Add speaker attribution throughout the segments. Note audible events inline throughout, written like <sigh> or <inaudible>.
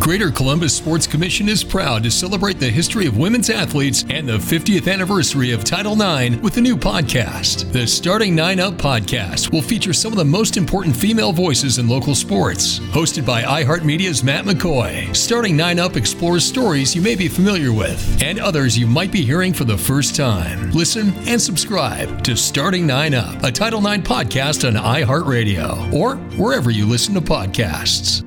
Speaker 1: Greater Columbus Sports Commission is proud to celebrate the history of women's athletes and the 50th anniversary of Title IX with a new podcast. The Starting Nine Up podcast will feature some of the most important female voices in local sports. Hosted by iHeartMedia's Matt McCoy, Starting Nine Up explores stories you may be familiar with and others you might be hearing for the first time. Listen and subscribe to Starting Nine Up, a Title IX podcast on iHeartRadio or wherever you listen to podcasts.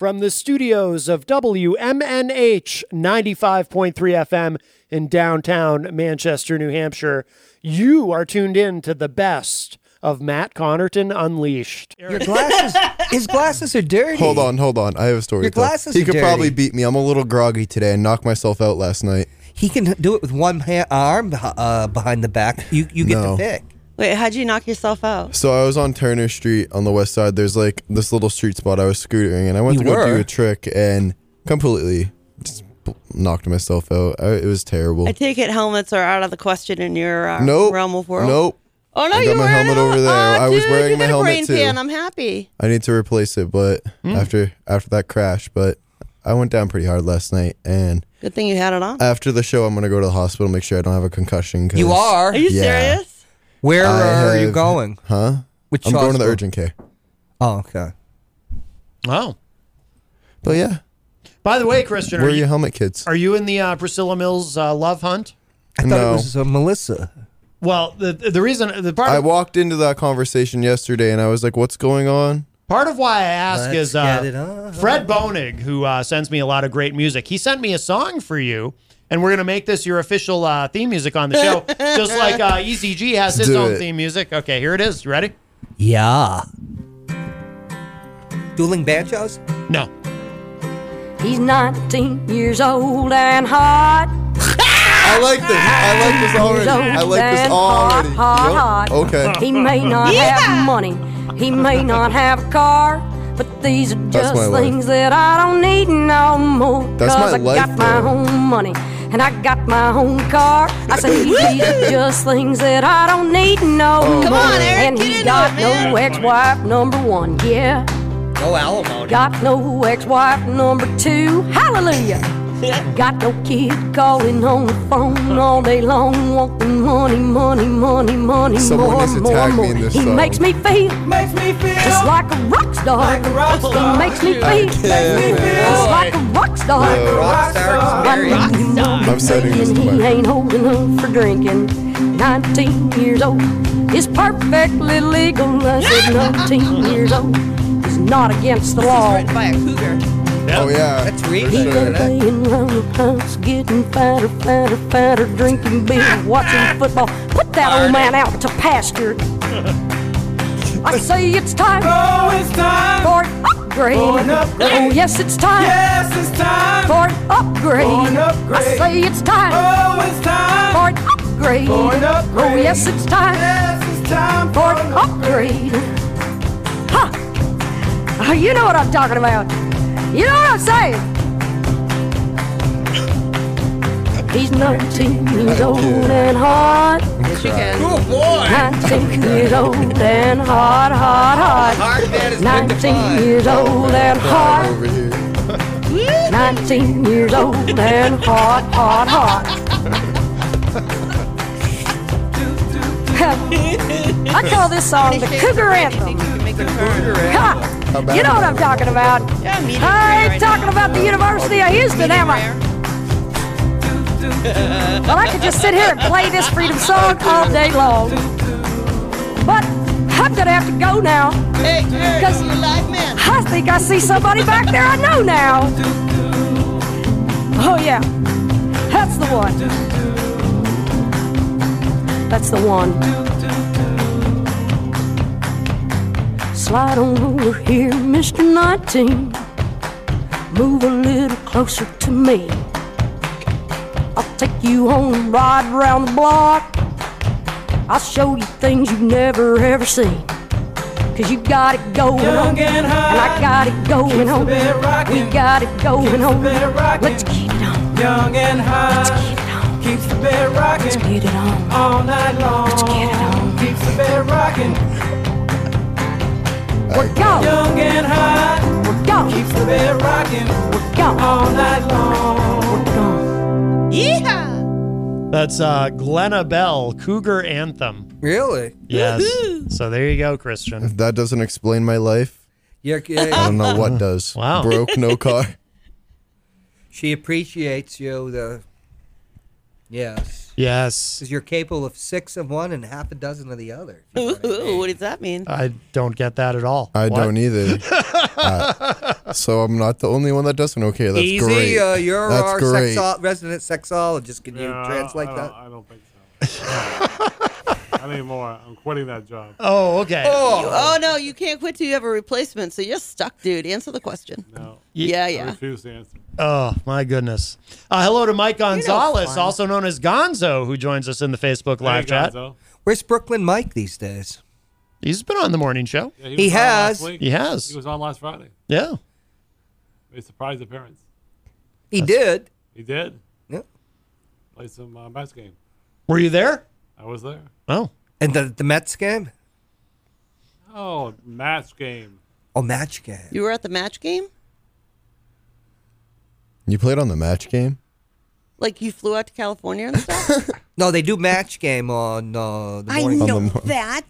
Speaker 2: From the studios of WMNH 95.3 FM in downtown Manchester, New Hampshire, you are tuned in to the best of Matt Connerton Unleashed.
Speaker 3: Your glasses, his glasses are dirty.
Speaker 4: Hold on, hold on. I have a story.
Speaker 3: Your
Speaker 4: to tell.
Speaker 3: glasses
Speaker 4: He
Speaker 3: are
Speaker 4: could probably
Speaker 3: dirty.
Speaker 4: beat me. I'm a little groggy today. I knocked myself out last night.
Speaker 3: He can do it with one ha- arm uh, behind the back. You you get
Speaker 4: No.
Speaker 3: the pick.
Speaker 5: Wait, how'd you knock yourself out?
Speaker 4: So I was on Turner Street on the west side. There's like this little street spot. I was scootering and I went
Speaker 3: You
Speaker 4: to go
Speaker 3: were?
Speaker 4: do a trick and completely just b- knocked myself out. I, it was terrible.
Speaker 5: I take it helmets are out of the question in your uh,
Speaker 4: nope.
Speaker 5: realm of world.
Speaker 4: Nope.
Speaker 5: Oh no,
Speaker 4: I
Speaker 5: you
Speaker 4: got my
Speaker 5: wearing
Speaker 4: helmet
Speaker 5: a
Speaker 4: over there.
Speaker 5: Oh,
Speaker 4: I was
Speaker 5: dude,
Speaker 4: wearing
Speaker 5: you
Speaker 4: my
Speaker 5: got a
Speaker 4: helmet,
Speaker 5: brain
Speaker 4: too.
Speaker 5: Pan. I'm happy.
Speaker 4: I need to replace it, but
Speaker 3: Mm.
Speaker 4: after after that crash, but I went down pretty hard last night. And
Speaker 5: Good thing you had
Speaker 4: <laughs>
Speaker 5: it on.
Speaker 4: after the show, I'm gonna go to the hospital make sure I don't have a concussion. 'cause-
Speaker 3: You are.
Speaker 5: are you
Speaker 4: yeah.
Speaker 5: serious?
Speaker 3: Where
Speaker 4: I
Speaker 3: are you
Speaker 4: have-
Speaker 3: going?
Speaker 4: Huh?
Speaker 3: Which
Speaker 4: I'm going to the
Speaker 3: hospital?
Speaker 4: urgent care.
Speaker 3: Oh, okay.
Speaker 2: Wow.
Speaker 4: But Oh, yeah,
Speaker 2: By the way, Christian,
Speaker 4: where
Speaker 2: are
Speaker 4: are your
Speaker 2: you,
Speaker 4: helmet kids?
Speaker 2: are you in the uh, Priscilla Mills uh, love hunt?
Speaker 3: I thought
Speaker 4: No.
Speaker 3: it was uh, Melissa.
Speaker 2: Well, the the reason the part
Speaker 4: I
Speaker 2: of,
Speaker 4: walked into that conversation yesterday and I was like, what's going on?
Speaker 2: part of why I ask
Speaker 3: Let's
Speaker 2: is uh,
Speaker 3: get it on.
Speaker 2: Fred Bonig, who uh, sends me a lot of great music. He sent me a song for you, and we're gonna make this your official uh, theme music on the show, just like uh, ECG has his
Speaker 4: do
Speaker 2: own
Speaker 4: it.
Speaker 2: theme music. Okay, here it is. You ready?
Speaker 3: <laughs> Yeah. Dueling banjos.
Speaker 2: No.
Speaker 6: He's 19 years old and hot.
Speaker 4: I like this. I like this already. I
Speaker 6: He's old
Speaker 4: like this
Speaker 6: and
Speaker 4: already.
Speaker 6: hot, hot,
Speaker 4: Yep. Okay.
Speaker 6: He may not have money. He may not have a car. But these are
Speaker 4: That's
Speaker 6: just
Speaker 4: my life.
Speaker 6: things that I don't need no more.
Speaker 4: That's
Speaker 6: Cause
Speaker 4: my
Speaker 6: I got
Speaker 4: life,
Speaker 6: my
Speaker 4: though.
Speaker 6: own money and I got my own car. I
Speaker 4: <laughs>
Speaker 6: say these are just things that I don't need no more.
Speaker 5: Come on, Eric,
Speaker 6: and
Speaker 5: get
Speaker 6: he
Speaker 5: into
Speaker 6: got
Speaker 5: it,
Speaker 6: no ex-wife number one, yeah.
Speaker 3: No alimony.
Speaker 6: Got no ex-wife number two. Hallelujah. Got no kid calling on the phone all day long, wanting money, money, money, money,
Speaker 4: Someone
Speaker 6: more,
Speaker 4: needs to
Speaker 6: more,
Speaker 4: tag me
Speaker 6: more.
Speaker 4: in this
Speaker 6: he
Speaker 4: song.
Speaker 6: makes me feel, makes me feel just like a rock star. He makes me feel, makes me feel just like a rock star.
Speaker 3: Rock star experience.
Speaker 4: I'm setting this
Speaker 6: Saying
Speaker 4: to
Speaker 6: he
Speaker 4: my.
Speaker 6: ain't old enough for drinking. 19 years old is perfectly legal. I <laughs> said 19 years old is not against the law.
Speaker 5: by a cougar.
Speaker 4: Oh yeah.
Speaker 3: That's real.
Speaker 4: For
Speaker 6: People
Speaker 4: sure.
Speaker 6: playing round the house, getting fatter, fatter, fatter, drinking <laughs> beer, watching football. Put that old man out to <laughs> pasture. I say Oh, it's time for an upgrade. Oh, yes, it's time for an upgrade. I say Oh, it's time for an upgrade. Oh, yes, it's time for an upgrade. Ha! Oh, you know what I'm talking about. You know what I'm saying? He's 19 years old and hot.
Speaker 5: Yes, you can.
Speaker 6: 19 years old and hot, hot, hot.
Speaker 3: Hard man is
Speaker 6: 19 years old and hot.
Speaker 4: Over here.
Speaker 6: 19 years old and hot, hot, hot. <laughs> I call this song the Cougar Anthem.
Speaker 5: Make a turn.
Speaker 6: Ha! You know what I'm talking about.
Speaker 5: Yeah, I'm eating
Speaker 6: I
Speaker 5: right
Speaker 6: ain't talking about the University of Houston, am I? Well, I could just sit here and play this freedom song all day long. But I'm gonna have to go now.
Speaker 5: Hey, Eric,
Speaker 6: Cause-
Speaker 5: you're a live man.
Speaker 6: I think I see somebody back there I know now. Oh, yeah. That's the one. That's the one. Slide on over here, Mr. 19. Move a little closer to me. I'll take you on a ride round the block. I'll show you things you've never ever seen. Cause you got it going on. And, I got it going on. We got it going on. Let's keep it on.
Speaker 7: Young and
Speaker 6: Let's
Speaker 7: hot
Speaker 6: keep it on.
Speaker 7: keeps the bed
Speaker 6: Let's
Speaker 7: rocking
Speaker 6: get it on.
Speaker 7: all night long.
Speaker 6: Let's get it on.
Speaker 7: Keeps the bed rocking.
Speaker 6: We're going.
Speaker 7: Young and hot
Speaker 6: We're going.
Speaker 7: keeps the bed rocking
Speaker 6: We're going.
Speaker 7: all night long.
Speaker 6: We're going.
Speaker 8: That's uh, Glenna Bell, Cougar Anthem.
Speaker 3: Really?
Speaker 8: Yes. So there you go, Christian.
Speaker 4: If that doesn't explain my life,
Speaker 3: Yeah,
Speaker 4: I
Speaker 3: yeah,
Speaker 4: don't know
Speaker 3: <laughs>
Speaker 4: what does.
Speaker 8: Wow.
Speaker 4: Broke, no car.
Speaker 3: she appreciates you. The yes,
Speaker 8: <laughs> Yes.
Speaker 3: 'Cause you're capable of six of one and half a dozen of the other.
Speaker 9: Ooh, what does that mean? <laughs>
Speaker 8: I don't get that at all.
Speaker 4: I
Speaker 8: What?
Speaker 4: don't
Speaker 8: <laughs>
Speaker 4: either. Uh, so I'm not the only one that doesn't. Okay, that's
Speaker 3: Easy,
Speaker 4: great.
Speaker 3: Uh, you're
Speaker 4: That's
Speaker 3: our
Speaker 4: great.
Speaker 3: sexo- resident sexologist. Can you translate
Speaker 10: I
Speaker 3: that?
Speaker 10: don't, I don't think so. I need more. I'm quitting that job.
Speaker 8: <laughs> Oh, okay.
Speaker 9: You- oh no, you can't quit till you have a replacement. So you're stuck, dude. Answer the question.
Speaker 10: No,
Speaker 9: Yeah,
Speaker 10: I
Speaker 9: yeah.
Speaker 10: refuse to answer.
Speaker 8: Oh, my goodness. Uh, hello to Mike Gonzalez,
Speaker 9: fun.
Speaker 8: also known as Gonzo, who joins us in the Facebook live
Speaker 10: Hey,
Speaker 8: chat.
Speaker 10: Gonzo.
Speaker 3: Where's Brooklyn Mike these days?
Speaker 8: He's been on the morning show.
Speaker 10: Yeah,
Speaker 3: He
Speaker 10: was on last
Speaker 3: has.
Speaker 10: week.
Speaker 8: He has.
Speaker 10: He was on last Friday.
Speaker 8: Yeah.
Speaker 10: A surprise appearance.
Speaker 3: He did.
Speaker 10: He did.
Speaker 3: Yeah.
Speaker 10: Played some uh, Mets game.
Speaker 8: Were you there?
Speaker 10: I was there.
Speaker 8: Oh.
Speaker 3: And the the Mets game?
Speaker 10: Oh, match game.
Speaker 3: Oh, match game.
Speaker 9: You were at the match game?
Speaker 4: You played on the match game?
Speaker 9: Like you flew out to California and stuff?
Speaker 3: No, they do match game on uh, the
Speaker 9: I
Speaker 3: morning.
Speaker 9: know
Speaker 4: morning.
Speaker 9: that.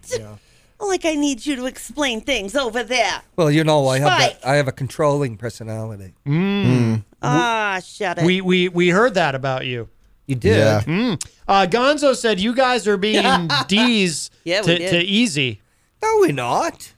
Speaker 9: Like I need you to explain things over there.
Speaker 3: Well, you know, I have
Speaker 9: Spike.
Speaker 3: that, I have a controlling personality.
Speaker 8: Mm.
Speaker 4: Hmm.
Speaker 3: Hmm.
Speaker 9: Ah, shut it.
Speaker 8: We we we heard that about you.
Speaker 3: You did. Hmm.
Speaker 4: Yeah.
Speaker 8: Uh, Gonzo said you guys
Speaker 3: <laughs>
Speaker 8: are being D's
Speaker 9: Yeah, we
Speaker 8: to,
Speaker 9: did.
Speaker 8: to easy.
Speaker 3: No, we're not.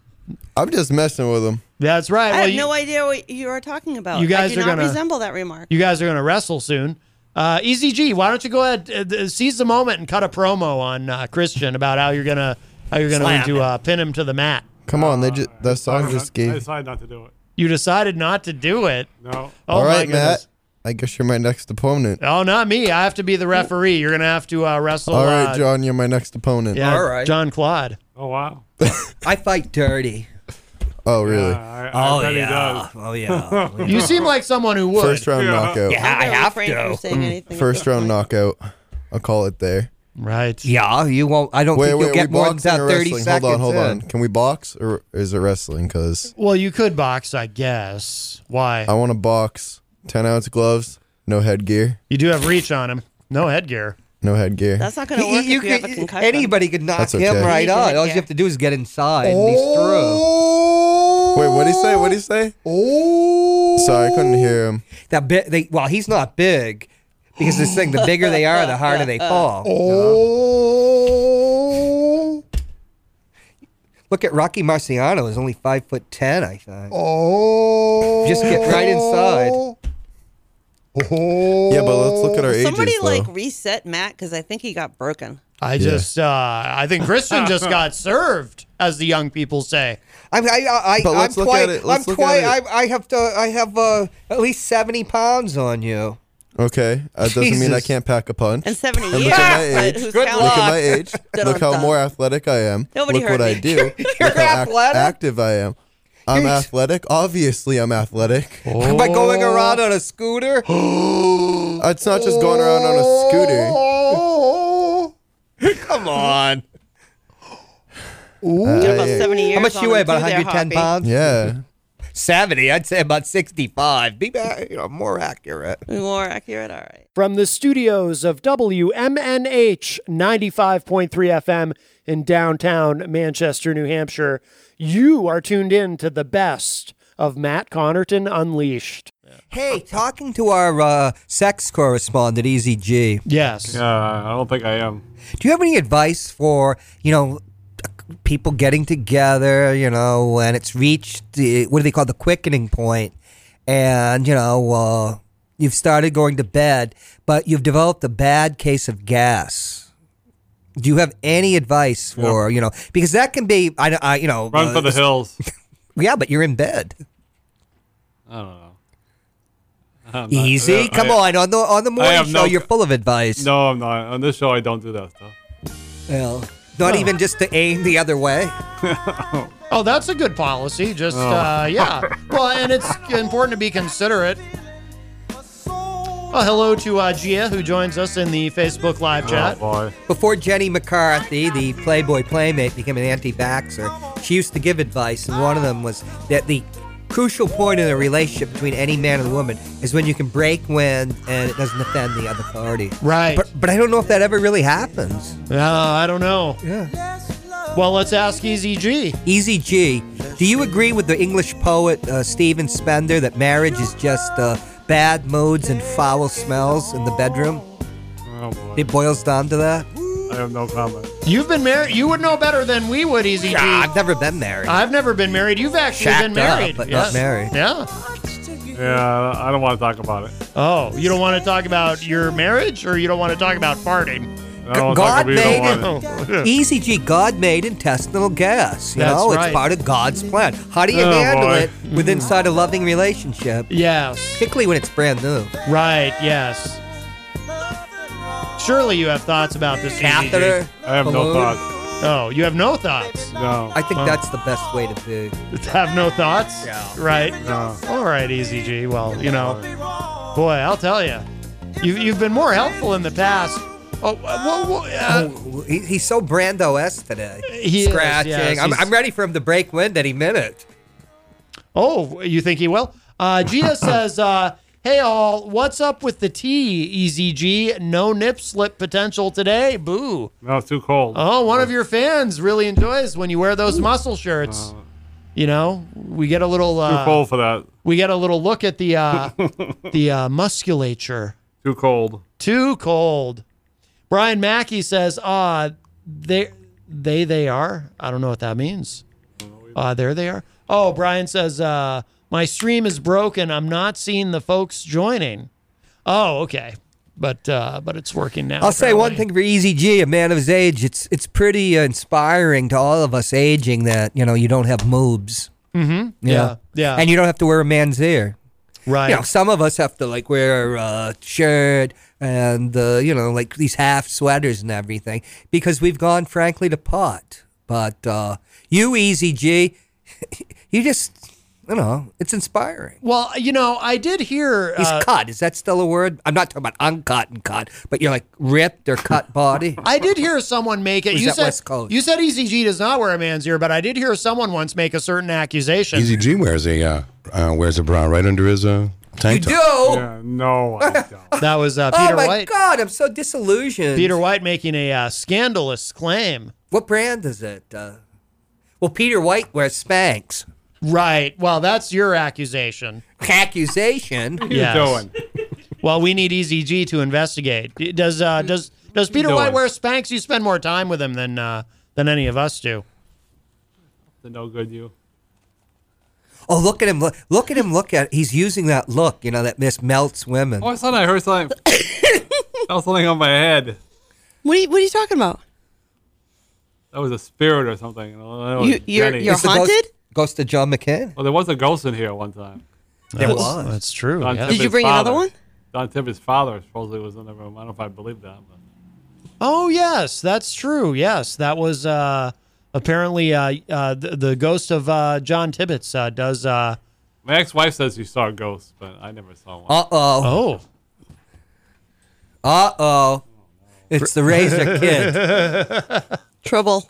Speaker 4: I'm just messing with him.
Speaker 8: That's right.
Speaker 9: I
Speaker 8: well,
Speaker 9: have
Speaker 8: you,
Speaker 9: no idea what you are talking about.
Speaker 8: You guys
Speaker 9: I do
Speaker 8: are
Speaker 9: not
Speaker 8: gonna-
Speaker 9: resemble that remark.
Speaker 8: you guys are going to wrestle soon. Uh, Easy G, why don't you go ahead, uh, uh, seize the moment and cut a promo on uh, Christian about how you're going to how you're going
Speaker 3: Slam
Speaker 8: to
Speaker 3: him.
Speaker 8: uh, pin him to the mat.
Speaker 4: Come on, they just
Speaker 8: Uh,
Speaker 4: that song just
Speaker 10: I
Speaker 4: gave.
Speaker 10: decided not to do it.
Speaker 8: You decided not to do it.
Speaker 10: No.
Speaker 8: Oh
Speaker 4: All
Speaker 8: my
Speaker 4: right, Matt.
Speaker 8: goodness.
Speaker 4: I guess you're my next opponent.
Speaker 8: Oh, not me. I have to be the referee. You're going to have to uh, wrestle.
Speaker 4: All
Speaker 8: uh,
Speaker 4: right, John, you're my next opponent.
Speaker 8: Yeah,
Speaker 3: All right.
Speaker 8: John Claude.
Speaker 4: <laughs>
Speaker 10: Oh wow.
Speaker 3: I fight dirty.
Speaker 4: Oh, really?
Speaker 10: Yeah, I, I bet he does.
Speaker 3: Oh yeah.
Speaker 8: You seem like someone who would.
Speaker 4: First round knockout.
Speaker 3: yeah, I
Speaker 9: I'm gonna
Speaker 3: have
Speaker 9: refrain from
Speaker 3: to.
Speaker 8: Mm.
Speaker 9: saying anything at
Speaker 4: First
Speaker 9: this
Speaker 4: round
Speaker 9: point.
Speaker 4: knockout. I'll call it there.
Speaker 8: Right.
Speaker 3: Yeah, you won't. I don't
Speaker 4: Wait,
Speaker 3: think
Speaker 4: wait,
Speaker 3: you'll
Speaker 4: are
Speaker 3: get
Speaker 4: we
Speaker 3: more than
Speaker 4: boxing
Speaker 3: that
Speaker 4: or
Speaker 3: 30
Speaker 4: wrestling?
Speaker 3: seconds.
Speaker 4: Hold on, hold
Speaker 3: in.
Speaker 4: on. Can we box or is it wrestling? Because
Speaker 8: Well, you could box, I guess. Why?
Speaker 4: I want to box. 10 ounce gloves, no headgear.
Speaker 8: You do have reach on him. No headgear.
Speaker 4: No headgear.
Speaker 9: That's not going to
Speaker 3: He-
Speaker 9: work
Speaker 3: you
Speaker 9: if you
Speaker 3: could-
Speaker 9: have a concussion.
Speaker 3: anybody could knock
Speaker 4: That's
Speaker 3: him
Speaker 4: okay.
Speaker 3: right
Speaker 9: You
Speaker 3: on.
Speaker 9: could,
Speaker 3: All you
Speaker 9: yeah.
Speaker 3: have to do is get inside, and he's through.
Speaker 4: Wait, what'd he say? What'd he say? Sorry, I couldn't hear him.
Speaker 3: That bit, they well, he's not big because this thing. The bigger they are, the harder
Speaker 9: <laughs>
Speaker 4: Uh,
Speaker 3: they fall.
Speaker 4: Oh.
Speaker 3: Look at Rocky Marciano. He's only five foot ten, I think. Oh, just get right inside.
Speaker 4: Yeah, but let's look at our ages.
Speaker 9: Somebody
Speaker 4: though.
Speaker 9: like reset Matt because I think he got broken. <laughs>
Speaker 8: I just, uh, I think Christian
Speaker 10: <laughs>
Speaker 8: just got served, as the young people say.
Speaker 3: I'm, I, I, I,
Speaker 4: But
Speaker 3: I'm
Speaker 4: let's look
Speaker 3: twi-
Speaker 4: at it. Let's
Speaker 3: I'm
Speaker 4: look at
Speaker 3: twi- I, I have to. I have uh, at least seventy pounds on you.
Speaker 4: Okay, that doesn't mean I
Speaker 3: Jesus.
Speaker 4: can't pack a punch. <laughs>
Speaker 9: And 70
Speaker 4: look
Speaker 9: years.
Speaker 4: at my
Speaker 9: but
Speaker 4: age.
Speaker 9: who's
Speaker 3: Good
Speaker 9: counting?
Speaker 4: Look at
Speaker 3: luck.
Speaker 4: my age. Look how more athletic I am.
Speaker 9: Nobody
Speaker 4: Look
Speaker 9: heard
Speaker 4: what I
Speaker 3: <laughs>
Speaker 9: me.
Speaker 4: do.
Speaker 3: you're
Speaker 4: Look how ac-
Speaker 3: athletic?
Speaker 4: active I am. I'm
Speaker 3: You're-
Speaker 4: athletic. Obviously, I'm athletic.
Speaker 3: <laughs> By going around on a scooter.
Speaker 4: <gasps> Oh. It's not Oh. just going around on a scooter.
Speaker 3: <laughs> Come on.
Speaker 9: You got
Speaker 4: I-
Speaker 9: about 70 years
Speaker 3: How much
Speaker 9: on
Speaker 3: you weigh?
Speaker 9: him,
Speaker 3: About
Speaker 9: too there,
Speaker 3: 110
Speaker 9: Hoppy.
Speaker 3: pounds?
Speaker 4: yeah.
Speaker 3: 70. I'd say about 65. Be ba- you know, more accurate.
Speaker 9: More accurate. All right.
Speaker 8: From the studios of WMNH 95.3 FM in downtown Manchester, New Hampshire, you are tuned in to the best of Matt Connerton Unleashed.
Speaker 3: Hey, talking to our uh, sex correspondent, Easy G,
Speaker 8: Yes.
Speaker 10: Yeah, I don't think I am.
Speaker 3: do you have any advice for, you know, people getting together, you know, when it's reached, the, what do they call the quickening point, And, you know, uh, you've started going to bed, but you've developed a bad case of gas. Do you have any advice for, you know, because that can be, I, I you know,
Speaker 10: Run
Speaker 3: <laughs> uh,
Speaker 10: for the hills.
Speaker 3: yeah, but you're in bed.
Speaker 10: I don't know. I'm not-
Speaker 3: Easy.
Speaker 10: I-
Speaker 3: Come
Speaker 10: I-
Speaker 3: on. On the on the
Speaker 10: I
Speaker 3: morning
Speaker 10: have
Speaker 3: show,
Speaker 10: no-
Speaker 3: you're full of advice.
Speaker 10: No, I'm not. On this show, I don't do that stuff.
Speaker 3: Well, not even just to aim the other way.
Speaker 8: Oh, that's a good policy. Just uh, yeah. Well, and it's important to be considerate. Well, hello to uh, Gia who joins us in the Facebook live
Speaker 10: Oh
Speaker 8: chat.
Speaker 10: boy.
Speaker 3: Before Jenny McCarthy, the Playboy Playmate, became an anti vaxxer, she used to give advice, and one of them was that the crucial point in a relationship between any man and woman is when you can break wind and it doesn't offend the other party.
Speaker 8: Right.
Speaker 3: But, but I don't know if that ever really happens.
Speaker 8: Uh, I don't know.
Speaker 3: Yeah.
Speaker 8: Well, let's ask Easy G.
Speaker 3: Easy G, do you agree with the English poet uh, Stephen Spender that marriage is just uh, bad moods and foul smells in the bedroom?
Speaker 10: Oh boy.
Speaker 3: It boils down to that?
Speaker 10: I have no comment.
Speaker 8: You've been married. You would know better than we would, Easy G.
Speaker 3: Yeah, I've never been married.
Speaker 8: I've never been married. You've actually
Speaker 3: Shacked
Speaker 8: been married,
Speaker 3: up, but not married.
Speaker 8: Yeah.
Speaker 10: Yeah, I don't want to talk about it.
Speaker 8: Oh, you don't want to talk about your marriage, or you don't want to talk about farting.
Speaker 10: I don't want to
Speaker 3: God
Speaker 10: talk about you
Speaker 3: made
Speaker 10: don't want
Speaker 8: Oh. <laughs>
Speaker 10: it. <laughs>
Speaker 3: Easy G, God made intestinal gas. You
Speaker 8: That's
Speaker 3: know,
Speaker 8: right.
Speaker 3: it's part of God's plan. How do you
Speaker 10: Oh,
Speaker 3: handle
Speaker 10: boy. Mm.
Speaker 3: it with inside a loving relationship,
Speaker 8: yes.
Speaker 3: particularly when it's brand new?
Speaker 8: Right. Yes. Surely you have thoughts about this. Easy G.
Speaker 3: Catheter.
Speaker 10: I have no
Speaker 3: balloon.
Speaker 10: thoughts.
Speaker 8: Oh, you have no thoughts.
Speaker 10: No.
Speaker 3: I think that's the best way to be.
Speaker 8: <laughs> Have no thoughts.
Speaker 3: Yeah.
Speaker 8: Right.
Speaker 10: no.
Speaker 8: All right, Easy G. Well, you know, boy, I'll tell you, you you've been more helpful in the past. Oh, whoa, whoa, uh,
Speaker 3: Oh, he, he's so Brando esque today.
Speaker 8: He is,
Speaker 3: Scratching.
Speaker 8: yes,
Speaker 3: I'm,
Speaker 8: he's-
Speaker 3: I'm ready for him to break wind any minute.
Speaker 8: oh, you think he will? Uh,
Speaker 10: <laughs>
Speaker 8: Gia says, uh, "Hey all, what's up with the tea, Easy G? No nip slip potential today. Boo!
Speaker 10: No, it's too cold.
Speaker 8: Oh, one of your fans really enjoys when you wear those muscle shirts. You know, we get a little
Speaker 10: Uh, Too
Speaker 8: uh,
Speaker 10: cold for that.
Speaker 8: we get a little look at the
Speaker 10: <laughs>
Speaker 8: uh, the uh, musculature."
Speaker 10: Too cold.
Speaker 8: Too cold. Brian Mackey says, ah, they, they, they are. I don't know what that means. Ah, there they are. Oh, Brian says, uh, my stream is broken. I'm not seeing the folks joining. Oh, okay. But, uh, but it's working now.
Speaker 3: I'll say one
Speaker 8: apparently.
Speaker 3: thing for Easy G, a man of his age. It's it's pretty uh, inspiring to all of us aging that you know you don't have moobs. Mm-hmm.
Speaker 8: Yeah, yeah.
Speaker 3: And you don't have to wear a man's ear.
Speaker 8: Right.
Speaker 3: you know, some of us have to like wear a shirt and uh, you know, like these half sweaters and everything because we've gone frankly to pot. But uh, you, Easy G, <laughs> you just, you know, it's inspiring.
Speaker 8: Well, you know, I did hear.
Speaker 3: He's
Speaker 8: uh,
Speaker 3: cut. Is that still a word? I'm not talking about uncut and cut, but you're like ripped or cut body.
Speaker 8: I did hear someone make it.
Speaker 3: Was
Speaker 8: you
Speaker 3: that
Speaker 8: said
Speaker 3: West Coast?
Speaker 8: you said ECG does not wear a man's ear, but I did hear someone once make a certain accusation.
Speaker 11: Easy G wears a uh, uh, wears a bra right under his uh,
Speaker 3: You
Speaker 11: tank
Speaker 3: do?
Speaker 11: top.
Speaker 10: Yeah, no,
Speaker 3: <laughs>
Speaker 10: I don't.
Speaker 8: That was uh,
Speaker 3: Oh
Speaker 8: Peter
Speaker 3: my
Speaker 8: White.
Speaker 3: God, I'm so disillusioned.
Speaker 8: Peter White making a uh, scandalous claim.
Speaker 3: what brand is it? Uh, well, Peter White wears Spanx.
Speaker 8: Right. Well, that's your accusation.
Speaker 3: Accusation.
Speaker 10: What
Speaker 8: Yes.
Speaker 10: are you doing?
Speaker 8: <laughs> Well, we need EZG to investigate. Does uh, does does Peter
Speaker 10: No
Speaker 8: White
Speaker 10: one.
Speaker 8: wear Spanx? You spend more time with him than uh, than any of us do.
Speaker 10: The no good you.
Speaker 3: Oh, look at him! Look, look at him! Look at he's using that look. You know that Miss melts women.
Speaker 10: Oh, I thought I heard
Speaker 9: <laughs>
Speaker 10: something. I was something on my head.
Speaker 9: What are you, what are you
Speaker 4: <laughs>
Speaker 9: talking about?
Speaker 10: That was a spirit or something. Oh, that was
Speaker 9: You, you're,
Speaker 10: Jenny.
Speaker 9: you're
Speaker 3: It's the ghost-
Speaker 9: haunted?
Speaker 3: Ghost of
Speaker 8: Oh,
Speaker 3: John McCain.
Speaker 10: Well, there was a ghost in here one time.
Speaker 3: There was.
Speaker 8: That's true.
Speaker 10: Don
Speaker 8: yeah.
Speaker 10: Tippit's
Speaker 9: Did you bring another
Speaker 10: father-
Speaker 9: one?
Speaker 10: Don Tippit's father supposedly was in the room. I don't know if I believe that. But.
Speaker 8: Oh yes, that's true. Yes, that was uh, apparently uh, uh, the, the ghost of uh, John Tibbetts uh, does. Uh,
Speaker 10: My ex-wife says you saw ghosts, but I never saw one.
Speaker 3: Uh oh.
Speaker 8: oh,
Speaker 3: Uh oh. It's the
Speaker 8: <laughs>
Speaker 3: Razor Kid.
Speaker 9: <laughs> Trouble.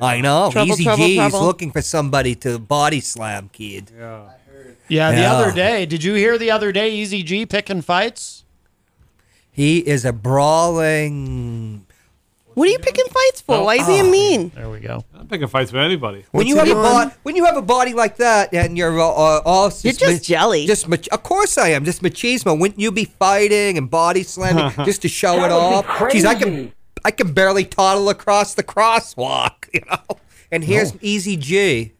Speaker 3: I know.
Speaker 9: Trouble,
Speaker 3: Easy
Speaker 9: trouble,
Speaker 3: G. He's
Speaker 9: trouble.
Speaker 3: looking for somebody to body slam, kid.
Speaker 10: yeah.
Speaker 8: yeah. The
Speaker 3: Yeah.
Speaker 8: other day, did you hear the other day? EZG picking fights.
Speaker 3: He is a brawling. uh,
Speaker 9: What are you picking fights for? Why is he mean?
Speaker 8: There we go.
Speaker 10: I'm picking fights with anybody.
Speaker 3: When you have a body, when you have a body like that, and you're uh, uh, all
Speaker 9: You're just jelly.
Speaker 3: Just mach- of course I am. Just machismo. Wouldn't you be fighting and body
Speaker 9: <laughs>
Speaker 3: slamming just to show it
Speaker 2: That would
Speaker 3: off?
Speaker 2: be
Speaker 3: Jeez, I can
Speaker 2: crazy.
Speaker 3: I can barely toddle across the crosswalk, <laughs> you know. And here's Easy G.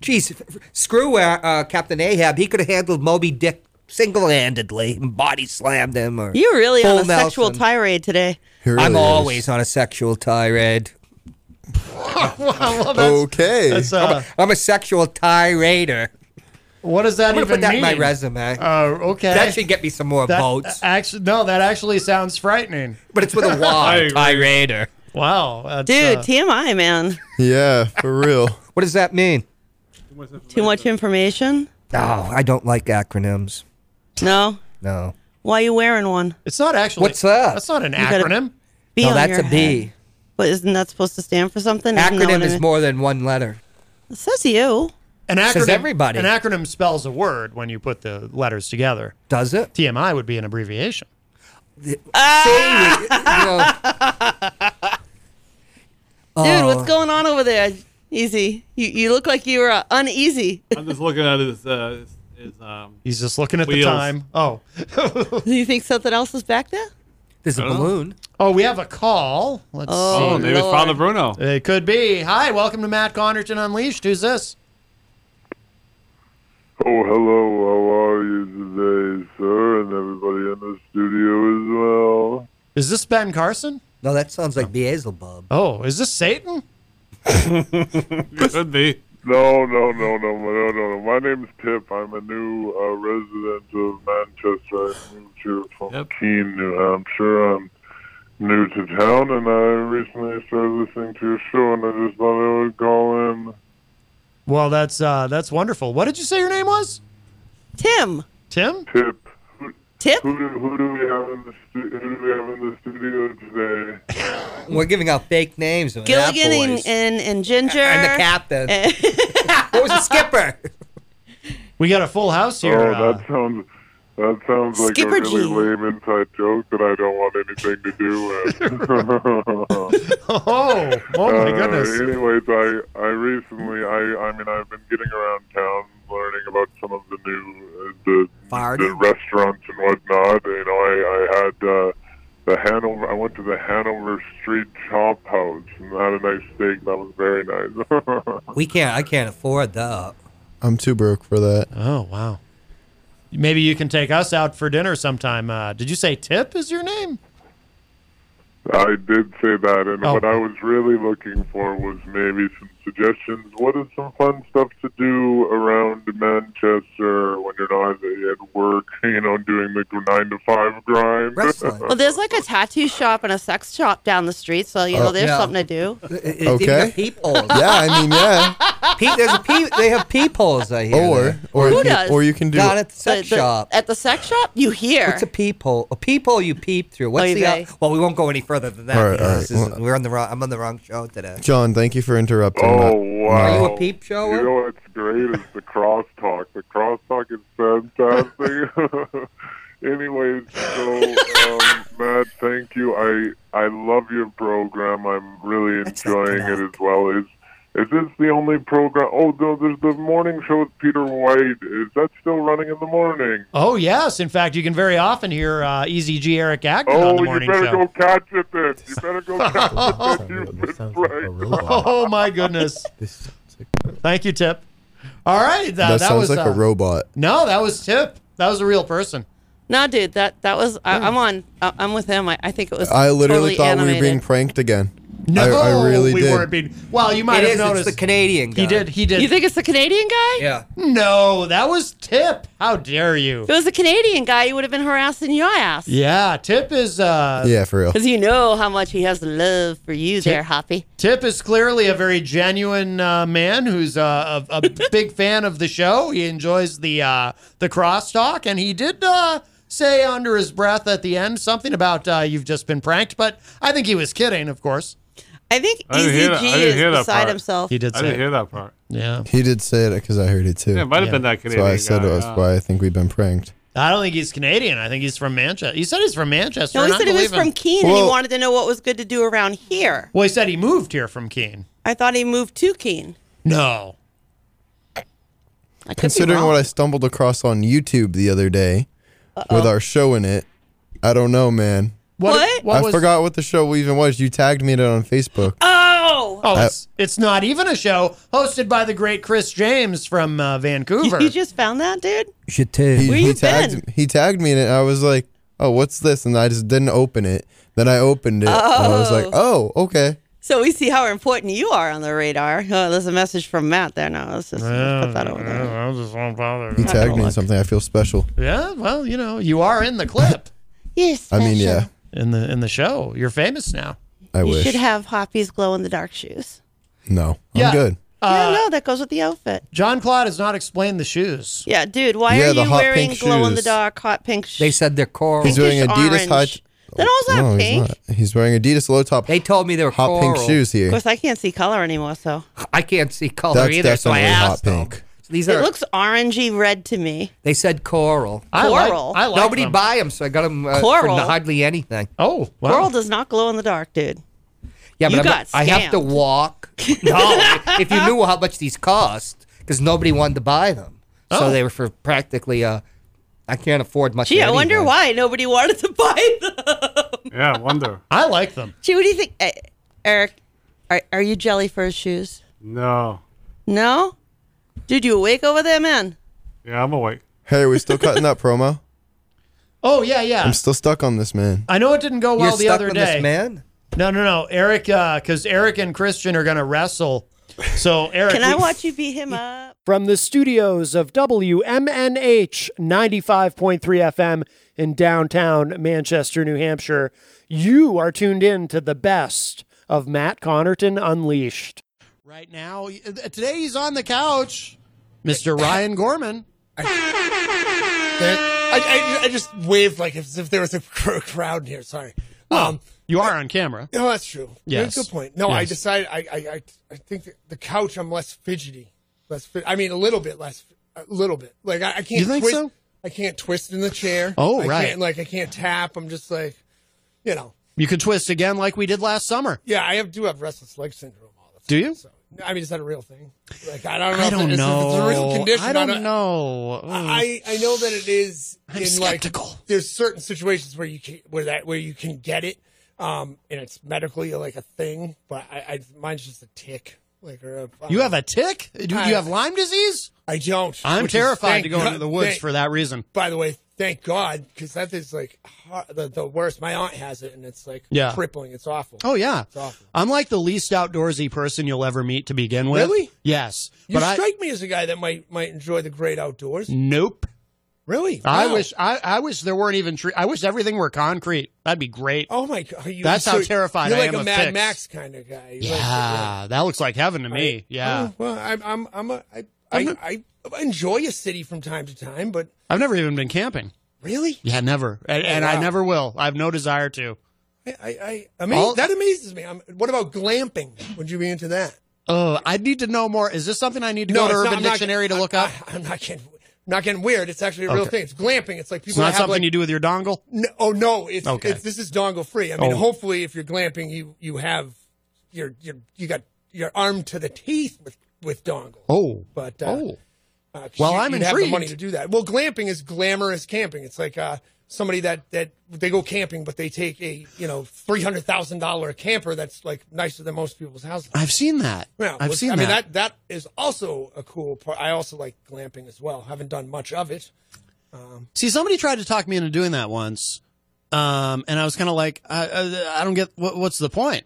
Speaker 3: Jeez, f- f- screw uh, uh, Captain Ahab. He could have handled Moby Dick single-handedly and body slammed him. Or
Speaker 9: You're really on
Speaker 3: full
Speaker 9: a sexual
Speaker 3: Nelson.
Speaker 9: tirade today.
Speaker 11: He really
Speaker 3: I'm
Speaker 4: <laughs>
Speaker 11: is.
Speaker 3: always on a sexual tirade.
Speaker 9: <laughs>
Speaker 8: well, that's,
Speaker 11: okay.
Speaker 8: that's, uh,
Speaker 3: I'm a sexual tirader.
Speaker 8: What does that
Speaker 3: I'm gonna
Speaker 8: even
Speaker 3: put that
Speaker 8: mean?
Speaker 3: in my resume.
Speaker 8: Oh, okay.
Speaker 3: That should get me some more
Speaker 8: That-
Speaker 3: votes.
Speaker 8: Actually, no, that actually sounds frightening.
Speaker 3: But it's with a Y.
Speaker 2: <laughs>
Speaker 8: <laughs>
Speaker 3: Tirade.
Speaker 8: Wow, that's,
Speaker 9: Dude,
Speaker 8: uh,
Speaker 9: TMI, man.
Speaker 4: Yeah, for real.
Speaker 3: <laughs> what does that mean?
Speaker 9: Too much information?
Speaker 3: Oh, I don't like acronyms.
Speaker 9: No.
Speaker 3: No.
Speaker 9: Why you wearing one?
Speaker 8: It's not actually.
Speaker 3: What's that?
Speaker 8: That's not an
Speaker 9: You gotta-
Speaker 8: acronym.
Speaker 9: B
Speaker 3: no,
Speaker 9: on
Speaker 3: that's
Speaker 9: your
Speaker 3: a B.
Speaker 9: But isn't that supposed to stand for something? Isn't that
Speaker 3: Acronym
Speaker 9: what
Speaker 3: is
Speaker 9: it-
Speaker 3: more than one letter.
Speaker 9: It says you.
Speaker 8: An
Speaker 3: Says
Speaker 8: acronym.
Speaker 3: everybody.
Speaker 8: An acronym spells a word when you put the letters together.
Speaker 3: Does it? Ah!
Speaker 8: TMI would be an abbreviation.
Speaker 3: See, you know,
Speaker 9: <laughs> Dude,
Speaker 3: Oh.
Speaker 9: what's going on over there? Easy. You, you look like you were uh,
Speaker 8: <laughs>
Speaker 9: uneasy.
Speaker 10: I'm just looking at his, uh, his um,
Speaker 8: He's just looking at
Speaker 10: Wheels.
Speaker 8: the time. Oh,
Speaker 9: Do you think something else is back there?
Speaker 3: there's a balloon.
Speaker 8: oh, we have a call. Let's
Speaker 10: oh,
Speaker 9: Oh,
Speaker 10: maybe it's
Speaker 9: Lord.
Speaker 10: Father Bruno.
Speaker 8: see. It could be. Hi, welcome to Matt Connerton Unleashed. Who's this?
Speaker 12: Oh, hello. How are you today, sir? And everybody in the studio as well.
Speaker 8: Is this Ben Carson?
Speaker 3: No, that sounds like Beelzebub.
Speaker 8: Oh, is
Speaker 12: <laughs>
Speaker 8: this Satan?
Speaker 10: Could be.
Speaker 12: No, no, no, no, no, no, no. My name's Pip. I'm a new uh, resident of Manchester. I moved here from
Speaker 10: Yep.
Speaker 12: Keene, New Hampshire. I'm new to town, and I recently started listening to your show, and I just thought I would call in.
Speaker 8: Well, that's uh, that's wonderful. What did you say your name was?
Speaker 9: Tim.
Speaker 8: Tim?
Speaker 12: Pip,
Speaker 9: Tip?
Speaker 12: who do, who do we have in the stu- who do we have in the studio today?
Speaker 3: We're giving out fake names. of the Nap
Speaker 9: Gilligan and,
Speaker 3: Boys.
Speaker 9: and, and Ginger.
Speaker 3: and the captain.
Speaker 9: <laughs>
Speaker 3: what was the skipper?
Speaker 8: We got a full house here.
Speaker 12: Oh,
Speaker 8: uh,
Speaker 12: that sounds that sounds like
Speaker 9: Skipper
Speaker 12: a really
Speaker 9: G.
Speaker 12: lame inside joke that I don't want anything to do with. <laughs>
Speaker 8: oh, <laughs> oh
Speaker 12: Uh,
Speaker 8: my goodness.
Speaker 12: Anyways, I I recently I I mean I've been getting around town learning about some of the new uh, the the
Speaker 3: Farting.
Speaker 12: restaurants and whatnot. You know, I I had uh, the Hanover. I went to the Hanover Street Chop House and had a nice steak. That was very nice. <laughs>
Speaker 3: We can't. I can't afford that.
Speaker 4: I'm too broke for that.
Speaker 8: Oh, wow. Maybe you can take us out for dinner sometime. Uh, did you say Tip is your name?
Speaker 12: I did say that, and
Speaker 8: Oh.
Speaker 12: what I was really looking for was maybe some suggestions. What is some fun stuff to do around Manchester when you're not at work, you know, doing the nine to five grind? <laughs>
Speaker 3: Wrestling.
Speaker 9: Well, there's like a tattoo shop and a sex shop down the street, so you know
Speaker 4: Oh,
Speaker 9: there's
Speaker 3: yeah.
Speaker 9: something to do.
Speaker 4: Okay.
Speaker 3: Peepholes.
Speaker 4: <laughs> Yeah, I mean, yeah.
Speaker 3: Pe- there's a pee- they have peepholes. I hear.
Speaker 4: Or
Speaker 3: there.
Speaker 4: or
Speaker 9: Who
Speaker 4: you,
Speaker 9: does?
Speaker 4: or you can do
Speaker 3: down at the
Speaker 9: The-
Speaker 3: sex
Speaker 9: the-
Speaker 3: shop.
Speaker 9: At the sex shop, you hear.
Speaker 3: What's a peephole? A peephole you peep through. What's
Speaker 9: Oy
Speaker 3: the? uh,
Speaker 9: vey.
Speaker 3: well, we won't go any further than that.
Speaker 4: All right,
Speaker 3: because
Speaker 4: all right.
Speaker 3: this is-
Speaker 4: Well-
Speaker 3: we're on the wrong. I'm on the wrong show today.
Speaker 4: John. Thank you for interrupting.
Speaker 12: Oh
Speaker 4: that.
Speaker 12: wow!
Speaker 3: Are you a peep shower?
Speaker 12: You know what's great is the crosstalk. The crosstalk is fantastic. <laughs> Anyways, so um, Matt, thank you. I I love your program. I'm really
Speaker 3: That's not
Speaker 12: enjoying it
Speaker 3: enough.
Speaker 12: as well. Is is this the only program? Oh no, there's the morning show with Peter White. Is that still running in the morning?
Speaker 8: Oh, yes. In fact, you can very often hear uh, Easy G Eric Acton on the
Speaker 12: oh, you
Speaker 8: morning
Speaker 12: better
Speaker 8: show.
Speaker 12: go catch it then. You better go catch it then. You've been
Speaker 4: This sounds like
Speaker 12: right.
Speaker 4: a
Speaker 8: <laughs>
Speaker 4: robot.
Speaker 8: Oh, my goodness.
Speaker 4: <laughs> This sounds like-
Speaker 8: Thank you, Tip. All right.
Speaker 4: that
Speaker 8: Uh, that,
Speaker 4: sounds
Speaker 8: was,
Speaker 4: like
Speaker 8: uh,
Speaker 4: a robot.
Speaker 8: No, that was Tip. That was a real person.
Speaker 9: no, dude, that that was. I,
Speaker 3: Hmm.
Speaker 9: I'm on. I, I'm with him. I, I think it was.
Speaker 4: I literally
Speaker 9: poorly
Speaker 4: thought we were
Speaker 9: animated.
Speaker 4: being pranked again.
Speaker 8: No,
Speaker 4: I, I really
Speaker 8: Oh, we
Speaker 4: did.
Speaker 8: weren't being. Well, you
Speaker 3: It
Speaker 8: might have
Speaker 3: is. It's
Speaker 8: noticed.
Speaker 3: the Canadian guy.
Speaker 8: he did. He did.
Speaker 9: You think it's the Canadian guy?
Speaker 3: Yeah.
Speaker 8: no, that was Tip. How dare you?
Speaker 9: If it was a Canadian guy, you would have been harassing your ass.
Speaker 8: Yeah, Tip is. Uh,
Speaker 4: yeah, for real.
Speaker 9: Because you know how much he has love for you there, Hoppy.
Speaker 8: Tip is clearly a very genuine uh, man who's uh, a, a
Speaker 9: <laughs>
Speaker 8: big fan of the show. He enjoys the uh, the crosstalk, and he did uh, say under his breath at the end something about uh, you've just been pranked. But I think he was kidding, of course.
Speaker 9: I think
Speaker 10: I didn't hear that-
Speaker 9: Easy
Speaker 10: I
Speaker 9: E G
Speaker 10: didn't
Speaker 9: is
Speaker 10: hear that
Speaker 9: beside
Speaker 10: part.
Speaker 9: himself.
Speaker 8: He did
Speaker 10: I
Speaker 8: say,
Speaker 10: didn't hear that part.
Speaker 8: "Yeah."
Speaker 4: He did say it because I heard it too.
Speaker 10: Yeah, it might have
Speaker 8: Yeah.
Speaker 10: been that Canadian
Speaker 4: so I said
Speaker 10: guy,
Speaker 4: it was
Speaker 10: yeah.
Speaker 4: why I think we've been pranked.
Speaker 8: I don't think he's Canadian. I think he's from Manchester. He said he's from Manchester.
Speaker 9: No, he
Speaker 8: and I
Speaker 9: said he was
Speaker 8: believe
Speaker 9: from
Speaker 8: him.
Speaker 9: Keene and
Speaker 4: Well-
Speaker 9: he wanted to know what was good to do around here.
Speaker 8: Well, he said he moved here from Keene.
Speaker 9: I thought he moved to Keene.
Speaker 8: No.
Speaker 9: I could be
Speaker 4: Considering
Speaker 9: wrong.
Speaker 4: what I stumbled across on YouTube the other day with our show in it, I don't know, man.
Speaker 9: What?
Speaker 4: I forgot what the show even was. You tagged me in it on Facebook.
Speaker 9: Oh!
Speaker 4: Uh,
Speaker 8: Oh, it's, it's not even a show hosted by the great Chris James from uh, Vancouver.
Speaker 9: You just found that, dude?
Speaker 3: Je t'aime.
Speaker 4: he,
Speaker 9: where
Speaker 4: he
Speaker 9: you
Speaker 4: tagged he tagged me in it. And I was like, "Oh, what's this?" And I just didn't open it. Then I opened it, and I was like, "Oh, okay."
Speaker 9: So we see how important you are on the radar. Oh, there's a message from Matt there now. Let's just let's put that over there.
Speaker 8: I was just won't bother.
Speaker 4: He tagged me in something. I feel special.
Speaker 8: Yeah, well, you know, you are in the clip.
Speaker 9: yes.
Speaker 4: I mean, yeah.
Speaker 8: In the in the show, you're famous now.
Speaker 4: I
Speaker 9: you
Speaker 4: wish.
Speaker 9: should have Hoppy's glow in the dark shoes.
Speaker 4: No, I'm
Speaker 8: Yeah.
Speaker 4: good.
Speaker 3: Uh,
Speaker 9: yeah, no, that goes with the outfit.
Speaker 8: John Claude has not explained the shoes.
Speaker 9: Yeah, dude, why
Speaker 8: Yeah,
Speaker 9: are
Speaker 8: the
Speaker 9: you
Speaker 8: hot
Speaker 9: wearing
Speaker 8: pink
Speaker 9: glow in the
Speaker 8: shoes.
Speaker 9: dark hot pink shoes?
Speaker 3: They said they're coral.
Speaker 4: He's wearing
Speaker 9: pinkish
Speaker 4: Adidas high.
Speaker 9: orange. They don't always have
Speaker 4: no,
Speaker 9: pink.
Speaker 4: he's not. He's wearing Adidas low top. They
Speaker 3: told me they were
Speaker 4: hot pink
Speaker 3: coral.
Speaker 4: shoes here.
Speaker 9: Of course, I can't see color anymore, so
Speaker 3: <laughs> I can't see color
Speaker 4: That's
Speaker 3: either, so I
Speaker 4: definitely hot
Speaker 3: asked them.
Speaker 4: pink.
Speaker 3: So these
Speaker 9: it
Speaker 3: are.
Speaker 9: looks orangey red to me.
Speaker 3: they said coral.
Speaker 9: I like- Coral. I like
Speaker 3: Nobody
Speaker 9: them.
Speaker 3: buy them, so I got them uh, for
Speaker 9: Coral?
Speaker 3: n- hardly anything.
Speaker 8: Oh,
Speaker 9: Coral does not glow in the dark, dude.
Speaker 3: Yeah,
Speaker 9: You
Speaker 3: but I'm-
Speaker 9: got
Speaker 3: i have to
Speaker 9: scammed.
Speaker 8: <laughs>
Speaker 3: walk. No, if you knew how much these cost, because nobody wanted to buy them, so
Speaker 9: Oh.
Speaker 3: they were for practically. Uh, I can't afford much.
Speaker 9: Gee,
Speaker 3: of
Speaker 9: I wonder
Speaker 3: anything.
Speaker 9: why nobody wanted to buy them.
Speaker 13: Yeah, I wonder.
Speaker 8: <laughs> I like them.
Speaker 9: Gee, what do you think, eh, Eric? Are, are you jelly for his shoes?
Speaker 13: No.
Speaker 9: No, dude, you awake over there, man?
Speaker 13: Yeah, I'm awake.
Speaker 4: Hey, are we still cutting that promo?
Speaker 8: Oh yeah, yeah.
Speaker 4: I'm still stuck on this man.
Speaker 8: I know it didn't go well
Speaker 3: You're
Speaker 8: the
Speaker 3: stuck
Speaker 8: other
Speaker 3: on
Speaker 8: day.
Speaker 3: this man?
Speaker 8: No, no, no. Eric, because Eric and Christian are going to wrestle. So, Eric.
Speaker 9: Can I
Speaker 8: we-
Speaker 9: watch you beat him up?
Speaker 8: From the studios of WMNH 95.3 FM in downtown Manchester, New Hampshire, you are tuned in to the best of Matt Connerton Unleashed.
Speaker 14: right now. Today he's on the couch.
Speaker 8: Mr. Ryan Gorman.
Speaker 14: I, I, I just waved like as if there was a <laughs> cr- crowd here. Sorry.
Speaker 8: Um, you are on camera.
Speaker 14: No, Oh, that's true.
Speaker 8: Yes.
Speaker 14: Good point. No, I
Speaker 8: Yes.
Speaker 14: decided. I, I, I, I think that the couch. I'm less fidgety. Less. Fi- I mean, a little bit less. A little bit. Like I, I can't.
Speaker 8: You think
Speaker 14: twist,
Speaker 8: so?
Speaker 14: I can't twist in the chair.
Speaker 8: Oh,
Speaker 14: I
Speaker 8: right.
Speaker 14: Can't, like I can't tap. I'm just like, you know.
Speaker 8: You can twist again like we did last summer.
Speaker 14: Yeah, I have, do have restless leg syndrome.
Speaker 8: Do you?
Speaker 14: I mean, is that a real thing? Like I don't know.
Speaker 8: I
Speaker 14: if
Speaker 8: don't
Speaker 14: it's, It's a real
Speaker 8: know.
Speaker 14: condition.
Speaker 8: I don't know.
Speaker 14: I, I know that it is
Speaker 8: I'm
Speaker 14: in
Speaker 8: skeptical.
Speaker 14: like there's certain situations where you can where that where you can get it, um, and it's medically like a thing. But I, I mine's just a tick. Like or a, uh,
Speaker 8: You have a tick? Do do you have Lyme disease?
Speaker 14: I don't.
Speaker 8: I'm
Speaker 14: which is
Speaker 8: terrified
Speaker 14: thank
Speaker 8: to go
Speaker 14: God-
Speaker 8: into the woods
Speaker 14: thank-
Speaker 8: for that reason.
Speaker 14: By the way, thank God because that is like har the, the worst. My aunt has it, and it's like
Speaker 8: Yeah.
Speaker 14: crippling. It's awful.
Speaker 8: Oh yeah,
Speaker 14: it's awful.
Speaker 8: I'm like the least outdoorsy person you'll ever meet to begin with.
Speaker 14: Really?
Speaker 8: Yes,
Speaker 14: You
Speaker 8: but I Mm.
Speaker 14: strike me as a guy that might might enjoy the great outdoors.
Speaker 8: nope.
Speaker 14: Really?
Speaker 8: I
Speaker 14: Wow.
Speaker 8: wish I, I wish there weren't even tree. I wish everything were concrete. That'd be great.
Speaker 14: Oh my god! You-
Speaker 8: That's how
Speaker 14: so
Speaker 8: terrified
Speaker 14: you're
Speaker 8: I
Speaker 14: like
Speaker 8: am
Speaker 14: a
Speaker 8: of
Speaker 14: Mad
Speaker 8: ticks.
Speaker 14: Max kind of guy. You're like-
Speaker 8: Yeah, that looks like heaven to me. yeah,
Speaker 14: Oh, well, I'm I'm I'm a I I, I enjoy a city from time to time, but
Speaker 8: I've never even been camping.
Speaker 14: Really?
Speaker 8: Yeah, never,
Speaker 14: Oh,
Speaker 8: and, and I never will. I have no desire to.
Speaker 14: I I, I, ama- that amazes me. I'm, what about glamping? Would you be into that?
Speaker 8: Oh, I need to know more. Is this something I need to go to
Speaker 14: it's
Speaker 8: Urban
Speaker 14: I'm
Speaker 8: Dictionary
Speaker 14: getting-
Speaker 8: to look
Speaker 14: I,
Speaker 8: up?
Speaker 14: I, am not getting I'm not getting weird. It's actually a real
Speaker 8: Okay.
Speaker 14: thing. It's glamping. It's like people
Speaker 8: it's not
Speaker 14: that have
Speaker 8: something
Speaker 14: like
Speaker 8: you do with your dongle.
Speaker 14: No, oh no, it's,
Speaker 8: Okay.
Speaker 14: it's this is dongle free. I mean,
Speaker 8: Oh.
Speaker 14: hopefully, if you're glamping, you you have your your you got your arm to the teeth with with dongle.
Speaker 8: Oh,
Speaker 14: but uh,
Speaker 8: oh,
Speaker 14: uh, 'cause
Speaker 8: Well,
Speaker 14: you-
Speaker 8: I'm
Speaker 14: you'd have the money
Speaker 8: intrigued.
Speaker 14: to do that. Well, glamping is glamorous camping. It's like uh, somebody that that they go camping, but they take a you know three hundred thousand dollar camper that's like nicer than most people's houses.
Speaker 8: I've seen that.
Speaker 14: Well,
Speaker 8: I've
Speaker 14: which-
Speaker 8: seen
Speaker 14: I mean,
Speaker 8: that.
Speaker 14: that that is also a cool part. I also like glamping as well. Haven't done much of it. Um,
Speaker 8: See, somebody tried to talk me into doing that once, um, and I was kind of like, I, I, I don't get what, what's the point.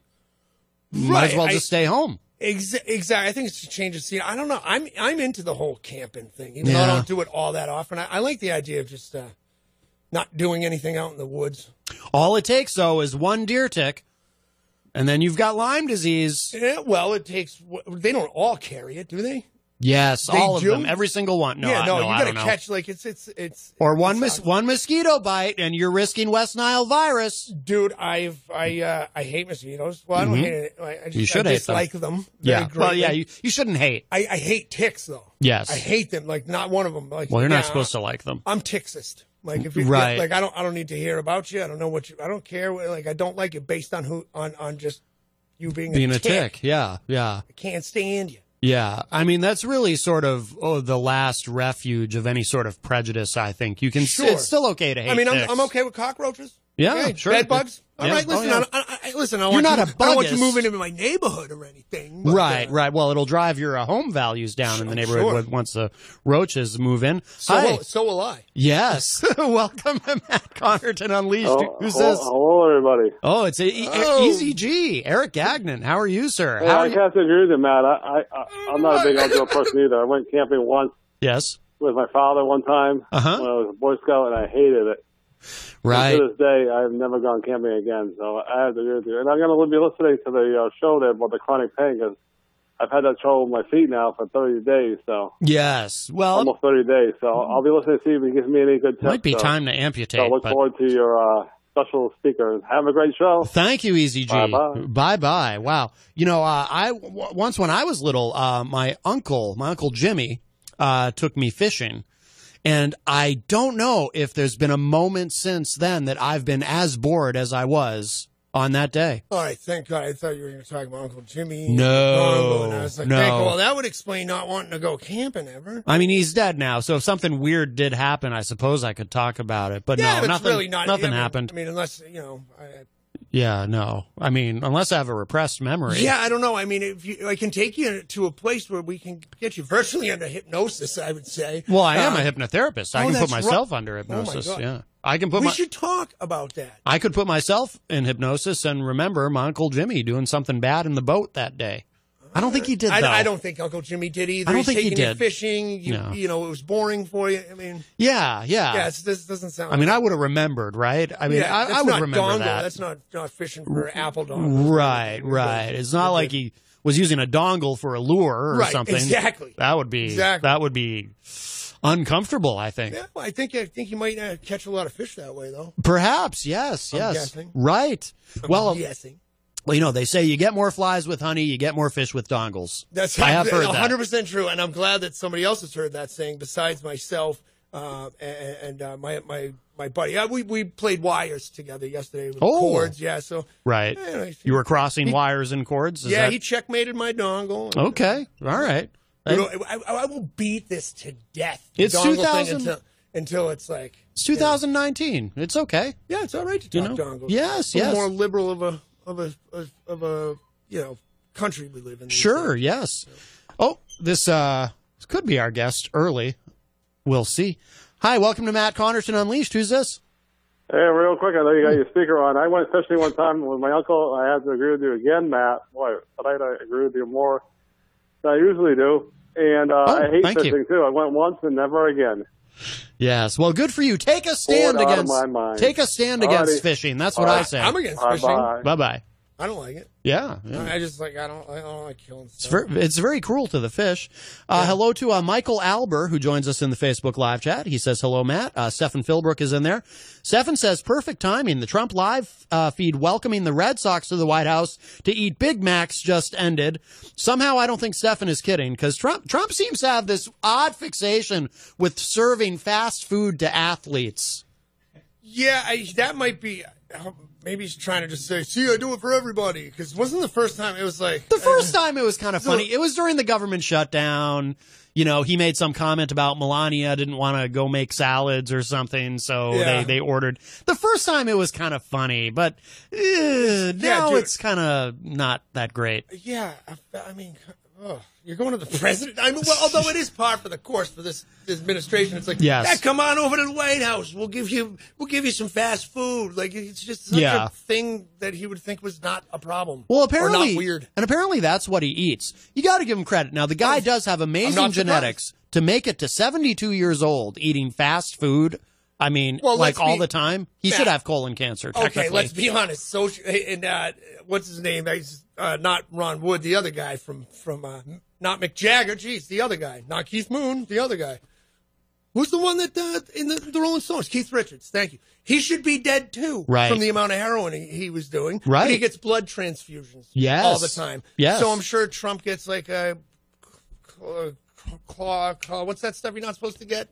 Speaker 8: Might as
Speaker 14: Right,
Speaker 8: well
Speaker 14: I-
Speaker 8: just stay home.
Speaker 14: Exactly. Exactly. I think it's a change of scene. I don't know. I'm I'm into the whole camping thing, even though
Speaker 8: Yeah.
Speaker 14: I don't do it all that often. I, I like the idea of just uh, not doing anything out in the woods.
Speaker 8: All it takes though is one deer tick, and then you've got Lyme disease.
Speaker 14: Yeah, well, it takes. They don't all carry it, do they?
Speaker 8: Yes,
Speaker 14: They
Speaker 8: all of
Speaker 14: do?
Speaker 8: them, every single one. No,
Speaker 14: yeah,
Speaker 8: I-
Speaker 14: no,
Speaker 8: no,
Speaker 14: you
Speaker 8: I
Speaker 14: gotta
Speaker 8: don't know.
Speaker 14: catch like it's it's it's.
Speaker 8: or one mos- one mosquito bite, and you're risking West Nile virus.
Speaker 14: Dude, I've I uh, I hate mosquitoes. Well, I don't
Speaker 8: Mhm.
Speaker 14: hate it. I, I just,
Speaker 8: You should
Speaker 14: I
Speaker 8: hate them.
Speaker 14: dislike them. very
Speaker 8: Yeah, well, yeah,
Speaker 14: greatly.
Speaker 8: you, you shouldn't hate.
Speaker 14: I, I hate ticks though.
Speaker 8: Yes.
Speaker 14: I hate them. Like not one of them. Like
Speaker 8: Well, you're
Speaker 14: nah,
Speaker 8: not supposed to like them.
Speaker 14: I'm ticksist. Like if you
Speaker 8: Right.
Speaker 14: like I don't I don't need to hear about you. I don't know what you I don't care. Like I don't like it based on who on on just you being,
Speaker 8: Being
Speaker 14: a,
Speaker 8: a
Speaker 14: tick.
Speaker 8: tick, yeah, yeah.
Speaker 14: I can't stand you.
Speaker 8: Yeah, I mean that's really sort of oh, the last refuge of any sort of prejudice. I think you can.
Speaker 14: Sure.
Speaker 8: It's still okay to hate.
Speaker 14: I mean,
Speaker 8: ticks.
Speaker 14: I'm, I'm okay with cockroaches.
Speaker 8: Yeah,
Speaker 14: Hey,
Speaker 8: sure.
Speaker 14: Bed bugs. All
Speaker 8: Yeah.
Speaker 14: right,
Speaker 8: Oh,
Speaker 14: listen.
Speaker 8: yeah.
Speaker 14: I, I- I- listen. I
Speaker 8: You're
Speaker 14: don't want
Speaker 8: not
Speaker 14: you,
Speaker 8: a
Speaker 14: I don't want you
Speaker 8: buggist.
Speaker 14: moving into my neighborhood or anything. but,
Speaker 8: Right,
Speaker 14: uh,
Speaker 8: right. Well, it'll drive your uh, home values down in the neighborhood
Speaker 14: sure.
Speaker 8: when- once the roaches move in.
Speaker 14: so,
Speaker 8: Hi.
Speaker 14: Will, so will I. <laughs>
Speaker 8: Yes. <laughs> Welcome to Matt Connerton Unleashed.
Speaker 15: Oh,
Speaker 8: Who's this?
Speaker 15: Hello, everybody.
Speaker 8: Oh, it's a, E- Easy G, Eric Gagnon. How are you, sir?
Speaker 15: Hey,
Speaker 8: How
Speaker 15: I
Speaker 8: are you?
Speaker 15: have to agree with you, Matt. I, I, I, I'm not a
Speaker 8: <laughs>
Speaker 15: big outdoor person either. I went camping once
Speaker 8: Yes.
Speaker 15: with my father one time
Speaker 8: Uh-huh.
Speaker 15: when I was a Boy Scout, and I hated it.
Speaker 8: Right.
Speaker 15: To this day, I have never gone camping again, so I have to agree with you. And I'm going to be listening to the uh, show there about the chronic pain because I've had that trouble with my feet now for 30 days, so
Speaker 8: Yes. Well,
Speaker 15: almost 30 days. So I'll be listening to see if you give me any good tips.
Speaker 8: might be
Speaker 15: so.
Speaker 8: time to
Speaker 15: So I
Speaker 8: amputate.
Speaker 15: look
Speaker 8: but-
Speaker 15: forward to your uh, special speaker. Have a great show.
Speaker 8: Thank you, Easy G.
Speaker 15: Bye-bye.
Speaker 8: Bye bye. Wow. You know, uh, I w- once when I was little, uh, my uncle, my uncle Jimmy, uh, took me fishing, and I don't know if there's been a moment since then that I've been as bored as I was on that day.
Speaker 14: All right, thank God. I thought you were going to talk about Uncle Jimmy.
Speaker 8: No,
Speaker 14: Normal, and I was like,
Speaker 8: no.
Speaker 14: thank- Well, that would explain not wanting to go camping ever.
Speaker 8: I mean, he's dead now, so if something weird did happen, I suppose I could talk about it. But
Speaker 14: yeah,
Speaker 8: no,
Speaker 14: but
Speaker 8: nothing.
Speaker 14: it's really not. I
Speaker 8: nothing
Speaker 14: mean-
Speaker 8: happened.
Speaker 14: I mean, unless you know. I,
Speaker 8: yeah, no. I mean, unless I have a repressed memory.
Speaker 14: yeah, I don't know. I mean, if you, I can take you to a place where we can get you virtually under hypnosis, I would say.
Speaker 8: Well, I am
Speaker 14: Uh,
Speaker 8: a hypnotherapist. I
Speaker 14: oh,
Speaker 8: can put
Speaker 14: that's right.
Speaker 8: myself under
Speaker 14: Oh, my
Speaker 8: hypnosis.
Speaker 14: God.
Speaker 8: yeah, I can put
Speaker 14: we
Speaker 8: my.
Speaker 14: should talk about that.
Speaker 8: I could put myself in hypnosis and remember my uncle Jimmy doing something bad in the boat that day. I don't think he did.
Speaker 14: I,
Speaker 8: though.
Speaker 14: I don't think Uncle Jimmy did either.
Speaker 8: I don't
Speaker 14: He's
Speaker 8: think he
Speaker 14: taking you
Speaker 8: did.
Speaker 14: fishing. You,
Speaker 8: No.
Speaker 14: you know, it was boring for you. I mean,
Speaker 8: Yeah, yeah.
Speaker 14: yeah. It's, this doesn't sound.
Speaker 8: I mean, I would have remembered, right? I mean,
Speaker 14: Yeah,
Speaker 8: I,
Speaker 14: that's
Speaker 8: I would
Speaker 14: not
Speaker 8: remember
Speaker 14: dongle.
Speaker 8: that.
Speaker 14: That's not not fishing for apple dongle.
Speaker 8: right, right. It's not like he was using a dongle for a lure or
Speaker 14: Right,
Speaker 8: something.
Speaker 14: exactly.
Speaker 8: That would be
Speaker 14: Exactly.
Speaker 8: that would be uncomfortable. I think.
Speaker 14: Yeah, well, I think I think you might uh, catch a lot of fish that way though.
Speaker 8: Perhaps, yes,
Speaker 14: I'm
Speaker 8: yes.
Speaker 14: guessing.
Speaker 8: Right. well,
Speaker 14: guessing.
Speaker 8: well, you know, they say you get more flies with honey, you get more fish with dongles.
Speaker 14: That's <laughs>
Speaker 8: I have heard that.
Speaker 14: 100 percent true, and I'm glad that somebody else has heard that saying besides myself uh, and, and uh, my my my buddy. Uh, we we played wires together yesterday with
Speaker 8: Oh.
Speaker 14: cords. Yeah, so
Speaker 8: Right.
Speaker 14: Anyway,
Speaker 8: you were crossing wires and cords. Is
Speaker 14: yeah,
Speaker 8: that-
Speaker 14: he checkmated my dongle.
Speaker 8: Okay. All right.
Speaker 14: You know, I, I- I will beat this to death. the
Speaker 8: It's
Speaker 14: dongle thing
Speaker 8: 2000
Speaker 14: until, until it's like
Speaker 8: it's 2019. It's okay.
Speaker 14: yeah, it's all right to
Speaker 8: You
Speaker 14: talk
Speaker 8: know?
Speaker 14: dongles.
Speaker 8: Yes,
Speaker 14: The
Speaker 8: yes.
Speaker 14: More liberal of a of a of a, of a you know country we live in.
Speaker 8: Sure. Yes. Oh, this uh this could be our guest early. We'll see. Hi, welcome to Matt Connerton Unleashed. Who's this?
Speaker 15: Hey, real quick, I know you got your speaker on. I went fishing one time with my uncle. I have to agree with you again, Matt. Boy, tonight I agree with you more than I usually do. And uh, I hate
Speaker 8: Oh, thank you.
Speaker 15: fishing too. I went once and never again.
Speaker 8: Yes. Well, good for you. Take a stand
Speaker 15: Bored out of
Speaker 8: against
Speaker 15: my mind.
Speaker 8: take a stand
Speaker 15: Alrighty.
Speaker 8: against fishing. That's what I
Speaker 15: Alright.
Speaker 8: say.
Speaker 15: I'm against fishing. Bye-bye.
Speaker 8: Bye bye.
Speaker 14: I don't like it.
Speaker 8: Yeah. yeah.
Speaker 14: I just like I don't I don't like killing
Speaker 8: It's
Speaker 14: stuff.
Speaker 8: very, it's very cruel to the fish. Uh, Hello to uh, Michael Alber, who joins us in the Facebook live chat. He says, hello, Matt. Uh, Stefan Philbrook is in there. Stefan says, perfect timing. The Trump live uh, feed welcoming the Red Sox to the White House to eat Big Macs just ended. Somehow, I don't think Stefan is kidding because Trump, Trump seems to have this odd fixation with serving fast food to athletes.
Speaker 14: Yeah, I, that might be. Maybe he's trying to just say, "See, I do it for everybody." Because wasn't the first time it was like
Speaker 8: The first time it was kind of
Speaker 14: So-
Speaker 8: funny. It was during the government shutdown. You know, he made some comment about Melania didn't want to go make salads or something, so
Speaker 14: Yeah.
Speaker 8: they, they ordered. The first time it was kind of funny, but
Speaker 14: uh,
Speaker 8: eh, now
Speaker 14: dude.
Speaker 8: it's kind of not that great.
Speaker 14: Yeah, I, I mean, ugh, you're going to the president. I mean, well, although it is par for the course for this, this administration, it's like,
Speaker 8: Yes.
Speaker 14: "Yeah, come on over to the White House. We'll give you, we'll give you some fast food. Like it's just such
Speaker 8: Yeah.
Speaker 14: a thing that he would think was not a problem.
Speaker 8: Well,
Speaker 14: or
Speaker 8: apparently,
Speaker 14: not weird. Oh,
Speaker 8: and apparently that's what he eats. You got to give him credit. Now the guy does have amazing
Speaker 14: surprised.
Speaker 8: genetics to make it to 72 years old eating fast food. I mean,
Speaker 14: Well,
Speaker 8: like
Speaker 14: let's
Speaker 8: all
Speaker 14: be-
Speaker 8: the time. He should
Speaker 14: Yeah.
Speaker 8: have colon cancer.
Speaker 14: Okay,
Speaker 8: technically.
Speaker 14: let's be <laughs> honest. Social and uh, what's his name? That's, Uh, not Ron Wood, the other guy from from uh, not Mick Jagger. Jeez, the other guy, not Keith Moon, the other guy. Who's the one that uh, in the, the Rolling Stones? Keith Richards. Thank you. He should be dead too,
Speaker 8: Right.
Speaker 14: From the amount of heroin he, he was doing.
Speaker 8: Right.
Speaker 14: And he gets blood transfusions.
Speaker 8: Yes.
Speaker 14: All the time.
Speaker 8: Yes.
Speaker 14: So I'm sure Trump gets like a claw, claw, claw. What's that stuff you're not supposed to get?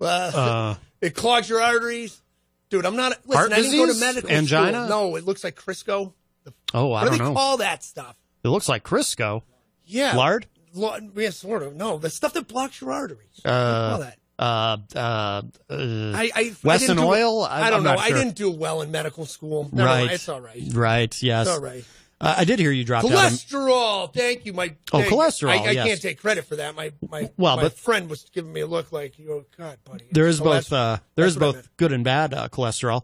Speaker 14: Uh,
Speaker 8: Uh.
Speaker 14: it clogs your arteries. Dude, I'm not. Listen,
Speaker 8: Heart
Speaker 14: I didn't go to
Speaker 8: disease?
Speaker 14: medical
Speaker 8: Angina?
Speaker 14: school. No, it looks like Crisco.
Speaker 8: Oh, I
Speaker 14: what
Speaker 8: don't
Speaker 14: do they
Speaker 8: know.
Speaker 14: call that stuff?
Speaker 8: It looks like Crisco.
Speaker 14: Yeah,
Speaker 8: Lard?
Speaker 14: Lo- yeah, sort of. No, the stuff that blocks your arteries.
Speaker 8: Uh,
Speaker 14: What do they call
Speaker 8: uh,
Speaker 14: that?
Speaker 8: uh, uh,
Speaker 14: I, I, I
Speaker 8: Wesson
Speaker 14: didn't do-
Speaker 8: Oil. I,
Speaker 14: I don't
Speaker 8: I'm
Speaker 14: know.
Speaker 8: not
Speaker 14: I
Speaker 8: sure.
Speaker 14: didn't do well in medical school. No,
Speaker 8: right.
Speaker 14: No, it's all right.
Speaker 8: Right. Yes.
Speaker 14: It's all right.
Speaker 8: Uh, I did hear you dropped out. of-
Speaker 14: Cholesterol. Thank you, my.
Speaker 8: Oh,
Speaker 14: thank you.
Speaker 8: cholesterol,
Speaker 14: I, I
Speaker 8: yes.
Speaker 14: can't take credit for that. My my,
Speaker 8: Well,
Speaker 14: my
Speaker 8: but-
Speaker 14: friend was giving me a look like, "Oh God, buddy."
Speaker 8: There is
Speaker 14: Oh,
Speaker 8: both.
Speaker 14: that's-
Speaker 8: Uh, there is
Speaker 14: that's what I
Speaker 8: both good and bad uh, cholesterol.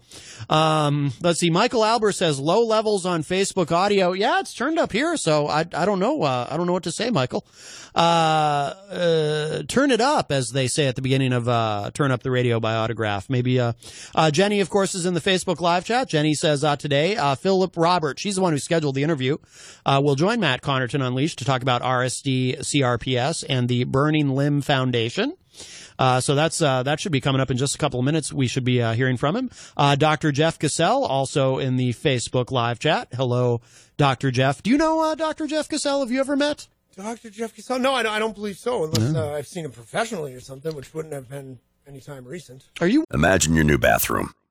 Speaker 8: Um, let's see. Michael Albert says low levels on Facebook audio. Yeah, it's turned up here, so I I don't know. Uh, I don't know what to say, Michael. Uh, uh, turn it up, as they say at the beginning of uh, "Turn Up the Radio" by Autograph. Maybe. Uh, uh, Jenny, of course, is in the Facebook live chat. Jenny says uh, today uh, Philip Robert, she's the one who scheduled the interview, uh, will join Matt Connerton Unleashed to talk about RSD, CRPS, and the Burning Limb Foundation. Uh, so that's uh, that should be coming up in just a couple of minutes. We should be uh, hearing from him. Uh, Dr. Jeff Cassell also in the Facebook live chat. Hello, Dr. Jeff. Do you know uh, Dr. Jeff Cassell? Have you ever met?
Speaker 14: Dr. Jeff Cassell? No, I don't, I don't believe so, unless uh, I've seen him professionally or something, which wouldn't have been any time recent.
Speaker 8: Are you?
Speaker 16: Imagine your new bathroom.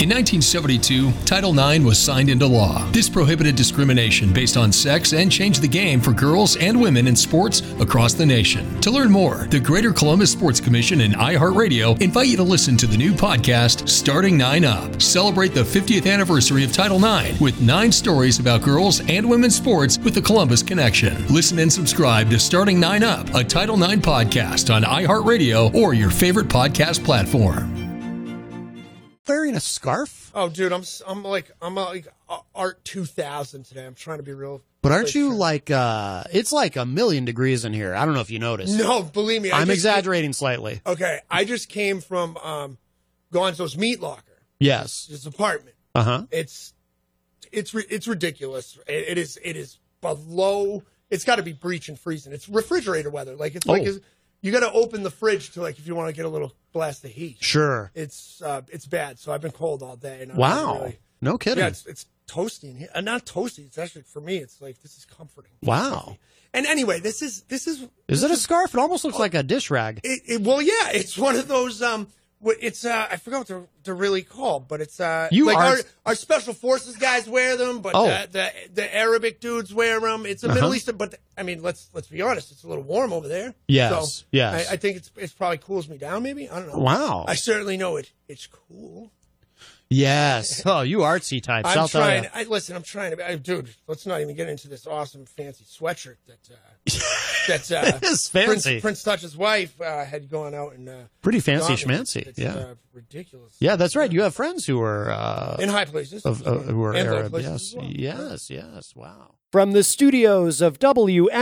Speaker 1: In 1972, Title IX was signed into law. This prohibited discrimination based on sex and changed the game for girls and women in sports across the nation. To learn more, the Greater Columbus Sports Commission and iHeartRadio invite you to listen to the new podcast, Starting Nine Up. Celebrate the 50th anniversary of Title IX with nine stories about girls and women's sports with the Columbus Connection. Listen and subscribe to Starting Nine Up, a Title IX podcast on iHeartRadio or your favorite podcast platform.
Speaker 8: Wearing a scarf?
Speaker 14: Oh, dude, I'm s- I'm like I'm uh, like uh, Art 2000 today. I'm trying to be real.
Speaker 8: But aren't you like uh it's like a million degrees in here. I don't know if you noticed.
Speaker 14: No, believe me, I
Speaker 8: I'm
Speaker 14: just-
Speaker 8: exaggerating slightly.
Speaker 14: Okay, I just came from um, Gonzo's Meat Locker,
Speaker 8: Yes.
Speaker 14: his apartment.
Speaker 8: Uh-huh.
Speaker 14: It's it's ri- it's ridiculous. It, it is it is below. It's got to be breach and freezing. It's refrigerator weather. Like it's like
Speaker 8: Oh.
Speaker 14: it's, you got to open the fridge to like if you want to get a little blast of heat.
Speaker 8: Sure.
Speaker 14: It's uh, it's bad. So I've been cold all day. And I'm
Speaker 8: Wow.
Speaker 14: really-
Speaker 8: No kidding.
Speaker 14: Yeah, it's, it's toasty in here. Uh, not toasty. It's actually for me. It's like this is comforting.
Speaker 8: wow.
Speaker 14: And anyway, this is this is
Speaker 8: Is it a scarf? It almost looks like a dish rag.
Speaker 14: it, it, well, yeah, it's one of those. Um, what- it's uh, I forgot what they're, they're really called, but it's uh,
Speaker 8: You
Speaker 14: like
Speaker 8: are-
Speaker 14: our, our special forces guys wear them, but
Speaker 8: Oh.
Speaker 14: the, the the Arabic dudes wear them. It's a
Speaker 8: Uh-huh.
Speaker 14: Middle Eastern, but I mean, let's let's be honest, it's a little warm over there.
Speaker 8: Yes,
Speaker 14: so
Speaker 8: yes.
Speaker 14: I, I think it's it's probably cools me down. Maybe I don't know.
Speaker 8: Wow.
Speaker 14: I certainly know it. It's cool.
Speaker 8: Yes. Oh, you artsy types.
Speaker 14: I'm
Speaker 8: I'll tell
Speaker 14: trying.
Speaker 8: ya.
Speaker 14: I listen. I'm trying to. be- I, dude, let's not even get into this awesome fancy sweatshirt that uh,
Speaker 8: <laughs>
Speaker 14: that uh,
Speaker 8: It is fancy.
Speaker 14: Prince, Prince Touch's wife uh, had gone out and uh,
Speaker 8: Pretty fancy
Speaker 14: gotten.
Speaker 8: schmancy.
Speaker 14: It's,
Speaker 8: yeah.
Speaker 14: uh, ridiculous.
Speaker 8: Yeah, that's right. You have friends who are uh,
Speaker 14: In high places.
Speaker 8: of, uh, who are
Speaker 14: And low
Speaker 8: Arab.
Speaker 14: places
Speaker 8: Yes, yes, yes. Wow.
Speaker 2: From the studios of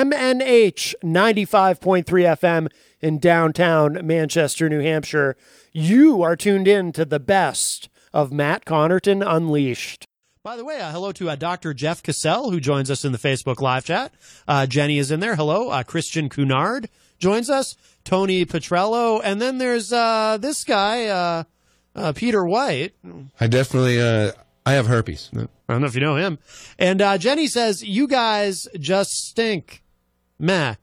Speaker 2: WMNH 95.3 FM in downtown Manchester, New Hampshire, you are tuned in to the best of Matt Connerton Unleashed.
Speaker 8: By the way, uh, hello to uh, Dr. Jeff Cassell, who joins us in the Facebook live chat. Uh, Jenny is in there. Hello. Uh, Christian Cunard joins us. Tony Petrello. And then there's uh, this guy, uh, uh, Peter White.
Speaker 17: I definitely, uh, I have herpes. I
Speaker 8: don't know if you know him. And uh, Jenny says, You guys just stink. Meh.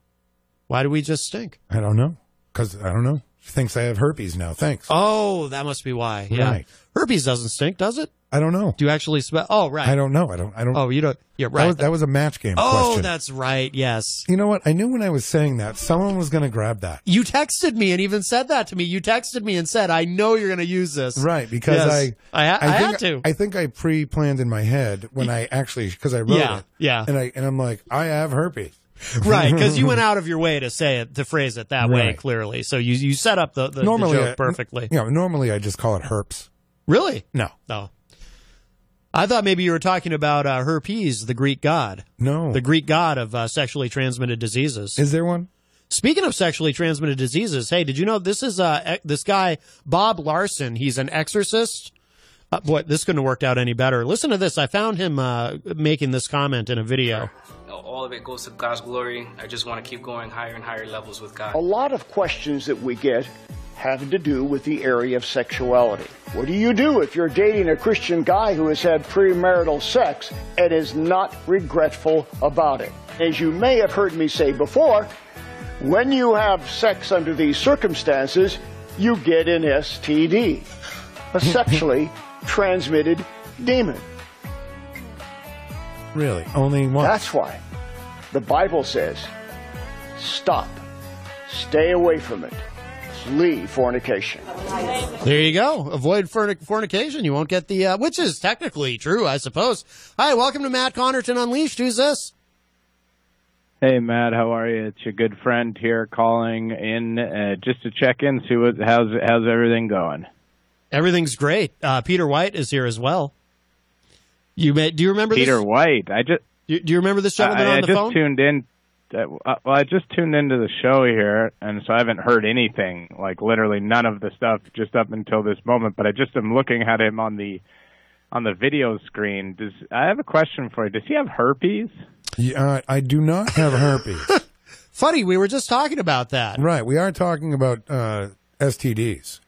Speaker 8: Why do we just stink?
Speaker 11: I don't know. Because I don't know. She thinks I have herpes now. Thanks.
Speaker 8: Oh, that must be why. Yeah.
Speaker 11: Right.
Speaker 8: Herpes doesn't stink, does it?
Speaker 11: I don't know.
Speaker 8: Do you actually smell? Oh, right.
Speaker 11: I don't know. I don't. I don't.
Speaker 8: Oh, you don't. Yeah,
Speaker 11: That
Speaker 8: right.
Speaker 11: was, that was a match game
Speaker 8: oh,
Speaker 11: question.
Speaker 8: that's right. Yes.
Speaker 11: You know what? I knew when I was saying that someone was going to grab that.
Speaker 8: You texted me and even said that to me. You texted me and said, "I know you're going to use this."
Speaker 11: Right, because
Speaker 8: Yes.
Speaker 11: I,
Speaker 8: I, ha- I,
Speaker 11: think,
Speaker 8: had to.
Speaker 11: I think I pre-planned in my head when I actually because I wrote
Speaker 8: Yeah,
Speaker 11: it.
Speaker 8: yeah.
Speaker 11: and <laughs> I and I'm like, I have herpes.
Speaker 8: <laughs> right, because you
Speaker 11: <laughs>
Speaker 8: went out of your way to say it, to phrase it that way
Speaker 11: Right.
Speaker 8: clearly. So you you set up the, the, the
Speaker 11: normally uh,
Speaker 8: joke
Speaker 11: I-
Speaker 8: perfectly.
Speaker 11: You know, normally I just call it herps.
Speaker 8: Really?
Speaker 11: No,
Speaker 8: No. I thought maybe you were talking about uh, herpes, the Greek god.
Speaker 11: No.
Speaker 8: The Greek god of uh, sexually transmitted diseases.
Speaker 11: Is there one?
Speaker 8: Speaking of sexually transmitted diseases, hey, did you know this is uh, e- this guy Bob Larson? He's an exorcist. Uh, boy, this couldn't have worked out any better. Listen to this. I found him uh, making this comment in a video.
Speaker 18: All of it goes to God's glory. I just want to keep going higher and higher levels with God.
Speaker 19: A lot of questions that we get
Speaker 17: having to do with the area of sexuality. What do you do if you're dating a Christian guy who has had premarital sex and is not regretful about it? As you may have heard me say before, when you have sex under these circumstances, you get an STD, a sexually <laughs> transmitted demon.
Speaker 11: Really? Only one?
Speaker 17: That's why the Bible says stop, stay away from it, flee fornication.
Speaker 8: There you go. Avoid fornic- fornication. You won't get the, uh, which is technically true, I suppose. Hi, welcome to Matt Connerton Unleashed. Who's this?
Speaker 20: Hey Matt, how are you? It's your good friend here calling in uh, just to check in, see what how's how's everything going.
Speaker 8: Everything's great. Uh, Peter White is here as well. You may, do you remember
Speaker 20: Peter
Speaker 8: this?
Speaker 20: White, I just
Speaker 8: Do, do you remember this gentleman
Speaker 20: I, I
Speaker 8: on the
Speaker 20: just
Speaker 8: phone?
Speaker 20: tuned in. uh, Well, I just tuned into the show here, and so I haven't heard anything, like literally none of the stuff, just up until this moment. But I just am looking at him on the on the video screen. Does I have a question for you? Does he have herpes?
Speaker 11: Yeah, uh, I do not have herpes.
Speaker 8: <laughs> Funny, we were just talking about that.
Speaker 11: Right. We are talking about uh, STDs.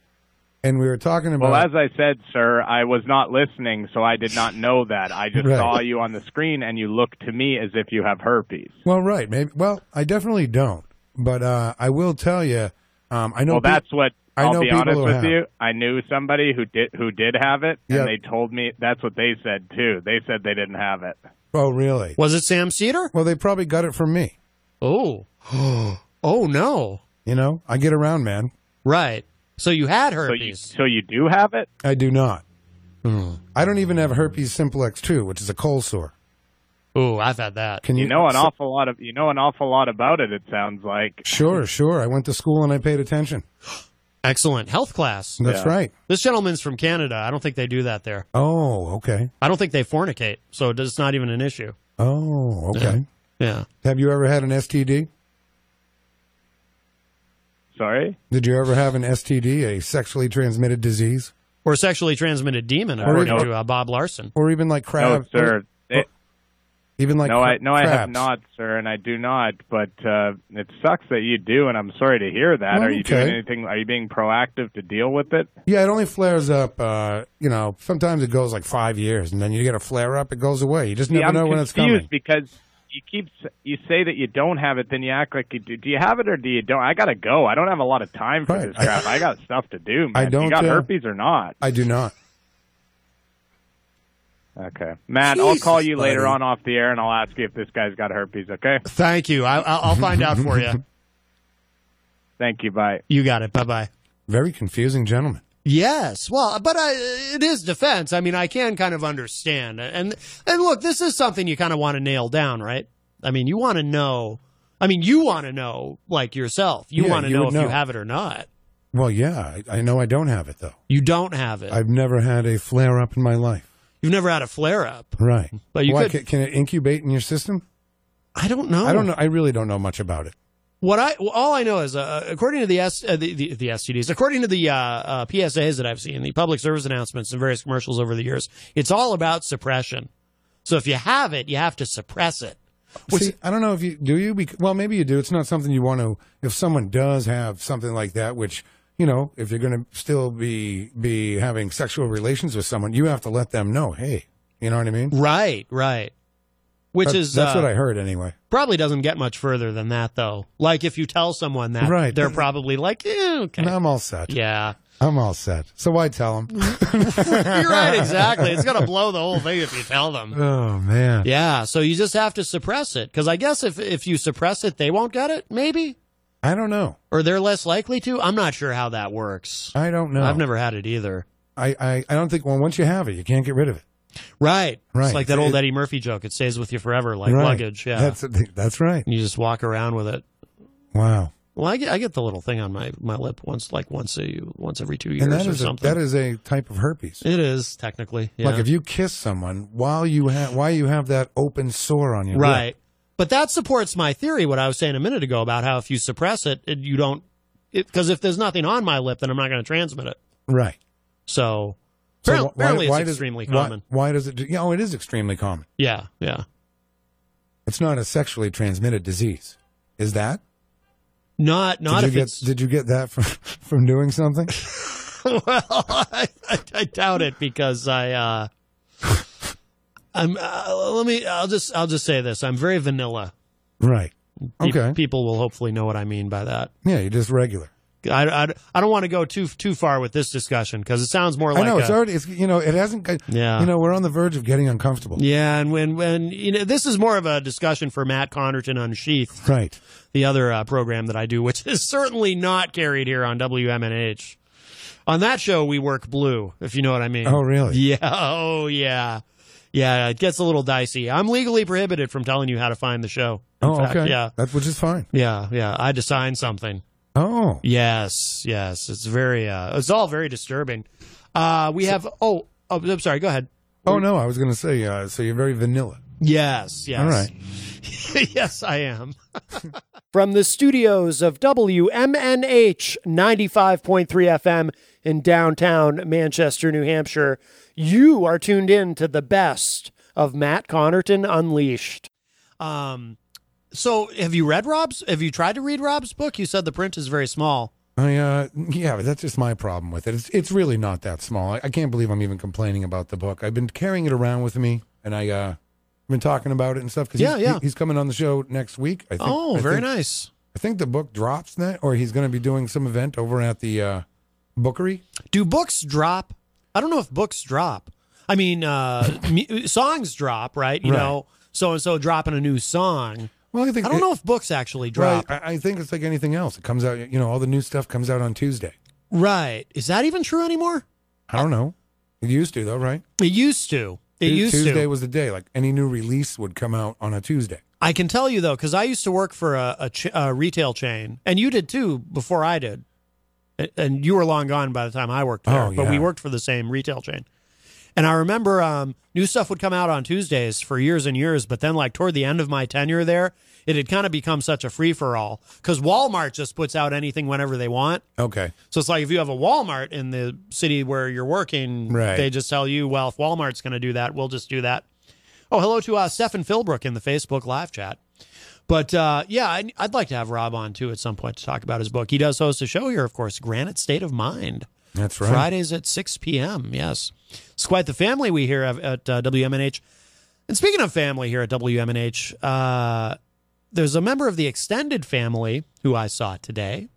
Speaker 11: And we were talking about.
Speaker 20: Well, as I said, sir, I was not listening, so I did not know that. I just
Speaker 11: Right.
Speaker 20: saw you on the screen, and you looked to me as if you have herpes.
Speaker 11: well, right. Maybe. Well, I definitely don't. But uh, I will tell you, um, I know.
Speaker 20: well,
Speaker 11: peop-
Speaker 20: that's what.
Speaker 11: I
Speaker 20: I'll
Speaker 11: know
Speaker 20: be
Speaker 11: people
Speaker 20: honest
Speaker 11: who
Speaker 20: with
Speaker 11: have.
Speaker 20: you. I knew somebody who did who did have it,
Speaker 11: Yeah.
Speaker 20: and they told me that's what they said too. They said they didn't have it.
Speaker 11: Oh, really?
Speaker 8: Was it Sam Cedar?
Speaker 11: Well, they probably got it from me.
Speaker 8: Oh. <gasps> oh, no.
Speaker 11: You know, I get around, man.
Speaker 8: Right. So you had
Speaker 20: So you,
Speaker 8: herpes.
Speaker 20: so you do have it.
Speaker 11: I do not.
Speaker 8: Hmm.
Speaker 11: I don't even have herpes simplex 2, which is a cold sore.
Speaker 8: Ooh, I've had that.
Speaker 11: Can you-
Speaker 20: you know an
Speaker 11: so-
Speaker 20: awful lot of you know an awful lot about it? It sounds like
Speaker 11: Sure, sure. I went to school and I paid attention.
Speaker 8: Excellent. Health class.
Speaker 11: That's Yeah. right.
Speaker 8: This gentleman's from Canada. I don't think they do that there.
Speaker 11: Oh, okay.
Speaker 8: I don't think they fornicate, so it- it's not even an issue.
Speaker 11: Oh, okay.
Speaker 8: Yeah.
Speaker 11: Have you ever had an STD?
Speaker 20: sorry.
Speaker 11: Did you ever have an STD, a sexually transmitted disease,
Speaker 8: Or sexually transmitted demon,
Speaker 11: Or
Speaker 8: according
Speaker 11: even-
Speaker 8: to uh, Bob Larson.
Speaker 11: or even like crab?
Speaker 20: no, sir. It-
Speaker 11: Even like
Speaker 20: no,
Speaker 11: cra-
Speaker 20: I no, I have
Speaker 11: crabs?
Speaker 20: not, sir, and I do not. But uh, it sucks that you do, and I'm sorry to hear that.
Speaker 11: Well,
Speaker 20: are you
Speaker 11: Oh, okay.
Speaker 20: doing anything? Are you being proactive to deal with it?
Speaker 11: Yeah, it only flares up. Uh, you know, sometimes it goes like five years, and then you get a flare up. It goes away. You just
Speaker 20: See,
Speaker 11: never
Speaker 20: I'm
Speaker 11: know when it's
Speaker 20: confused
Speaker 11: coming.
Speaker 20: because you keep s- you say that you don't have it, then you act like you do. Do you have it or do you don't? I gotta go. I don't have a lot of time for this crap. I, got stuff to do, man.
Speaker 11: <laughs> I don't,
Speaker 20: You got
Speaker 11: uh,
Speaker 20: herpes or not?
Speaker 11: I do not.
Speaker 20: Okay, Matt. I'll call you later on off the air, and I'll ask you if this guy's got herpes. Okay.
Speaker 8: Thank you. I, I'll, I'll find out for you.
Speaker 20: <laughs> Thank you. Bye.
Speaker 8: You got it. Bye bye.
Speaker 11: Very confusing gentleman.
Speaker 8: Yes, well, but I, it is defense. I mean, I can kind of understand, and and look, this is something you kind of want to nail down, right? I mean, you want to know. I mean, you want to know, like yourself, you
Speaker 11: Yeah,
Speaker 8: want to
Speaker 11: you
Speaker 8: know
Speaker 11: would
Speaker 8: if
Speaker 11: know.
Speaker 8: you have it or not.
Speaker 11: Well, yeah, I, I know I don't have it though.
Speaker 8: You don't have it.
Speaker 11: I've never had a flare up in my life.
Speaker 8: You've never had a flare up.
Speaker 11: Right.
Speaker 8: But you
Speaker 11: Why,
Speaker 8: could-
Speaker 11: ca- can it incubate in your system?
Speaker 8: I don't know.
Speaker 11: I don't know. I really don't know much about it.
Speaker 8: What I well, all I know is, uh, according to the, S, uh, the the the STDs, according to the uh, uh, PSAs that I've seen, the public service announcements and various commercials over the years, it's all about suppression. So if you have it, you have to suppress it.
Speaker 11: See, I don't know if you do you. Bec- well, maybe you do. It's not something you want to. If someone does have something like that, which you know, if you're going to still be be having sexual relations with someone, you have to let them know. Hey, you know what I mean?
Speaker 8: Right, right. Which
Speaker 11: is
Speaker 8: is
Speaker 11: that's
Speaker 8: uh,
Speaker 11: what I heard anyway.
Speaker 8: Probably doesn't get much further than that, though. Like if you tell someone that,
Speaker 11: Right.
Speaker 8: they're probably like, eh, okay,
Speaker 11: And I'm all set. <laughs>
Speaker 8: yeah,
Speaker 11: I'm all set. So why tell them?
Speaker 8: you're right, exactly. It's gonna blow the whole thing if you tell them.
Speaker 11: oh man.
Speaker 8: Yeah, so you just have to suppress it because I guess if if you suppress it, they won't get it. Maybe
Speaker 11: I don't know.
Speaker 8: or they're less likely to. I'm not sure how that works.
Speaker 11: I don't know.
Speaker 8: I've never had it either.
Speaker 11: I, I, I don't think. Well, once you have it, you can't get rid of it.
Speaker 8: Right,
Speaker 11: Right.
Speaker 8: It's like that old
Speaker 11: It-
Speaker 8: Eddie Murphy joke. It stays with you forever, like
Speaker 11: Right.
Speaker 8: luggage. Yeah,
Speaker 11: That's that's right.
Speaker 8: You just walk around with it.
Speaker 11: Wow.
Speaker 8: Well, I get I get the little thing on my, my lip once like once a once every two years
Speaker 11: And that
Speaker 8: or
Speaker 11: is a,
Speaker 8: something.
Speaker 11: that is a type of herpes.
Speaker 8: it is technically yeah.
Speaker 11: Like if you kiss someone while you have while you have that open sore on your lip.
Speaker 8: right, but that supports my theory. What I was saying a minute ago about how if you suppress it, it you don't because if there's nothing on my lip, then I'm not going to transmit it.
Speaker 11: Right. <laughs>
Speaker 8: So, <laughs>
Speaker 11: So
Speaker 8: apparently, apparently
Speaker 11: wh- why- why
Speaker 8: it's
Speaker 11: does-
Speaker 8: extremely
Speaker 11: why-
Speaker 8: common.
Speaker 11: Why, does it? Do, yeah, oh, it is extremely common.
Speaker 8: Yeah, yeah.
Speaker 11: It's not a sexually transmitted disease, is that?
Speaker 8: Not not
Speaker 11: did you
Speaker 8: if
Speaker 11: get,
Speaker 8: it's
Speaker 11: Did you get that from <laughs> from
Speaker 8: <laughs>
Speaker 11: doing something?
Speaker 8: well, I, I, I doubt it because I. Uh, I'm. Uh, let me. I'll just. I'll just say this. I'm very vanilla.
Speaker 11: right.
Speaker 8: Pe-
Speaker 11: Okay.
Speaker 8: People will hopefully know what I mean by that.
Speaker 11: Yeah, you're just regular.
Speaker 8: I, I, I don't want to go too too far with this discussion because it sounds more like
Speaker 11: I know it's
Speaker 8: a-
Speaker 11: already. It's you know it hasn't. got-
Speaker 8: Yeah.
Speaker 11: You know we're on the verge of getting uncomfortable.
Speaker 8: Yeah, and when when you know this is more of a discussion for Matt Connerton Unsheathed,
Speaker 11: right?
Speaker 8: The other uh, program that I do, which is certainly not carried here on WMNH. On that show, we work blue, if you know what I mean.
Speaker 11: Oh, really?
Speaker 8: <laughs> Yeah. Oh, yeah. Yeah, it gets a little dicey. I'm legally prohibited from telling you how to find the show. In
Speaker 11: Oh,
Speaker 8: fact,
Speaker 11: okay.
Speaker 8: Yeah,
Speaker 11: That which is fine.
Speaker 8: yeah, yeah. I had to sign something.
Speaker 11: Oh.
Speaker 8: Yes, yes. It's very. Uh, it's all very disturbing. Uh, we have. Oh, oh, I'm sorry. Go ahead.
Speaker 11: Oh no, I was going to say. Uh, so you're very vanilla.
Speaker 8: Yes, yes.
Speaker 11: All
Speaker 8: <laughs>
Speaker 11: right.
Speaker 8: yes, I am.
Speaker 2: <laughs> From the studios of WMNH 95.3 FM in downtown Manchester, New Hampshire, you are tuned in to the best of Matt Connerton Unleashed.
Speaker 8: Um, so have you read Rob's? Have you tried to read Rob's book? You said the print is very small.
Speaker 11: I uh yeah, but that's just my problem with it. It's it's really not that small. I, I can't believe I'm even complaining about the book. I've been carrying it around with me, and I uh been talking about it and stuff. 'cause
Speaker 8: Yeah,
Speaker 11: he's, he-
Speaker 8: yeah.
Speaker 11: he's coming on the show next week. I think.
Speaker 8: Oh,
Speaker 11: I
Speaker 8: very
Speaker 11: think-
Speaker 8: nice.
Speaker 11: I think the book drops that, or he's going to be doing some event over at the uh Bookery.
Speaker 8: Do books drop? I don't know if books drop. I mean,
Speaker 11: <laughs>
Speaker 8: uh, mu- songs drop, right? You
Speaker 11: Right.
Speaker 8: know, so and so dropping a new song.
Speaker 11: Well, I think
Speaker 8: don't
Speaker 11: it-
Speaker 8: know if books actually drop.
Speaker 11: Right. I, I think it's like anything else. It comes out. You know, all the new stuff comes out on Tuesday.
Speaker 8: right? Is that even true anymore?
Speaker 11: I don't know. It used to though, right?
Speaker 8: It used to. It
Speaker 11: Tu-
Speaker 8: used
Speaker 11: Tuesday
Speaker 8: to.
Speaker 11: was the day. Like any new release would come out on a Tuesday.
Speaker 8: I can tell you though, because I used to work for a, a, ch- a retail chain, and you did too before I did, A- and you were long gone by the time I worked there.
Speaker 11: Oh,
Speaker 8: But we
Speaker 11: yeah.
Speaker 8: worked for the same retail chain, and I remember um, new stuff would come out on Tuesdays for years and years. But then, like toward the end of my tenure there, it had kind of become such a free for all because Walmart just puts out anything whenever they want.
Speaker 11: Okay.
Speaker 8: So it's like if you have a Walmart in the city where you're working,
Speaker 11: Right.
Speaker 8: they just tell you, well, if Walmart's going to do that, we'll just do that. Oh, hello to uh, Stefan Philbrook in the Facebook live chat. But uh, yeah, I'd, I'd like to have Rob on too at some point to talk about his book. He does host a show here, of course, Granite State of Mind.
Speaker 11: That's right.
Speaker 8: Fridays at 6 p.m. Yes. It's quite the family we hear at, at uh, WMNH. And speaking of family here at WMNH, uh, there's a member of the extended family who I saw today.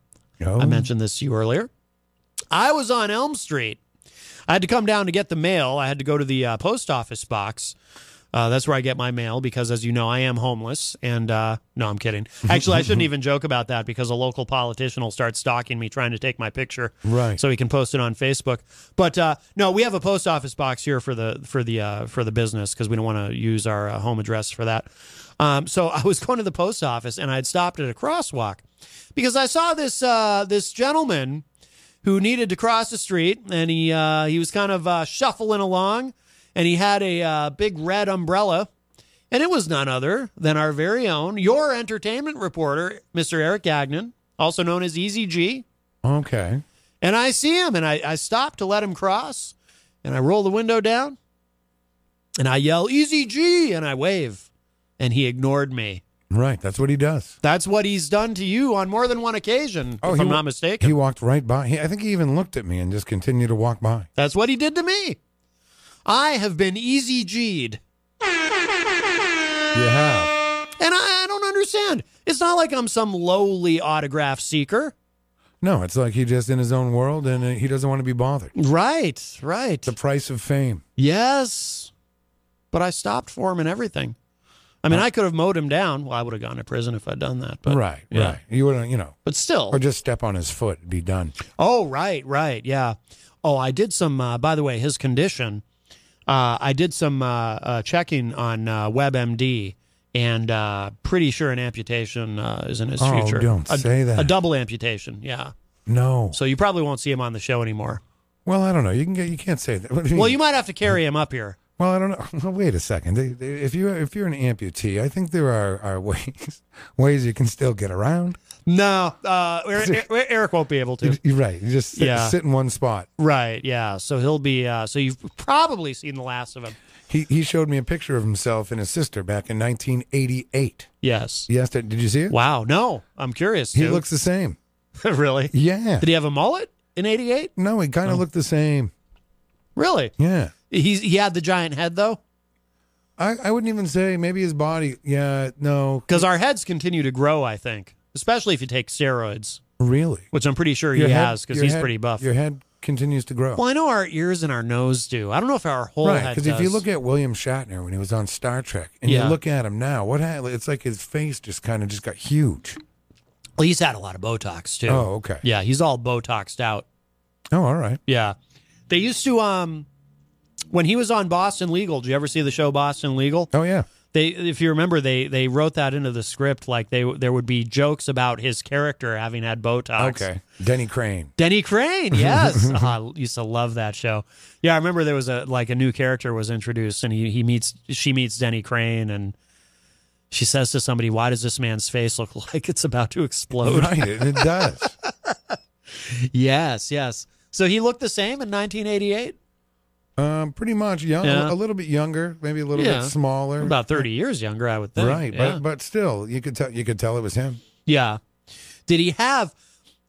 Speaker 11: Oh.
Speaker 8: I mentioned this to you earlier. I was on Elm Street. I had to come down to get the mail. I had to go to the uh, post office box. Uh, that's where I get my mail because, as you know, I am homeless. And uh, no, I'm kidding. <laughs> Actually,
Speaker 2: <laughs>
Speaker 8: I shouldn't e- even joke about that because a local politician will start stalking me trying to take my picture,
Speaker 11: Right.
Speaker 8: So he can post it on Facebook. But uh, no, we have a post office box here for the for the uh, for the business because we don't want to use our uh, home address for that. Um, so <laughs> I was going to the post office and I had stopped at a crosswalk because I saw this uh, this gentleman who needed to cross the street, and he uh, he was kind of uh, shuffling along, and he had a uh, big red umbrella, and it was none other than our very own your entertainment reporter, Mr. Eric Gagnon, also known as Easy G.
Speaker 11: Okay.
Speaker 8: And I see him, and I, I stop to let him cross, and I roll the window down, and I yell Easy G, and I wave, and he ignored me.
Speaker 11: Right. That's what he does. Oh,
Speaker 8: That's what he's done to you on more than one occasion, if
Speaker 11: he
Speaker 8: I'm
Speaker 11: wa-
Speaker 8: not mistaken.
Speaker 11: He walked right by. He, I think he even looked at me and just continued to walk by.
Speaker 8: That's what he did to me. I have been easy G'd.
Speaker 11: You have.
Speaker 8: And I, I don't understand. It's not like I'm some lowly autograph seeker.
Speaker 11: No, it's like he just in his own world and uh, he doesn't want to be bothered.
Speaker 8: Right, right. The
Speaker 11: price of fame.
Speaker 8: Yes. But I stopped for him and everything. I
Speaker 11: Uh,
Speaker 8: mean, I could have mowed him down. Well, I would have gone to prison if I'd done that. But
Speaker 11: right.
Speaker 8: yeah.
Speaker 11: Right. You wouldn't, you know.
Speaker 8: But still.
Speaker 11: Or just step on his foot and be done.
Speaker 8: Oh, right, right. Yeah. Oh, I did some, uh, by the way, his condition. Uh, I did some uh, uh, checking on uh, WebMD and uh, pretty sure an amputation uh, is in his
Speaker 11: Oh,
Speaker 8: future.
Speaker 11: don't
Speaker 8: a,
Speaker 11: say that.
Speaker 8: A double amputation, yeah.
Speaker 11: No.
Speaker 8: So you probably won't see him on the show anymore.
Speaker 11: Well, I don't know. You can get. You can't say that. <laughs> What do
Speaker 8: Well,
Speaker 11: mean?
Speaker 8: you might have to carry him up here.
Speaker 11: Well, I don't know. <laughs> Well, wait a second. They, they, if you if you're an amputee, I think there are, are <laughs> ways ways you can still get around.
Speaker 8: No, uh, Eric, Eric won't be able
Speaker 11: <laughs>
Speaker 8: to.
Speaker 11: You're right. You just sit,
Speaker 8: Yeah.
Speaker 11: sit in one spot.
Speaker 8: Right, yeah. So he'll be. Uh, so you've probably seen the last of him.
Speaker 11: He he showed me a picture of himself and his sister back in 1988.
Speaker 8: Yes.
Speaker 11: Yes. Did you see it?
Speaker 8: Wow. No, I'm curious.
Speaker 11: He
Speaker 8: dude.
Speaker 11: looks the same.
Speaker 8: <laughs> really?
Speaker 11: Yeah.
Speaker 8: Did he have a mullet in '88?
Speaker 11: No, he kind of looked the same.
Speaker 8: Really?
Speaker 11: Yeah.
Speaker 8: He's he had the giant head though.
Speaker 11: I, I wouldn't even say maybe his body. Yeah, no.
Speaker 8: Because our heads continue to grow, I think, especially if you take steroids,
Speaker 11: Really?
Speaker 8: which I'm pretty sure he
Speaker 11: Your head-
Speaker 8: has because
Speaker 11: your
Speaker 8: he's
Speaker 11: head-
Speaker 8: pretty buff.
Speaker 11: Your head continues to grow.
Speaker 8: Well, I know our ears and our nose do. I don't know if our whole
Speaker 11: right,
Speaker 8: head.
Speaker 11: because if you
Speaker 8: does.
Speaker 11: look at William Shatner when he was on Star Trek, and
Speaker 8: Yeah.
Speaker 11: you look at him now, what happened? It's like his face just kind of just got huge.
Speaker 8: Well, he's had a lot of Botox too.
Speaker 11: Oh, okay.
Speaker 8: Yeah, he's all Botoxed out.
Speaker 11: Oh, all right.
Speaker 8: Yeah, they used to. Um, when he was on Boston Legal, did you ever see the show Boston Legal?
Speaker 11: Oh yeah.
Speaker 8: They, if you remember, they they wrote that into the script. Like they there would be jokes about his character having had Botox.
Speaker 11: Okay, Denny Crane.
Speaker 8: Denny Crane,
Speaker 11: <laughs>
Speaker 8: yes, Ah, I used to love that show. Yeah, I remember there was a like a new character was introduced, and he he meets she meets Denny Crane, and she says to somebody, "Why does this man's face look <laughs> like it's about to explode?"
Speaker 11: Right, and
Speaker 8: <laughs>
Speaker 11: it does.
Speaker 8: yes, yes. So he looked the same in 1988.
Speaker 11: Um, pretty much young,
Speaker 8: Yeah.
Speaker 11: a little bit younger, maybe a little
Speaker 8: Yeah.
Speaker 11: bit smaller,
Speaker 8: about 30 years younger, I would think.
Speaker 11: Right,
Speaker 8: yeah.
Speaker 11: but but still, you could tell you could tell it was him.
Speaker 8: Yeah. Did he have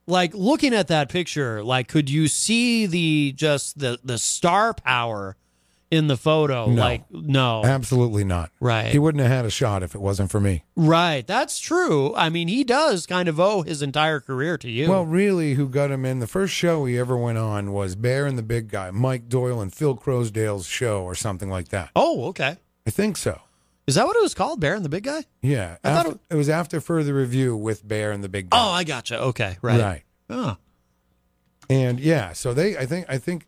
Speaker 8: like looking at that picture, like could you see the just the the star power in the photo?
Speaker 11: No.
Speaker 8: Like no.
Speaker 11: Absolutely not.
Speaker 8: Oh. Right.
Speaker 11: He wouldn't have had a shot if it wasn't for me.
Speaker 8: Right. That's true. I mean, he does kind of owe his entire career to you.
Speaker 11: Well, really, who got him in? The first show he ever went on was Bear and the Big Guy, Mike Doyle and Phil Crosdale's show, or something like that.
Speaker 8: Oh, okay.
Speaker 11: I think so.
Speaker 8: Is that what it was called? Bear and the Big Guy?
Speaker 11: Yeah,
Speaker 8: I thought
Speaker 11: after- it was after further review with Bear and the Big Guy.
Speaker 8: Oh, I gotcha. Okay. Right.
Speaker 11: Right.
Speaker 8: Oh.
Speaker 11: And yeah, so they, I think, I think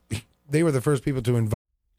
Speaker 11: they were the first people to invite.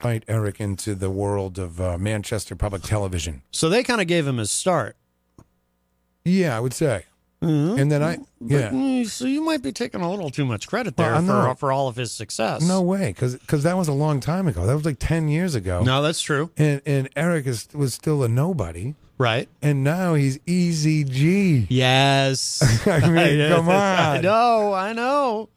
Speaker 11: invite Eric into the world of uh, Manchester public television.
Speaker 8: So they kind of gave him his start. Mm-hmm.
Speaker 11: Yeah, I would say. And then I, yeah,
Speaker 8: mm, So you might be taking a little too much credit there
Speaker 11: Well, I'm
Speaker 8: for,
Speaker 11: not-
Speaker 8: for all of his success.
Speaker 11: no way, because that was a long time ago. That was like ten years ago.
Speaker 8: No, that's true.
Speaker 11: and and Eric is,
Speaker 8: <laughs>
Speaker 11: was still a nobody,
Speaker 8: Right.
Speaker 11: and now he's Easy G.
Speaker 8: Yes.
Speaker 11: <laughs> I mean,
Speaker 8: Yes,
Speaker 11: come
Speaker 8: <laughs> I
Speaker 11: on.
Speaker 8: know. I know.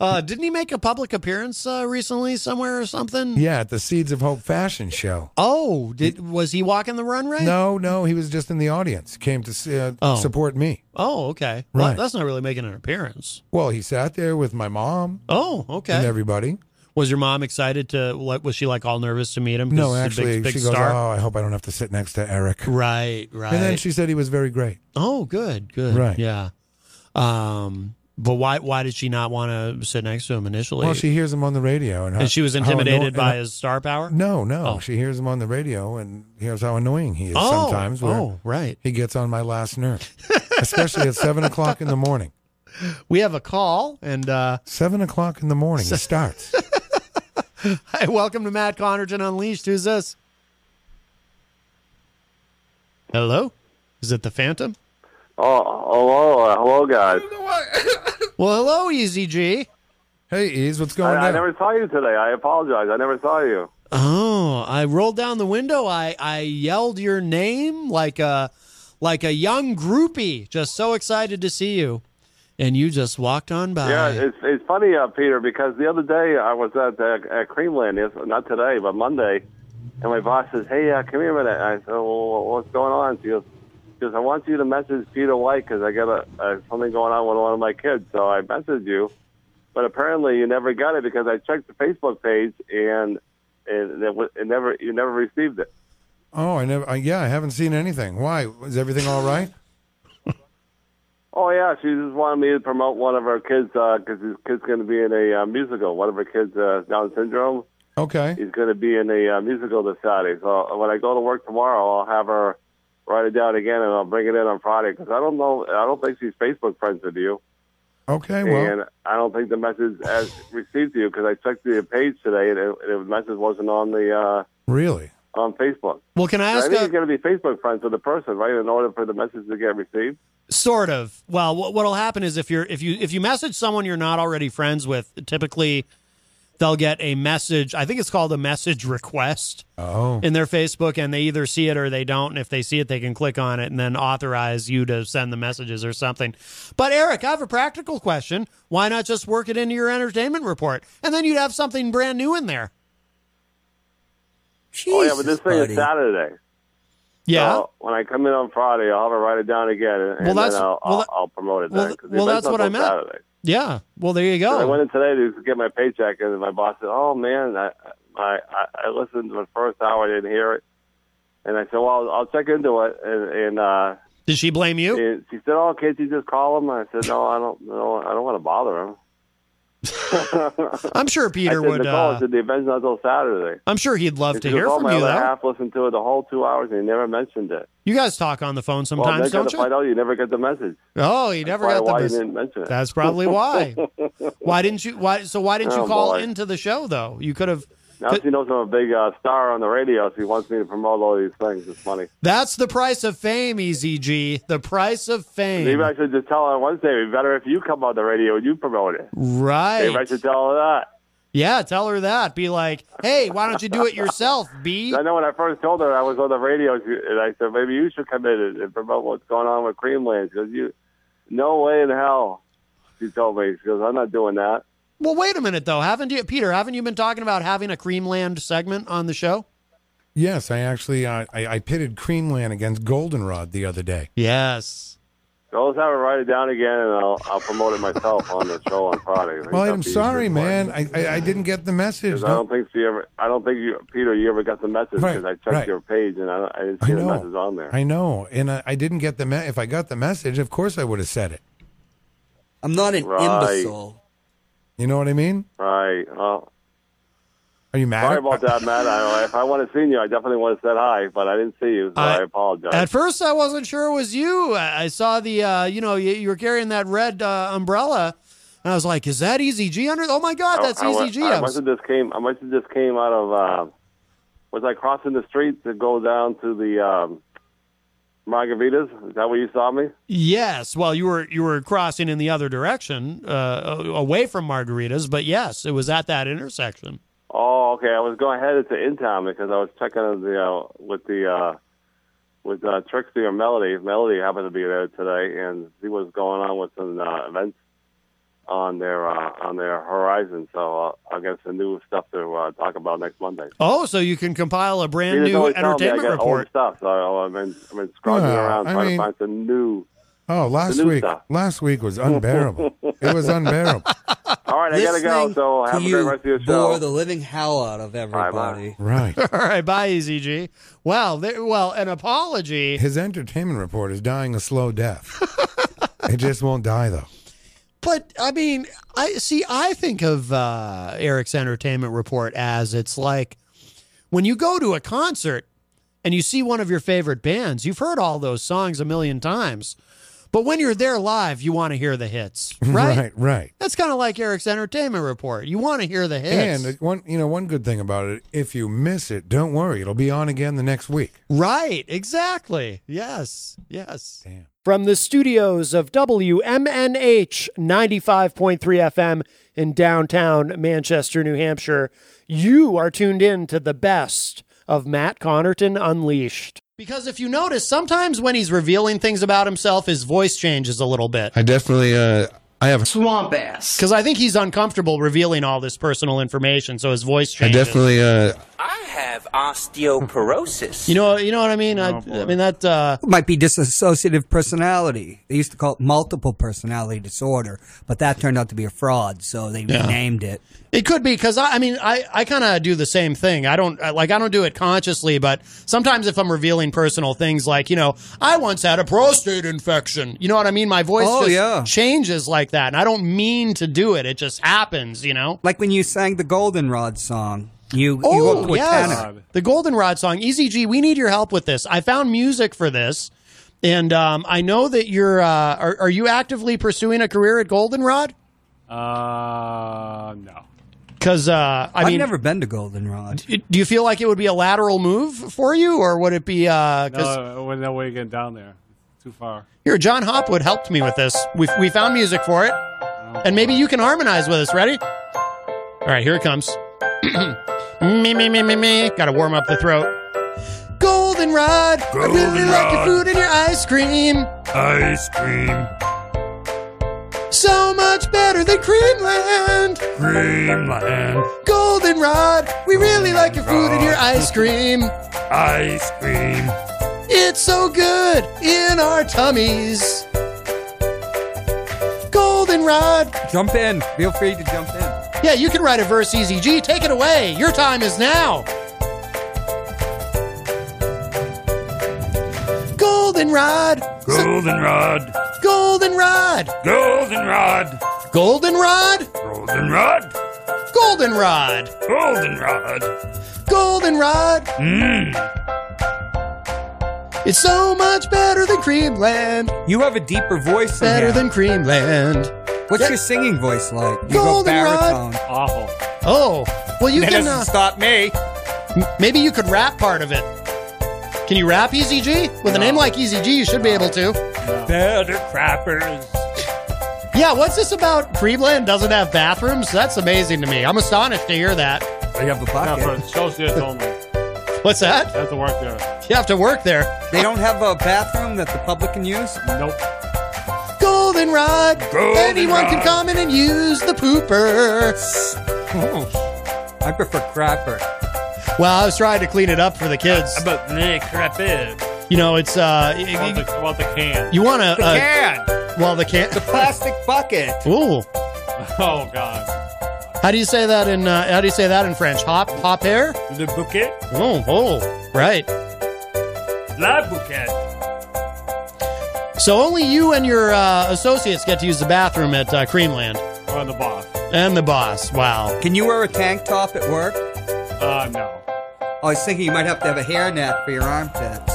Speaker 8: Uh, didn't he make a public appearance uh, recently somewhere or something?
Speaker 11: Yeah, at the Seeds of Hope fashion show.
Speaker 8: Oh, did was he walking the runway?
Speaker 11: No, no, he was just in the audience. Came to uh,
Speaker 8: Oh.
Speaker 11: support me.
Speaker 8: Oh, okay. Well,
Speaker 11: Right.
Speaker 8: that's not really making an appearance.
Speaker 11: Well, he sat there with my mom
Speaker 8: Oh, okay.
Speaker 11: and everybody.
Speaker 8: was your mom excited to? What was she like? All nervous to meet him? 'Cause
Speaker 11: No,
Speaker 8: he's a
Speaker 11: actually,
Speaker 8: big, big
Speaker 11: she goes,
Speaker 8: star.
Speaker 11: "Oh, I hope I don't have to sit next to Eric."
Speaker 8: Right, right.
Speaker 11: And then she said he was very great.
Speaker 8: oh, good, good.
Speaker 11: Right.
Speaker 8: Yeah. Um, but why? Why did she not want to sit next to him initially?
Speaker 11: Well, she hears him on the radio, and, how-
Speaker 8: and she was
Speaker 11: how anno-
Speaker 8: intimidated
Speaker 11: and
Speaker 8: by
Speaker 11: how-
Speaker 8: his star power.
Speaker 11: No, no,
Speaker 8: Oh.
Speaker 11: she hears him on the radio, and hears how annoying he is
Speaker 8: Oh,
Speaker 11: sometimes. where
Speaker 8: oh, right.
Speaker 11: He gets on my last nerve, especially at seven o'clock in the morning.
Speaker 8: <laughs> We have a call, and uh,
Speaker 11: Seven o'clock in the morning
Speaker 8: <laughs>
Speaker 11: it starts.
Speaker 8: hi, <laughs> welcome to Matt Connerton Unleashed. Who's this? Hello, is it the Phantom?
Speaker 21: Oh, hello, uh, hello, guys.
Speaker 8: Well, hello, Easy G.
Speaker 11: Hey, Ease, what's
Speaker 21: I, I never saw you today. I apologize. I never saw you.
Speaker 8: Oh, I rolled down the window. I, I yelled your name like a like a young groupie, just so excited to see you, and you just walked on by.
Speaker 21: Yeah, it's it's funny, uh, Peter, because the other day I was at uh, at Creamland. Yes, not today, but Monday, and my boss says, "Hey, uh, come here a minute." I said, well, "What's going on?" She goes, she goes, "I want you to message Peter White because I got a, uh, something going on with one of my kids." So I messaged you, but apparently you never got it because I checked the Facebook page and and it, wa- it never you never received it.
Speaker 11: oh, I never. I, yeah, I haven't seen anything. Why is everything all right?
Speaker 21: Oh yeah, she just wanted me to promote one of her kids because his kid's going to be in a uh, musical. One of her kids uh, Down syndrome.
Speaker 11: Okay.
Speaker 21: He's going to be in a uh, musical this Saturday. So uh, when I go to work tomorrow, I'll have her write it down again and I'll bring it in on Friday because I don't know. I don't think she's Facebook friends with you,
Speaker 11: Okay, well,
Speaker 21: and uh, I don't think the message has received to you because I checked the page today and it, and the message wasn't on the uh,
Speaker 11: really.
Speaker 21: on Facebook.
Speaker 8: Well, can I
Speaker 21: I
Speaker 8: ask
Speaker 21: think
Speaker 8: a-
Speaker 21: you got to be Facebook friends with the person, right, in order for the message to get received.
Speaker 8: Sort of. Well, what what'll happen is if you're if you if you message someone you're not already friends with, typically they'll get a message. I think it's called a message request.
Speaker 11: Oh.
Speaker 8: In their Facebook, and they either see it or they don't. And if they see it, they can click on it and then authorize you to send the messages or something. But Eric, I have a practical question. Why not just work it into your entertainment report, and then you'd have something brand new in there?
Speaker 21: oh yeah, but this thing
Speaker 8: buddy.
Speaker 21: is Saturday.
Speaker 8: Yeah.
Speaker 21: So when I come in on Friday, I'll have to write it down again, and
Speaker 8: Well,
Speaker 21: and
Speaker 8: that's-
Speaker 21: then I'll,
Speaker 8: well,
Speaker 21: I'll,
Speaker 8: that-
Speaker 21: I'll promote it.
Speaker 8: well,
Speaker 21: then, 'cause the
Speaker 8: well,
Speaker 21: event's
Speaker 8: that's what
Speaker 21: not
Speaker 8: I
Speaker 21: till
Speaker 8: meant.
Speaker 21: Saturday.
Speaker 8: Yeah. Well, there you go.
Speaker 21: I went in today to get my paycheck, and my boss said, "Oh man, I I, I- I listened to the first hour, I didn't hear it." And I said, "Well, I'll, I'll check into it." And, and uh,
Speaker 8: Did she blame you?
Speaker 21: and she said, "Oh, can't you just call him?" And I said, "No, I don't. No, I don't want to bother
Speaker 8: <laughs>
Speaker 21: him."
Speaker 8: I'm sure Peter
Speaker 21: <laughs> I said,
Speaker 8: would,
Speaker 21: Nicole, I
Speaker 8: uh,
Speaker 21: said, the event's not till Saturday.
Speaker 8: I'm sure he'd love
Speaker 21: And
Speaker 8: to
Speaker 21: she goes,
Speaker 8: hear
Speaker 21: "Oh,
Speaker 8: from
Speaker 21: my
Speaker 8: you,
Speaker 21: other
Speaker 8: though.
Speaker 21: half listened to it the whole two hours, and he never mentioned it.
Speaker 8: You guys talk on the phone
Speaker 21: well,
Speaker 8: sometimes,
Speaker 21: then
Speaker 8: don't
Speaker 21: to
Speaker 8: you?
Speaker 21: find out you never get the message.
Speaker 8: Oh, you never
Speaker 21: That's
Speaker 8: got
Speaker 21: probably
Speaker 8: the
Speaker 21: why you
Speaker 8: message.
Speaker 21: didn't mention it.
Speaker 8: That's probably
Speaker 21: <laughs>
Speaker 8: why. why didn't you? Why? So why didn't you
Speaker 21: Oh,
Speaker 8: call
Speaker 21: boy.
Speaker 8: into the show though? You could have.
Speaker 21: Now she knows I'm a big uh, star on the radio. She wants me to promote all these things. It's funny.
Speaker 8: That's the price of fame, EZG. The price of
Speaker 21: Maybe
Speaker 8: fame.
Speaker 21: I should just tell her on Wednesday. It'd be better if you come on the radio and you promote it. Maybe I
Speaker 8: Right.
Speaker 21: should tell her that.
Speaker 8: Yeah. Tell her that. Be like, hey, why don't you do it yourself, B?
Speaker 21: <laughs> I know when I first told her I was on the radio, she- and I said maybe you should come in and, and promote what's going on with Creamland. She goes, "You, no way in hell." She told me, "She goes, I'm not doing that."
Speaker 8: Well, wait a minute though. Haven't you, Peter? Haven't you been talking about having a Creamland segment on the show?
Speaker 11: Yes, I actually uh, I, I pitted Creamland against Goldenrod the other day.
Speaker 8: Yes.
Speaker 21: So I'll just have her write it down again, and I'll, I'll promote it myself on the show on Friday.
Speaker 11: Well, I'm sorry, man. I, I, I didn't get the message.
Speaker 21: Because I don't think she ever. I don't think you, Peter, you ever got the message because I checked
Speaker 11: right.
Speaker 21: your page and I, I didn't see
Speaker 11: I
Speaker 21: the
Speaker 11: know.
Speaker 21: message on there.
Speaker 11: I know, and I, I didn't get the me- if I got the message, of course I would have said it.
Speaker 3: I'm not an
Speaker 21: Right.
Speaker 3: imbecile.
Speaker 11: You know what I mean?
Speaker 21: Right. Well,
Speaker 11: Are you mad?
Speaker 21: sorry about that, Matt. I, if I would have seen you, I definitely would have said hi, but I didn't see you, so I,
Speaker 8: I-
Speaker 21: apologize.
Speaker 8: At first, I wasn't sure it was you. I I saw the, uh, you know, you, you were carrying that red uh, umbrella, and I was like, "Is that EZG under?" Oh my God, that's
Speaker 21: I, I, wa-
Speaker 8: EZG.
Speaker 21: I
Speaker 8: I
Speaker 21: must
Speaker 8: was-
Speaker 21: have just came. I must have just came out of. Uh, was I crossing the street to go down to the um, Margaritas? Is that where you saw me?
Speaker 8: yes. Well, you were you were crossing in the other direction, uh, a- away from margaritas, but yes, it was at that intersection.
Speaker 21: Oh, okay. I was going headed to In Town because I was checking out the uh, with the uh, with uh, Trixie or Melody. Melody happened to be there today, and see what's going on with some uh, events on their uh, on their horizon. So uh, I'll get some new stuff to uh, talk about next Monday.
Speaker 8: Oh, so you can compile a brand
Speaker 21: Peter's
Speaker 8: new
Speaker 21: always telling me I
Speaker 8: entertainment
Speaker 21: got
Speaker 8: report.
Speaker 21: Old stuff. So I've been I've been scrounging
Speaker 11: Well,
Speaker 21: around
Speaker 11: I
Speaker 21: trying
Speaker 11: mean-
Speaker 21: to find some new.
Speaker 11: Oh, last
Speaker 21: The new
Speaker 11: week.
Speaker 21: stuff.
Speaker 11: Last week was unbearable. it was
Speaker 21: <laughs>
Speaker 11: unbearable.
Speaker 21: All right, I gotta go.
Speaker 3: Listening
Speaker 21: So
Speaker 3: to
Speaker 21: have a
Speaker 3: you
Speaker 21: great rest of your show.
Speaker 3: bore the living hell out of everybody.
Speaker 8: <laughs>
Speaker 11: Right.
Speaker 8: All right, bye, EZG. Wow. There, well, an apology.
Speaker 11: His entertainment report is dying a slow death. it just won't die though.
Speaker 8: But I mean, I see. I think of uh, Eric's entertainment report as it's like when you go to a concert and you see one of your favorite bands. You've heard all those songs a million times, but when you're there live, you want to hear the hits, right?
Speaker 11: Right. right.
Speaker 8: That's kind of like Eric's entertainment report. You want to hear the hits,
Speaker 11: And it- one, you know, one good thing about it, if you miss it, don't worry, it'll be on again the next week.
Speaker 8: right? Exactly. Yes. Yes.
Speaker 2: From the studios of WMNH 95.3 FM in downtown Manchester, New Hampshire, you are tuned in to the best of Matt Connerton Unleashed.
Speaker 8: Because if you notice, sometimes when he's revealing things about himself, his voice changes a little bit.
Speaker 17: I definitely, uh, I have
Speaker 8: swamp ass. Because I think he's uncomfortable revealing all this personal information, so his voice
Speaker 17: I
Speaker 8: changes.
Speaker 17: definitely, uh,
Speaker 22: I have osteoporosis.
Speaker 8: You know, you know what I
Speaker 21: Oh,
Speaker 8: mean. I, I mean that uh,
Speaker 3: might be dissociative personality. They used to call it multiple personality disorder, but that turned out to be a fraud, so they
Speaker 8: Yeah.
Speaker 3: renamed it.
Speaker 8: It could be because I, I mean I, I kind of do the same thing. I don't I- like I don't do it consciously, but sometimes if I'm revealing personal things, like you know, I once had a prostate infection. You know what I mean? My voice
Speaker 3: Oh,
Speaker 8: just
Speaker 3: yeah.
Speaker 8: changes like that, and I don't mean to do it. It just happens, you know.
Speaker 3: Like when you sang the Goldenrod song, you you
Speaker 8: Oh
Speaker 3: up to a
Speaker 8: yes,
Speaker 3: tenor.
Speaker 8: the Goldenrod song. EZG, we need your help with this. I found music for this, and um, I know that you're. Uh, are, are you actively pursuing a career at Goldenrod?
Speaker 10: Uh, no.
Speaker 8: Because uh, I
Speaker 3: I've
Speaker 8: mean,
Speaker 3: never been to Goldenrod.
Speaker 8: do you feel like it would be a lateral move for you, or would it be? Uh, 'cause-
Speaker 10: No, it wasn't that way getting down there. Too far.
Speaker 8: Here, John Hopwood helped me with this. We, we found music for it, and maybe you can harmonize with us. Ready? All right, here it comes. <clears throat> me, me, me, me, me. Got to warm up the throat. Goldenrod, I really like your
Speaker 5: Goldenrod.
Speaker 8: food and your ice cream.
Speaker 5: Ice cream,
Speaker 8: So much better than Creamland.
Speaker 5: Greenland,
Speaker 8: Goldenrod, we really like your food and your ice cream.
Speaker 5: ice cream.
Speaker 8: It's so good in our tummies. Goldenrod.
Speaker 3: Jump in. Feel free to jump in.
Speaker 8: Yeah, you can write a verse, EZG. Take it away. Your time is now. Goldenrod.
Speaker 5: Goldenrod,
Speaker 8: Goldenrod.
Speaker 5: goldenrod,
Speaker 8: Goldenrod.
Speaker 5: goldenrod,
Speaker 8: Goldenrod.
Speaker 5: goldenrod.
Speaker 8: Goldenrod.
Speaker 5: Mmm.
Speaker 8: It's so much better than Creamland.
Speaker 3: You have a deeper voice.
Speaker 8: Better
Speaker 3: than
Speaker 8: Creamland.
Speaker 3: What's your singing voice like? You go
Speaker 8: Goldenrod.
Speaker 3: baritone.
Speaker 10: Awful.
Speaker 8: Oh, well, you
Speaker 3: That
Speaker 8: can
Speaker 3: doesn't
Speaker 8: stop me. Maybe you could rap part of it. Can you rap EZG? With a name like EZG, you should be able to.
Speaker 5: Better crappers.
Speaker 8: Yeah, what's this about? Cleveland doesn't have bathrooms? That's amazing to me. I'm astonished to hear that.
Speaker 3: They Oh, have a
Speaker 10: Not for associates only.
Speaker 8: What's that?
Speaker 10: You have to work there.
Speaker 8: You have to work there.
Speaker 3: They don't have a bathroom that the public can use?
Speaker 10: Nope.
Speaker 8: Goldenrod.
Speaker 3: Goldenrod.
Speaker 8: Anyone can come in and use the pooper.
Speaker 3: I prefer crapper.
Speaker 8: Well, I was trying to clean it up for the kids.
Speaker 20: But the crap is.
Speaker 8: You know, it's uh, y-
Speaker 20: About the, about the can.
Speaker 8: you want to
Speaker 20: The
Speaker 8: uh,
Speaker 10: <laughs>
Speaker 20: can.
Speaker 8: Well, the can.
Speaker 20: The plastic
Speaker 3: bucket.
Speaker 8: Ooh,
Speaker 20: Oh God.
Speaker 8: how do you say that in uh, how do you say that in French? Hop, hop air.
Speaker 20: The bouquet.
Speaker 8: Oh, oh, right.
Speaker 20: La bouquet.
Speaker 8: So only you and your uh, associates get to use the bathroom at uh, Creamland.
Speaker 10: Or the boss.
Speaker 8: And the boss. Wow.
Speaker 3: Can you wear a tank top at work? Oh,
Speaker 10: Uh, no.
Speaker 3: I was thinking you might have to have a hairnet for your armpits.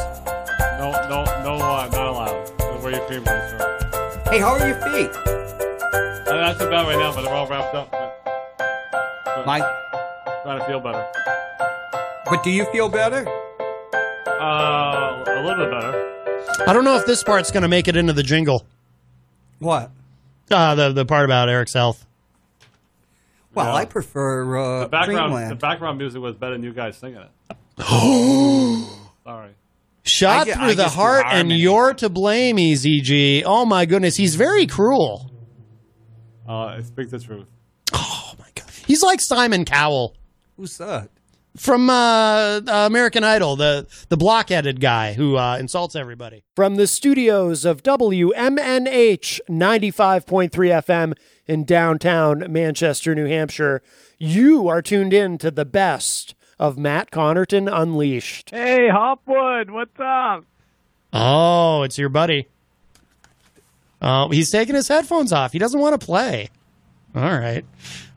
Speaker 10: No, no, no, uh, not allowed. Where your cream is, sir.
Speaker 3: Hey, how are your feet?
Speaker 10: Uh, That's about right now, but they're all wrapped up. But, but
Speaker 3: Mike?
Speaker 10: Trying to feel better.
Speaker 3: But do you feel better?
Speaker 10: Uh, a little bit better.
Speaker 8: I don't know if this part's going to make it into the jingle.
Speaker 3: What?
Speaker 8: Uh, the the part about Eric's health.
Speaker 3: Well, I prefer uh,
Speaker 10: The background, the
Speaker 3: Greenland.
Speaker 10: background music was better than you guys singing it. <gasps> Sorry.
Speaker 8: Shot
Speaker 10: I ju-
Speaker 8: through
Speaker 10: I
Speaker 8: the
Speaker 10: just do
Speaker 8: heart, and
Speaker 10: harmony.
Speaker 8: you're to blame, EZG. Oh my goodness, he's very cruel.
Speaker 10: Uh, speak the truth.
Speaker 8: He's like Simon Cowell
Speaker 3: Who's that?
Speaker 8: from uh, American Idol, the the blockheaded guy who uh, insults everybody.
Speaker 2: From the studios of WMNH 95.3 FM in downtown Manchester, New Hampshire, you are tuned in to the best of Matt Connerton Unleashed.
Speaker 20: Hey, Hopwood, what's up?
Speaker 8: Oh, it's your buddy. Uh, he's taking his headphones off. He doesn't want to play. All right.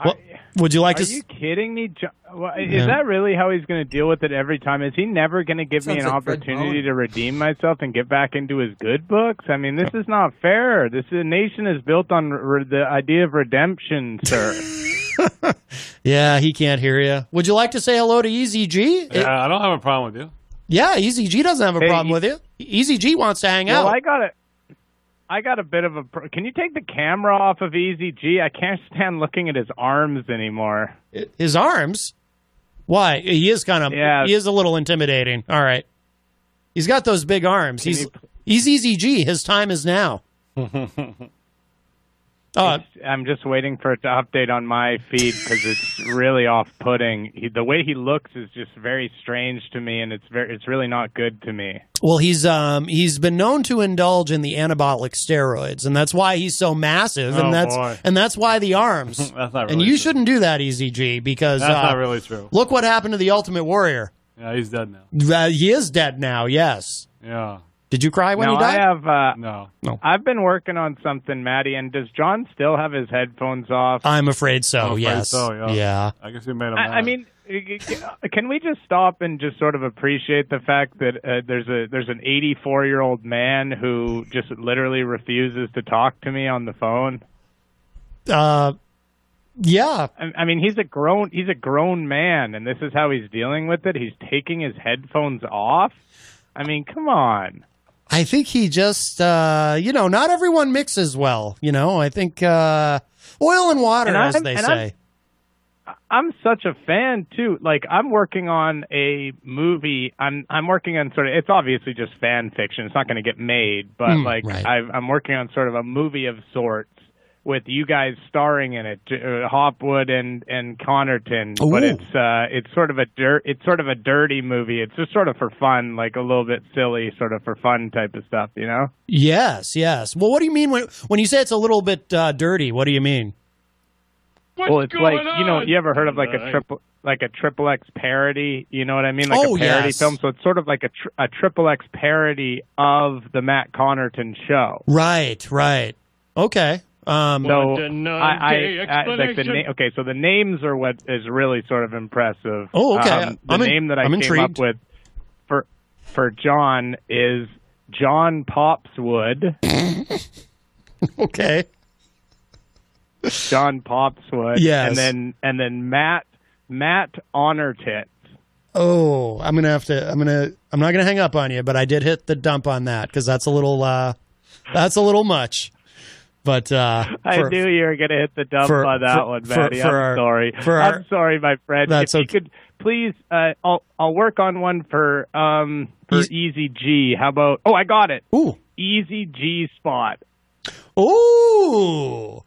Speaker 8: Well, would you like
Speaker 20: Are
Speaker 8: to? s-
Speaker 20: you kidding me? Jo- well, Is
Speaker 8: Yeah.
Speaker 20: that really how he's going to deal with it every time? Is he never going to give me
Speaker 8: Sounds
Speaker 20: an
Speaker 8: like Fred
Speaker 20: opportunity to redeem myself and get back into his good books? I mean, this is not fair. This is, nation is built on re- the idea of redemption, sir.
Speaker 8: yeah, he can't hear you. Would you like to say hello to E EZG?
Speaker 20: Uh,
Speaker 10: Yeah, I don't have a problem with you.
Speaker 8: Yeah, EZG doesn't have a
Speaker 20: Hey,
Speaker 8: problem
Speaker 20: E-
Speaker 8: with you. EZG wants to hang
Speaker 20: Well,
Speaker 8: out.
Speaker 20: I got it. I got a bit of a. Pr- Can you take the camera off of EZG? I can't stand looking at his arms anymore.
Speaker 8: His arms? Why? He is kind of.
Speaker 20: Yeah.
Speaker 8: He is a little intimidating. All right. He's got those big arms. He's he's EZG. His time
Speaker 20: <laughs>
Speaker 8: is now. Uh,
Speaker 20: I'm just waiting for it to update on my feed because it's really off-putting. He, the way he looks is just very strange to me, and it's very, it's really not good to me.
Speaker 8: Well, he's um he's been known to indulge in the anabolic steroids, and that's why he's so massive, and
Speaker 20: Oh,
Speaker 8: that's
Speaker 20: boy.
Speaker 8: and that's why the
Speaker 20: <laughs>
Speaker 8: arms.
Speaker 20: That's not
Speaker 8: and
Speaker 20: really
Speaker 8: you shouldn't do that, EZG, because
Speaker 10: That's
Speaker 8: uh,
Speaker 10: not really true.
Speaker 8: Look what happened to the Ultimate Warrior.
Speaker 10: Yeah, he's dead now.
Speaker 8: Uh, he is dead now. Yes.
Speaker 10: Yeah.
Speaker 8: Did you cry when
Speaker 20: now
Speaker 8: he died?
Speaker 20: I have uh,
Speaker 10: no.
Speaker 8: No.
Speaker 20: I've been working on something, Maddie. And does John still have his headphones off?
Speaker 8: I'm afraid so.
Speaker 20: afraid
Speaker 8: Oh, yes.
Speaker 20: so, yeah.
Speaker 10: I guess we made him.
Speaker 20: I, I
Speaker 10: mad.
Speaker 20: mean,
Speaker 23: Ee,
Speaker 20: can we just stop and just sort of appreciate the fact that uh, there's a there's an 84 year old man who just literally refuses to talk to me on the phone?
Speaker 8: Uh, Yeah.
Speaker 20: I, I mean, he's a grown he's a grown man, and this is how he's dealing with it. He's taking his headphones off. I mean, come on.
Speaker 8: I think he just, uh, you know, not everyone mixes well. You know, I think uh, oil and water,
Speaker 20: And
Speaker 8: as
Speaker 20: I'm-
Speaker 8: they
Speaker 20: and
Speaker 8: say.
Speaker 20: I'm such a fan too. Like I'm working on a movie. I'm I'm working on sort of. It's obviously just fan fiction. It's not going to get made, but
Speaker 8: Hmm,
Speaker 6: Mm,
Speaker 20: like
Speaker 6: right.
Speaker 20: I've, I'm working on sort of a movie of sorts with you guys starring in it, J- uh, Hopwood and and Connerton. But
Speaker 6: Ooh.
Speaker 20: it's uh it's sort of a dirt. It's sort of a dirty movie. It's just sort of for fun, like a little bit silly, sort of for fun type of stuff. You know.
Speaker 8: Yes, yes. Well, what do you mean when when you say it's a little bit uh, dirty? What do you mean?
Speaker 20: well, it's
Speaker 8: going
Speaker 20: like you know,
Speaker 8: on?
Speaker 20: you ever heard of like
Speaker 8: Right.
Speaker 20: a triple, like a triple X parody? You know what I mean? Like
Speaker 8: Oh,
Speaker 20: a parody
Speaker 8: yes.
Speaker 20: film. So it's sort of like a tr- a triple X parody of the Matt Connerton show.
Speaker 8: Right, right. Okay. Um,
Speaker 20: So I, I, I like the na- okay. So the names are what is really sort of impressive.
Speaker 8: Oh, okay.
Speaker 20: Um, the
Speaker 8: I'm in-
Speaker 20: name that I
Speaker 8: I'm
Speaker 20: came up
Speaker 8: intrigued.
Speaker 20: with for for John is John
Speaker 8: <laughs>
Speaker 20: Popswood.
Speaker 8: okay.
Speaker 20: John Popswood.
Speaker 8: Yes.
Speaker 20: And then and then Matt Matt Honortit.
Speaker 8: Oh, I'm gonna have to. I'm gonna. I'm not gonna hang up on you, but I did hit the dump on that because that's a little. Uh, that's a little much. But uh,
Speaker 20: I
Speaker 8: for-
Speaker 20: knew you were going to hit the dump
Speaker 8: for-
Speaker 20: on that
Speaker 8: for-
Speaker 20: one,
Speaker 8: for-
Speaker 20: Maddie.
Speaker 8: for
Speaker 20: I'm
Speaker 8: our-
Speaker 20: sorry.
Speaker 8: for
Speaker 20: I'm
Speaker 8: our-
Speaker 20: sorry, my friend.
Speaker 8: That's
Speaker 20: if you
Speaker 8: okay.
Speaker 20: could please, uh, I'll I'll work on one for um for Easy G. How about? Oh, I got it.
Speaker 8: Ooh,
Speaker 20: Easy G spot.
Speaker 8: Ooh,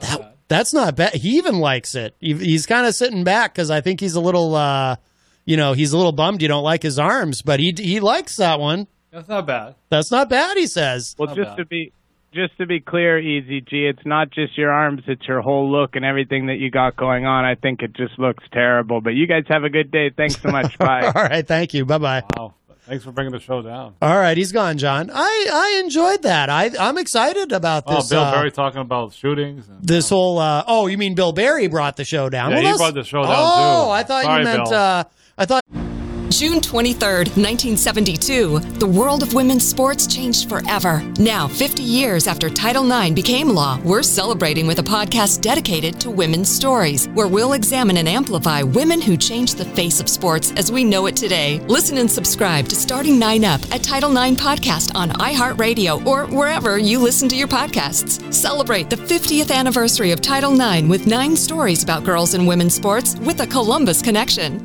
Speaker 8: that, that's not bad. He even likes it. He, he's kind of sitting back because I think he's a little, uh, you know, he's a little bummed you don't like his arms, but he he likes that one.
Speaker 20: That's not bad.
Speaker 8: That's not bad. He says.
Speaker 20: Well, just to be just to be clear, Easy G, it's not just your arms; it's your whole look and everything that you got going on. I think it just looks terrible. But you guys have a good day. Thanks so
Speaker 8: <laughs>
Speaker 20: much. Bye.
Speaker 8: All right, thank you. Bye bye.
Speaker 10: Wow. Thanks for bringing the show down.
Speaker 8: All right, he's gone, John. I I enjoyed that. I I'm excited about
Speaker 10: Oh,
Speaker 8: this.
Speaker 10: Bill
Speaker 8: uh,
Speaker 10: Berry talking about shootings. And,
Speaker 8: this whole uh, oh, you mean Bill Barry brought the show down?
Speaker 10: Yeah,
Speaker 8: Well,
Speaker 10: he
Speaker 8: that's-
Speaker 10: brought the show down,
Speaker 8: Oh,
Speaker 10: too.
Speaker 8: I thought
Speaker 10: Sorry,
Speaker 8: you meant
Speaker 10: Bill.
Speaker 8: uh, I thought
Speaker 24: June 23rd, 1972, the world of women's sports changed forever. Now, 50 years after Title IX became law, we're celebrating with a podcast dedicated to women's stories, where we'll examine and amplify women who changed the face of sports as we know it today. Listen and subscribe to Starting Nine Up, a Title IX podcast on iHeartRadio or wherever you listen to your podcasts. Celebrate the 50th anniversary of Title IX with nine stories about girls and women's sports with a Columbus connection.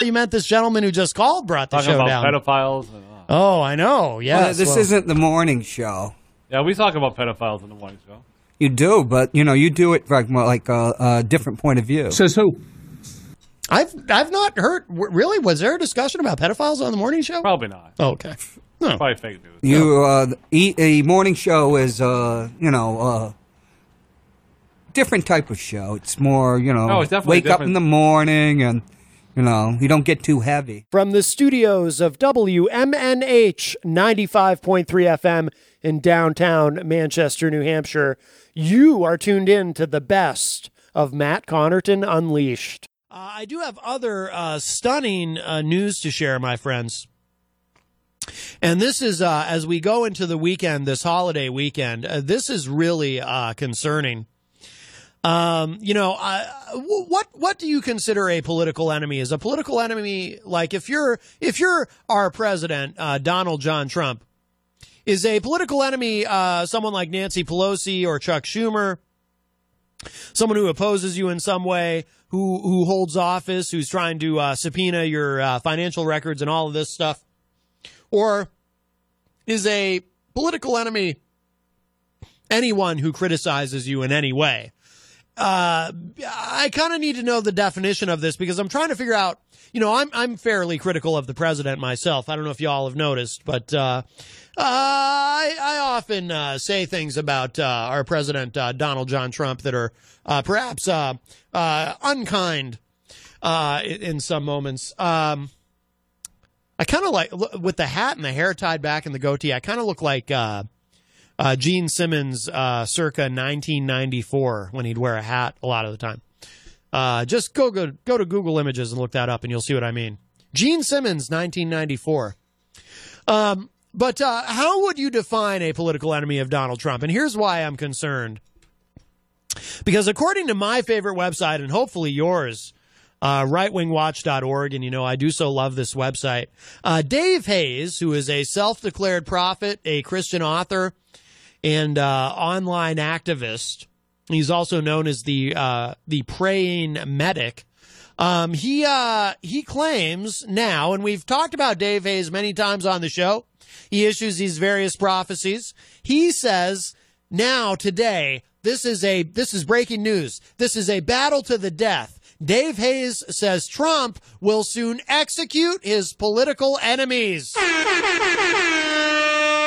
Speaker 8: you meant this gentleman who just called brought the
Speaker 10: talking
Speaker 8: show
Speaker 10: about
Speaker 8: down.
Speaker 10: pedophiles. And,
Speaker 8: Oh, I know. Yes.
Speaker 3: Well, this
Speaker 8: well-
Speaker 3: isn't the morning show.
Speaker 10: yeah, we talk about pedophiles in the morning show.
Speaker 3: You do, but you know, you do it like more like a, a different point of view.
Speaker 8: Says who? I've I've not heard. w- Really, was there a discussion about pedophiles on the morning show?
Speaker 10: Probably not.
Speaker 8: Oh, okay.
Speaker 10: Probably fake news.
Speaker 3: You uh, e- a morning show is uh, you know, uh, different type of show. It's more you know,
Speaker 2: No, it's definitely
Speaker 3: wake up in
Speaker 2: different.
Speaker 3: the morning and you know, you don't get too heavy.
Speaker 2: From the studios of WMNH 95.3 FM in downtown Manchester, New Hampshire, you are tuned in to the best of Matt Connerton Unleashed.
Speaker 8: Uh, I do have other uh, stunning uh, news to share, my friends. And this is uh, as we go into the weekend, this holiday weekend. Uh, this is really uh, concerning. Um, you know, uh, wh- what what do you consider a political enemy? Is a political enemy like if you're if you're our president, uh, Donald John Trump, is a political enemy uh, someone like Nancy Pelosi or Chuck Schumer? someone who opposes you in some way, who who holds office, who's trying to uh, subpoena your uh, financial records and all of this stuff, or is a political enemy anyone who criticizes you in any way. uh, I kind of need to know the definition of this because I'm trying to figure out. You know, I'm I'm fairly critical of the president myself. I don't know if y'all have noticed, but uh, uh, I I often uh, say things about uh, our president uh, Donald John Trump that are uh, perhaps uh, uh, unkind uh, i- in some moments. Um, I kind of like look- with the hat and the hair tied back and the goatee. I kind of look like uh, uh, Gene Simmons, uh, circa 1994, when he'd wear a hat a lot of the time. Uh, just go go go to Google Images and look that up, and you'll see what I mean. Gene Simmons, 1994. Um, but uh, how would you define a political enemy of Donald Trump? And here's why I'm concerned. Because according to my favorite website, and hopefully yours, uh, rightwingwatch.org, and you know, I do so love this website, uh, Dave Hayes, who is a self declared prophet, a Christian author, and uh, online activist, he's also known as the, uh, the praying medic. Um, he uh, he claims now, and we've talked about Dave Hayes many times on the show. He issues these various prophecies. He says now today this is a this is breaking news. This is a battle to the death. Dave Hayes says Trump will soon execute his political enemies.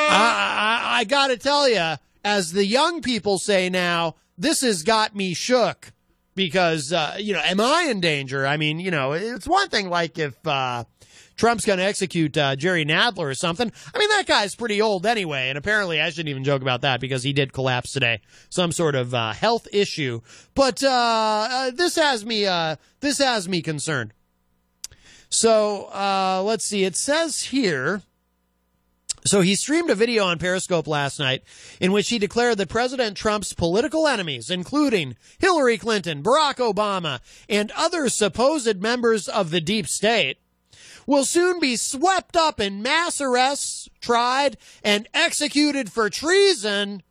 Speaker 8: Uh, I, I, I got to tell you, as the young people say now, this has got me shook because, uh, you know, am I in danger? I mean, you know, it's one thing like if uh, Trump's going to execute uh, Jerry Nadler or something. I mean, that guy's pretty old anyway. And apparently, I shouldn't even joke about that because he did collapse today, some sort of uh, health issue. But uh, uh, this has me, uh, this has me concerned. So uh, let's see. It says here. So he streamed a video on Periscope last night in which he declared that President Trump's political enemies, including Hillary Clinton, Barack Obama, and other supposed members of the deep state, will soon be swept up in mass arrests, tried, and executed for treason.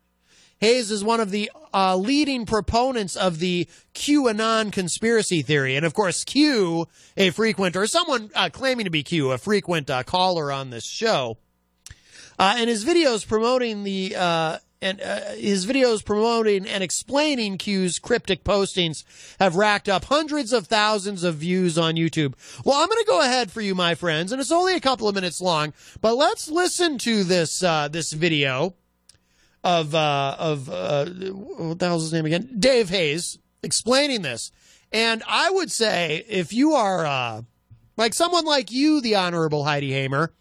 Speaker 8: Hayes is one of the uh, leading proponents of the QAnon conspiracy theory. And of course, Q, a frequent, or someone uh, claiming to be Q, a frequent uh, caller on this show, uh, and his videos promoting the uh, and uh, his videos promoting and explaining Q's cryptic postings have racked up hundreds of thousands of views on YouTube. Well, I'm going to go ahead for you, my friends, and it's only a couple of minutes long, but let's listen to this uh, this video of uh, of uh, what the hell's his name again? Dave Hayes explaining this, and I would say if you are uh, like someone like you, the Honorable Heidi Hamer,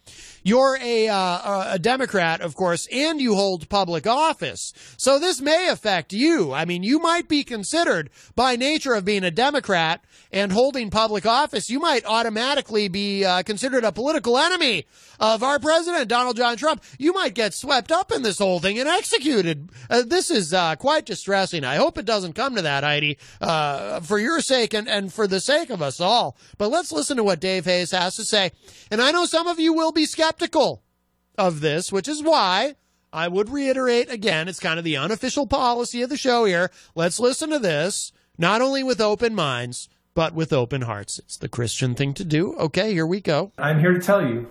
Speaker 8: you're a uh, a Democrat, of course, and you hold public office, so this may affect you. I mean, you might be considered by nature of being a Democrat and holding public office, you might automatically be uh, considered a political enemy of our president, Donald John Trump. You might get swept up in this whole thing and executed. Uh, this is uh, quite distressing. I hope it doesn't come to that, Heidi, uh, for your sake and, and for the sake of us all. But let's listen to what Dave Hayes has to say. And I know some of you will be skeptical of this, which is why. I would reiterate again, it's kind of the unofficial policy of the show here. Let's listen to this, not only with open minds, but with open hearts. It's the Christian thing to do. Okay, here we go.
Speaker 23: I'm here to tell you,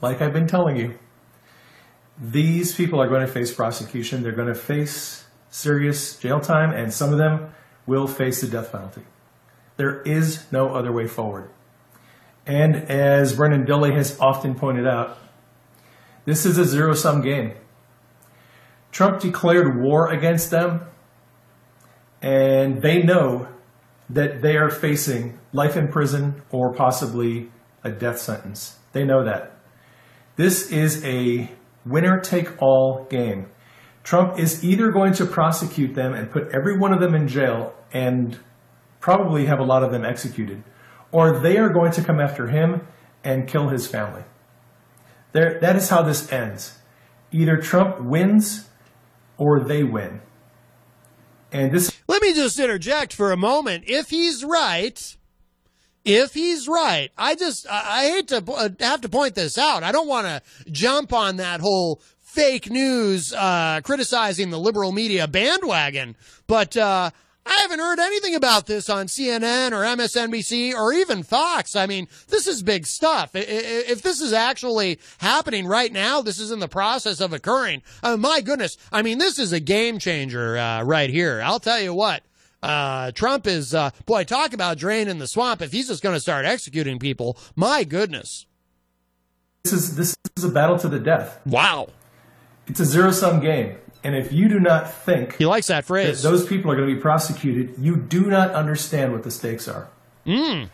Speaker 23: like I've been telling you, these people are going to face prosecution. They're going to face serious jail time, and some of them will face the death penalty. There is no other way forward. And as Brendan Dilly has often pointed out, this is a zero sum game. Trump declared war against them, and they know that they are facing life in prison or possibly a death sentence. They know that. This is a winner take all game. Trump is either going to prosecute them and put every one of them in jail and probably have a lot of them executed, or they are going to come after him and kill his family. There, that is how this ends. Either Trump wins or they win. And this
Speaker 8: Let me just interject for a moment. If he's right, if he's right, I just I, I hate to uh, have to point this out. I don't want to jump on that whole fake news uh, criticizing the liberal media bandwagon, but uh, I haven't heard anything about this on CNN or MSNBC or even Fox. I mean, this is big stuff. I- I- If this is actually happening right now, this is in the process of occurring. Oh, my goodness. I mean, this is a game changer uh, right here. I'll tell you what. Uh, Trump is, uh, boy, talk about draining the swamp. If he's just going to start executing people, my goodness.
Speaker 23: This is this is a battle to the death.
Speaker 8: Wow.
Speaker 23: It's a zero sum game. And if you do not think
Speaker 8: He likes that phrase.
Speaker 23: that those people are going to be prosecuted, you do not understand what the stakes are.
Speaker 8: Hmm.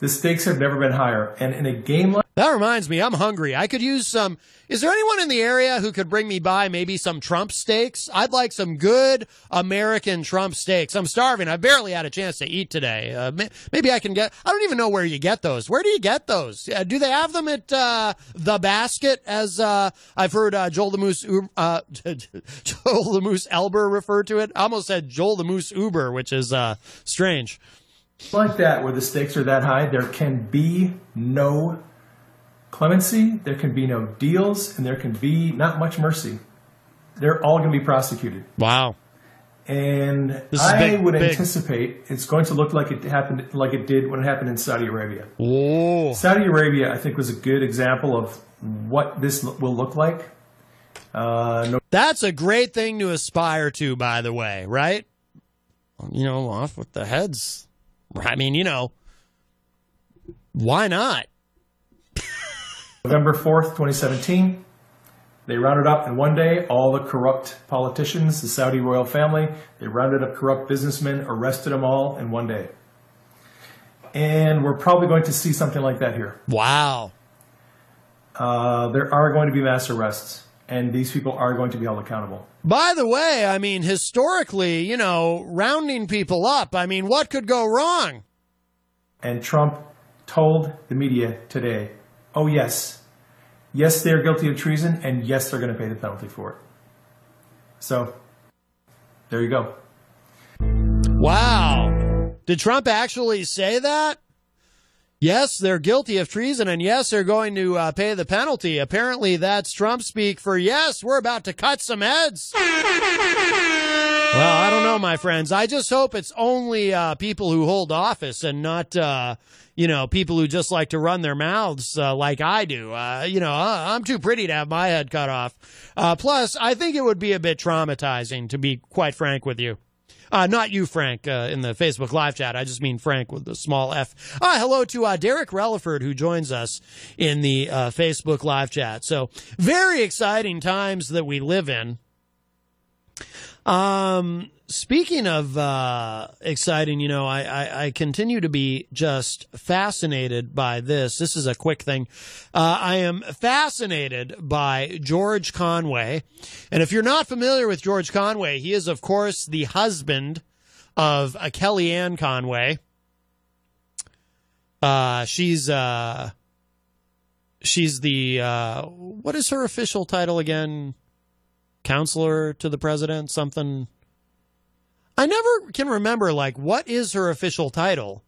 Speaker 23: The stakes have never been higher. And in a game like
Speaker 8: That reminds me, I'm hungry. I could use some. Is there anyone in the area who could bring me by maybe some Trump steaks? I'd like some good American Trump steaks. I'm starving. I barely had a chance to eat today. Uh, may- maybe I can get. I don't even know where you get those. Where do you get those? Uh, do they have them at uh, the Basket, as uh, I've heard uh, Joel the Moose Ub- uh, <laughs> Joel the Moose Elber refer to it? I almost said Joel the Moose Uber, which is uh, strange.
Speaker 23: like that, where the stakes are that high, there can be no clemency, there can be no deals, and there can be not much mercy. They're all going to be prosecuted.
Speaker 8: Wow.
Speaker 23: And
Speaker 8: This is
Speaker 23: I
Speaker 8: big-
Speaker 23: would
Speaker 8: big.
Speaker 23: anticipate it's going to look like it happened, like it did when it happened in Saudi Arabia.
Speaker 8: Whoa.
Speaker 23: Saudi Arabia, I think, was a good example of what this lo- will look like. Uh, no
Speaker 8: That's a great thing to aspire to, by the way, right? You know, off with the heads. I mean, you know, why not?
Speaker 23: November 4th, 2017, they rounded up in one day all the corrupt politicians, the Saudi royal family. They rounded up corrupt businessmen, arrested them all in one day. And we're probably going to see something like that here.
Speaker 8: Wow.
Speaker 23: Uh, there are going to be mass arrests, and these people are going to be held accountable.
Speaker 8: By the way, I mean, historically, you know, rounding people up, I mean, what could go wrong?
Speaker 23: And Trump told the media today, oh, yes, yes, they're guilty of treason, and yes, they're going to pay the penalty for it. So, there you go.
Speaker 8: Wow. Did Trump actually say that? Yes, they're guilty of treason, and yes, they're going to uh, pay the penalty. Apparently, that's Trump speak for yes, we're about to cut some heads. Well, I don't know, my friends. I just hope it's only uh, people who hold office and not, uh, you know, people who just like to run their mouths uh, like I do. Uh, you know, I- I'm too pretty to have my head cut off. Uh, plus, I think it would be a bit traumatizing, to be quite frank with you. Uh, not you, Frank, uh, in the Facebook live chat. I just mean Frank with the small F. Uh, hello to uh, Derek Relaford, who joins us in the uh, Facebook live chat. So, very exciting times that we live in. Um, speaking of uh, exciting, you know, I, I, I continue to be just fascinated by this. This is a quick thing. Uh, I am fascinated by George Conway. And if you're not familiar with George Conway, he is, of course, the husband of uh, Kellyanne Conway. Uh, she's uh, she's the uh, what is her official title again? counselor to the president, something. I never can remember like what is her official title?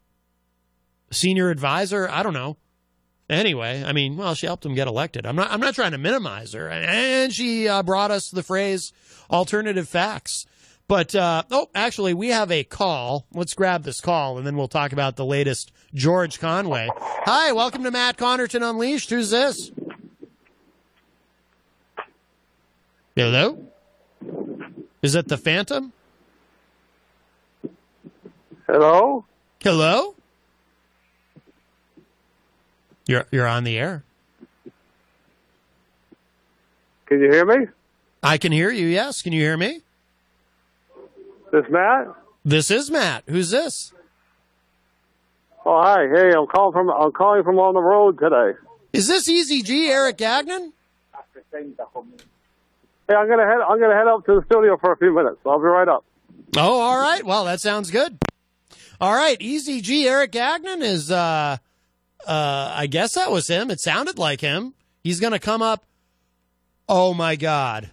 Speaker 8: Senior advisor? I don't know. Anyway, I mean, well, she helped him get elected. I'm not I'm not trying to minimize her. And she uh, brought us the phrase alternative facts. But uh, oh, actually, we have a call. Let's grab this call, and then we'll talk about the latest George Conway. Hi, welcome to Matt Connerton Unleashed. Who's this? Hello? Is that the Phantom?
Speaker 15: Hello?
Speaker 8: Hello? You're you're on the air.
Speaker 15: Can you hear me?
Speaker 8: I can hear you, yes. Can you hear me?
Speaker 15: This Matt?
Speaker 8: This is Matt. Who's this?
Speaker 15: Oh hi, hey, I'm calling from I'm calling from on the road today.
Speaker 8: Is this Easy G Eric Gagnon?
Speaker 15: Hey, I'm gonna head I'm gonna head up to the studio for a few minutes. I'll be right up.
Speaker 8: Oh, all right. Well, that sounds good. All right, Easy G Eric Gagnon is uh uh I guess that was him. It sounded like him. He's going to come up Oh my god.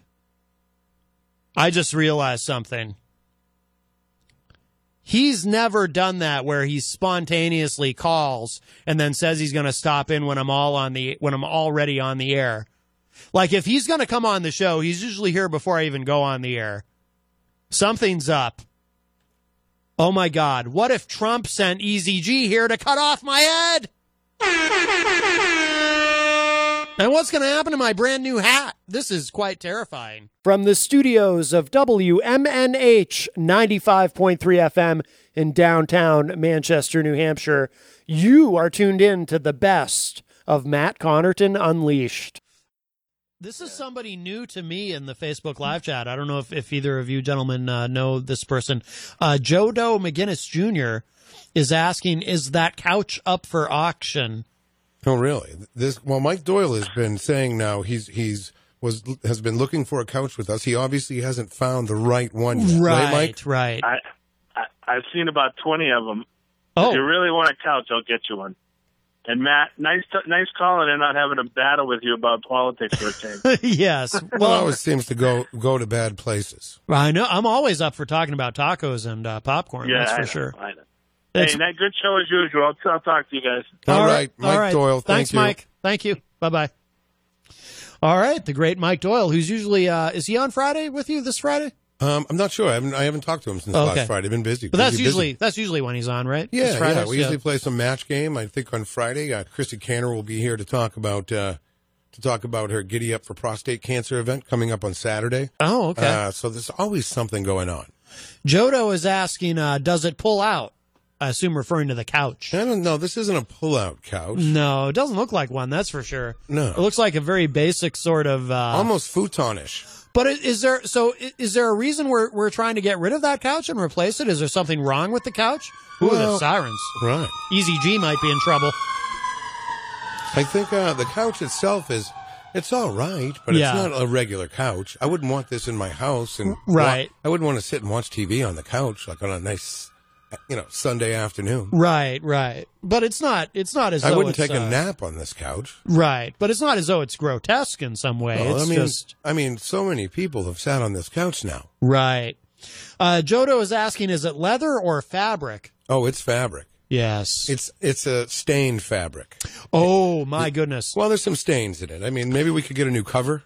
Speaker 8: I just realized something. He's never done that where he spontaneously calls and then says he's going to stop in when I'm all on the when I'm already on the air. Like if he's going to come on the show, he's usually here before I even go on the air. Something's up. Oh my God, what if Trump sent EZG here to cut off my head? And what's going to happen to my brand new hat? This is quite terrifying.
Speaker 2: From the studios of WMNH 95.3 FM in downtown Manchester, New Hampshire, you are tuned in to the best of Matt Connerton Unleashed.
Speaker 8: This is somebody new to me in the Facebook live chat. I don't know if, if either of you gentlemen uh, know this person. Uh, Jodo McGinnis Jr. is asking, is that couch up for auction?
Speaker 11: Oh, really? This well, Mike Doyle has been saying now he's he's was has been looking for a couch with us. He obviously hasn't found the right one yet, right, Mike?
Speaker 8: Right.
Speaker 6: I, I I've seen about twenty of them.
Speaker 8: Oh.
Speaker 6: If you really want a couch, I'll get you one. And Matt, nice t- nice calling and not having a battle with you about politics for a
Speaker 8: <laughs>
Speaker 6: change.
Speaker 8: yes.
Speaker 11: Well, always seems to go go to bad places.
Speaker 8: I know. I'm always up for talking about tacos and uh, popcorn.
Speaker 6: yeah,
Speaker 8: that's
Speaker 6: I
Speaker 8: for
Speaker 6: know,
Speaker 8: sure.
Speaker 6: I know.
Speaker 8: It's-
Speaker 6: Hey, Nat, good show as usual. I'll, I'll talk to you guys.
Speaker 8: All right, all right. Thanks, Mike. Thank you. Bye bye. All right, the great Mike Doyle, who's usually uh, is he on Friday with you this Friday?
Speaker 11: Um, I'm not sure. I haven't I haven't talked to him since
Speaker 8: Oh, Okay.
Speaker 11: last Friday. I've been busy.
Speaker 8: But that's
Speaker 11: busy, busy.
Speaker 8: usually that's usually when he's on, right? It's
Speaker 11: Yeah, yeah.
Speaker 8: Fridays,
Speaker 11: We usually play some match game. I think on Friday, uh, Christy Canner will be here to talk about uh, to talk about her giddy up for prostate cancer event coming up on Saturday.
Speaker 8: Oh, okay.
Speaker 11: Uh, so there's always something going on.
Speaker 8: Jodo is asking, uh, does it pull out? I assume referring to the couch.
Speaker 11: I don't know. This isn't a pull-out couch.
Speaker 8: No, it doesn't look like one. That's for sure.
Speaker 11: No.
Speaker 8: it looks like a very basic sort of uh,
Speaker 11: Almost futonish.
Speaker 8: But i- is there so i- is there a reason we're we're trying to get rid of that couch and replace it? Is there something wrong with the couch? Ooh, the
Speaker 11: Well-
Speaker 8: sirens.
Speaker 11: Right.
Speaker 8: Easy G might be in trouble.
Speaker 11: I think uh, the couch itself is it's all right, but
Speaker 8: Yeah.
Speaker 11: it's not a regular couch. I wouldn't want this in my house, and
Speaker 8: Right.
Speaker 11: I wouldn't want to sit and watch TV on the couch like on a nice, you know, Sunday afternoon.
Speaker 8: Right, right. But it's not it's not as
Speaker 11: I
Speaker 8: though
Speaker 11: wouldn't
Speaker 8: it's,
Speaker 11: take a
Speaker 8: uh,
Speaker 11: nap on this couch.
Speaker 8: Right, but it's not as though it's grotesque in some way.
Speaker 11: Well,
Speaker 8: it's
Speaker 11: I mean,
Speaker 8: just
Speaker 11: I mean, so many people have sat on this couch now.
Speaker 8: right. Uh, Jodo is asking, is it leather or fabric?
Speaker 11: Oh, it's fabric.
Speaker 8: Yes,
Speaker 11: it's it's a stained fabric.
Speaker 8: Oh my goodness!
Speaker 11: Well, there's some stains in it. I mean, maybe we could get a new cover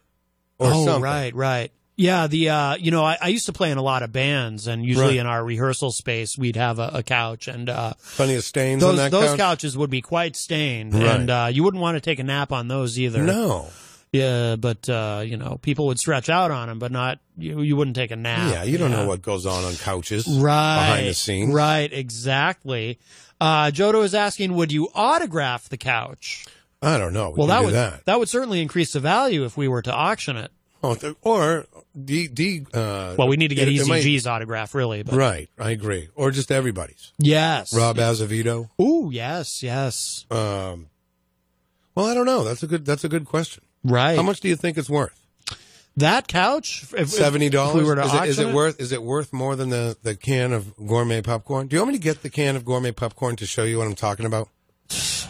Speaker 11: or
Speaker 8: oh,
Speaker 11: something.
Speaker 8: right, right. Yeah, the uh, you know, I, I used to play in a lot of bands, and usually
Speaker 11: Right.
Speaker 8: in our rehearsal space, we'd have a, a couch, and uh,
Speaker 11: Plenty of stains
Speaker 8: those
Speaker 11: on that
Speaker 8: those
Speaker 11: couch.
Speaker 8: couches would be quite stained,
Speaker 11: Right.
Speaker 8: and uh, you wouldn't want to take a nap on those either.
Speaker 11: No.
Speaker 8: Yeah, but uh, you know, people would stretch out on them, but not you. You wouldn't take a nap.
Speaker 11: yeah, you don't know what goes on on couches
Speaker 8: right
Speaker 11: behind the scenes.
Speaker 8: Right, exactly. Uh, Jodo is asking, would you autograph the couch?
Speaker 11: I don't know. Oh, We
Speaker 8: well,
Speaker 11: can
Speaker 8: that
Speaker 11: do
Speaker 8: would
Speaker 11: that.
Speaker 8: would certainly increase the value if we were to auction it.
Speaker 11: Oh, th- or D D. Uh,
Speaker 8: Well, we need to get E
Speaker 11: it- it might-
Speaker 8: EZG's autograph, really. But.
Speaker 11: Right, I agree. Or just everybody's.
Speaker 8: Yes.
Speaker 11: Rob Azevedo.
Speaker 8: Ooh, yes, yes.
Speaker 11: Um, well, I don't know. That's a good. That's a good question.
Speaker 8: Right.
Speaker 11: How much do you think it's worth?
Speaker 8: That couch, if- if-
Speaker 11: Seventy
Speaker 8: if we
Speaker 11: dollars.
Speaker 8: were to
Speaker 11: is, it,
Speaker 8: auction
Speaker 11: is it worth? Is it worth more than the the can of gourmet popcorn? Do you want me to get the can of gourmet popcorn to show you what I'm talking about?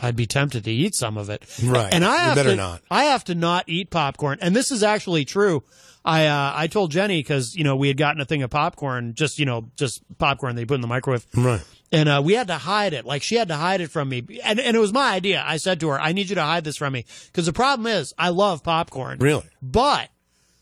Speaker 8: I'd be tempted to eat some of it.
Speaker 11: Right.
Speaker 8: And I
Speaker 11: You
Speaker 8: have
Speaker 11: better
Speaker 8: to,
Speaker 11: not.
Speaker 8: I have to not eat popcorn, and this is actually true. I uh, I told Jenny because you know we had gotten a thing of popcorn, just you know just popcorn they put in the microwave,
Speaker 11: Right.
Speaker 8: and uh, we had to hide it. Like she had to hide it from me, and and it was my idea. I said to her, "I need you to hide this from me," because the problem is I love popcorn,
Speaker 11: Really?
Speaker 8: but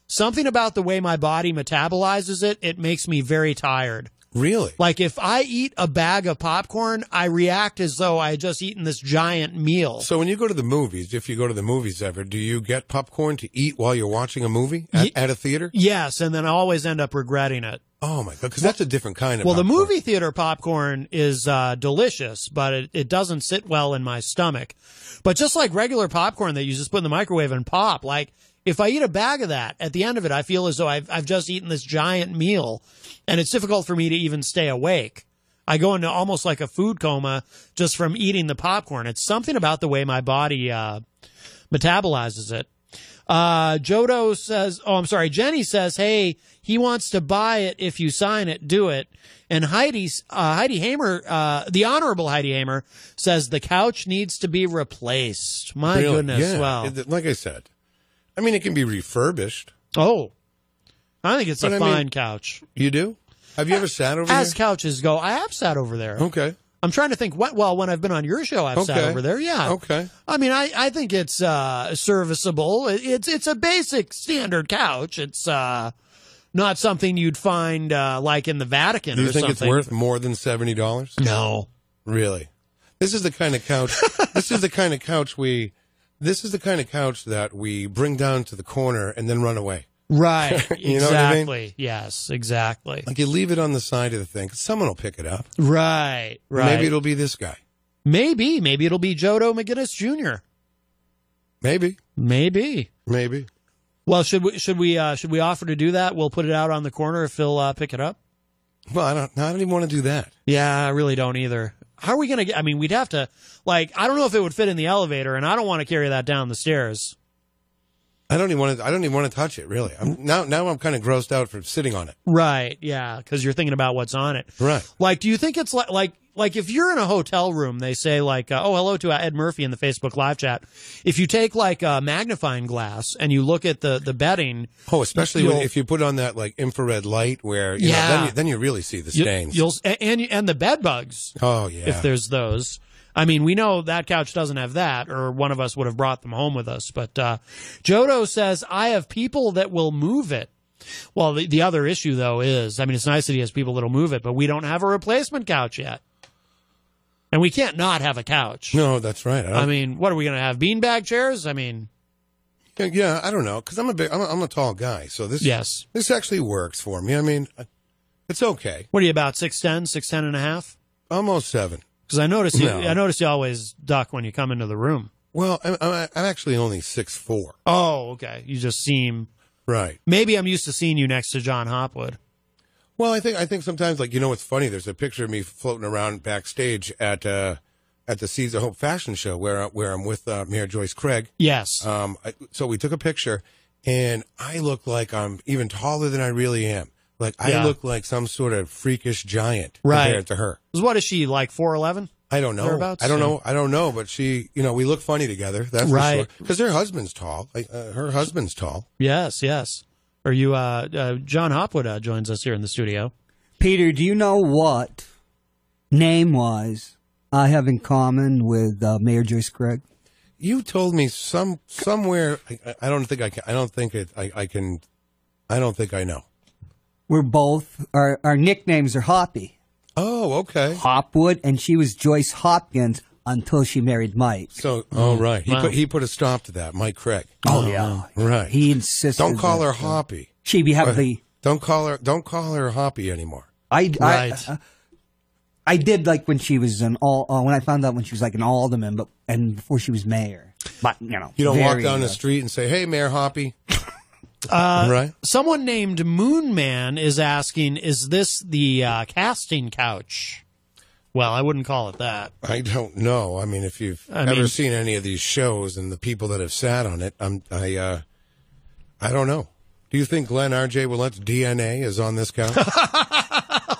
Speaker 8: something about the way my body metabolizes it, it makes me very tired.
Speaker 11: Really?
Speaker 8: Like if I eat a bag of popcorn, I react as though I had just eaten this giant meal.
Speaker 11: So when you go to the movies, if you go to the movies ever, do you get popcorn to eat while you're watching a movie at, at a theater?
Speaker 8: Yes, and then I always end up regretting it.
Speaker 11: Oh my god, because that's a different kind of.
Speaker 8: Well, the
Speaker 11: popcorn.
Speaker 8: movie theater popcorn is uh, delicious, but it, it doesn't sit well in my stomach. But just like regular popcorn that you just put in the microwave and pop, like if I eat a bag of that, at the end of it, I feel as though I've, I've just eaten this giant meal, and it's difficult for me to even stay awake. I go into almost like a food coma just from eating the popcorn. It's something about the way my body uh, metabolizes it. Uh, Jodo says, oh, I'm sorry. Jenny says, hey, he wants to buy it. If you sign it, do it. And Heidi's, uh, Heidi Hamer, uh, the honorable Heidi Hamer says the couch needs to be replaced. My
Speaker 11: Really?
Speaker 8: goodness.
Speaker 11: Yeah.
Speaker 8: Wow.
Speaker 11: It- like I said, I mean, it can be refurbished.
Speaker 8: Oh, I think it's
Speaker 11: But
Speaker 8: a
Speaker 11: I mean-
Speaker 8: fine couch.
Speaker 11: You do? Have you ever sat over
Speaker 8: As couches go, I have sat over there.
Speaker 11: Okay.
Speaker 8: I'm trying to think what, well, when I've been on your show, I've sat
Speaker 11: Okay.
Speaker 8: over there. Yeah.
Speaker 11: Okay.
Speaker 8: I mean, I, I think it's, uh, serviceable. It- It's, it's a basic standard couch. It's, uh, not something you'd find uh, like in the Vatican
Speaker 11: Do you
Speaker 8: or
Speaker 11: think it's
Speaker 8: something.
Speaker 11: worth more than seventy dollars?
Speaker 8: No,
Speaker 11: really. This is the kind
Speaker 8: <laughs>
Speaker 11: of couch. this is the kind of couch we. This is the kind of couch that we bring down to the corner and then run away.
Speaker 8: Right.
Speaker 11: <laughs> You know what I mean?
Speaker 8: exactly. Yes, exactly.
Speaker 11: Like you leave it on the side of the thing. 'cause Someone will pick it up.
Speaker 8: Right, right.
Speaker 11: Maybe it'll be this guy.
Speaker 8: Maybe, maybe it'll be Jodo McGinnis Jr.
Speaker 11: Maybe.
Speaker 8: Maybe.
Speaker 11: Maybe.
Speaker 8: Well, should we should we uh, should we offer to do that? We'll put it out on the corner if he'll uh, pick it up.
Speaker 11: Well, I don't. I don't even want to do that.
Speaker 8: Yeah, I really don't either. How are we gonna get? I mean, we'd have to like I don't know if it would fit in the elevator, and I don't want to carry that down the stairs.
Speaker 11: I don't even want to. I don't even want to touch it. Really. I'm now. Now I'm kind of grossed out from sitting on it.
Speaker 8: Right. Yeah, because you're thinking about what's on it.
Speaker 11: Right.
Speaker 8: Like, do you think it's like like like if you're in a hotel room, they say like, uh, oh, hello to uh, Ed Murphy in the Facebook live chat. If you take like a magnifying glass and you look at the the bedding,
Speaker 11: Oh, especially when,
Speaker 8: you'll-
Speaker 11: if you put on that like infrared light, where you know, then,
Speaker 8: Yeah.
Speaker 11: you, then you really see the
Speaker 8: you-
Speaker 11: stains.
Speaker 8: you'll a- and and the bed bugs.
Speaker 11: oh yeah.
Speaker 8: If there's those. I mean, we know that couch doesn't have that, or one of us would have brought them home with us. But uh, Jodo says, I have people that will move it. Well, the, the other issue, though, is I mean, it's nice that he has people that'll move it, but we don't have a replacement couch yet. And we can't not have a couch.
Speaker 11: No, that's right.
Speaker 8: I mean, what are we going to have? Beanbag chairs? I mean,
Speaker 11: Yeah, Yeah, I don't know, because I'm a big, I'm a, I'm a tall guy, so this
Speaker 8: Yes.
Speaker 11: this actually works for me. I mean, I- it's okay.
Speaker 8: what are you about, 6'10, 6'10 and a half?
Speaker 11: Almost seven.
Speaker 8: Because I notice you,
Speaker 11: No.
Speaker 8: I notice you always duck when you come into the room.
Speaker 11: Well, I'm, I'm, I'm actually only six four.
Speaker 8: Oh, okay. You just seem
Speaker 11: right.
Speaker 8: Maybe I'm used to seeing you next to John Hopwood.
Speaker 11: Well, I think I think sometimes, like you know, what's funny? There's a picture of me floating around backstage at uh, at the Seeds of Hope Fashion Show, where where I'm with uh, Mayor Joyce Craig.
Speaker 8: Yes.
Speaker 11: Um. I, so we took a picture, and I look like I'm even taller than I really am. Like I
Speaker 8: Yeah.
Speaker 11: look like some sort of freakish giant
Speaker 8: Right.
Speaker 11: compared to her.
Speaker 8: 'Cause What is she like? Four eleven?
Speaker 11: I don't know.
Speaker 8: Thereabouts?
Speaker 11: I don't
Speaker 8: Yeah.
Speaker 11: know. I don't know. But she, you know, we look funny together. That's
Speaker 8: Right.
Speaker 11: Because her husband's tall. Like, uh, her husband's tall.
Speaker 8: Yes, yes. Are you? Uh, uh, John Hopwood uh, joins us here in the studio.
Speaker 3: Peter, do you know what, name wise, I have in common with uh, Mayor Joyce Craig?
Speaker 11: You told me some somewhere. I- I, I don't think I can. I don't think it. I, I can. I don't think I know.
Speaker 3: We're both, our, our nicknames are Hoppy.
Speaker 11: Oh, okay.
Speaker 3: Hopwood, and she was Joyce Hopkins until she married Mike.
Speaker 11: So, oh right. He
Speaker 3: Wow.
Speaker 11: put he put a stop to that. Mike Craig.
Speaker 3: Oh, yeah.
Speaker 11: Right.
Speaker 3: He insisted.
Speaker 11: Don't call
Speaker 3: that,
Speaker 11: her
Speaker 3: uh,
Speaker 11: Hoppy.
Speaker 3: She be
Speaker 11: Or-
Speaker 3: happily.
Speaker 11: Don't call her. Don't call her Hoppy anymore.
Speaker 3: I, uh, I,
Speaker 11: Right.
Speaker 3: I, I did like when she was an all, uh, when I found out when she was like an alderman, but, and before she was mayor. But, you know.
Speaker 11: You don't walk
Speaker 3: very,
Speaker 11: down
Speaker 3: uh,
Speaker 11: the street and say, "Hey, Mayor Hoppy."
Speaker 8: <laughs> Uh,
Speaker 11: Right.
Speaker 8: Someone named Moon Man is asking, "Is this the uh, casting couch?" <laughs> Well, I wouldn't call it that.
Speaker 11: I don't know. I mean, if you've
Speaker 8: I
Speaker 11: ever
Speaker 8: mean-
Speaker 11: seen any of these shows and the people that have sat on it, I'm, I, uh, I don't know. Do you think Glenn R.J. Willette's DNA is on this couch?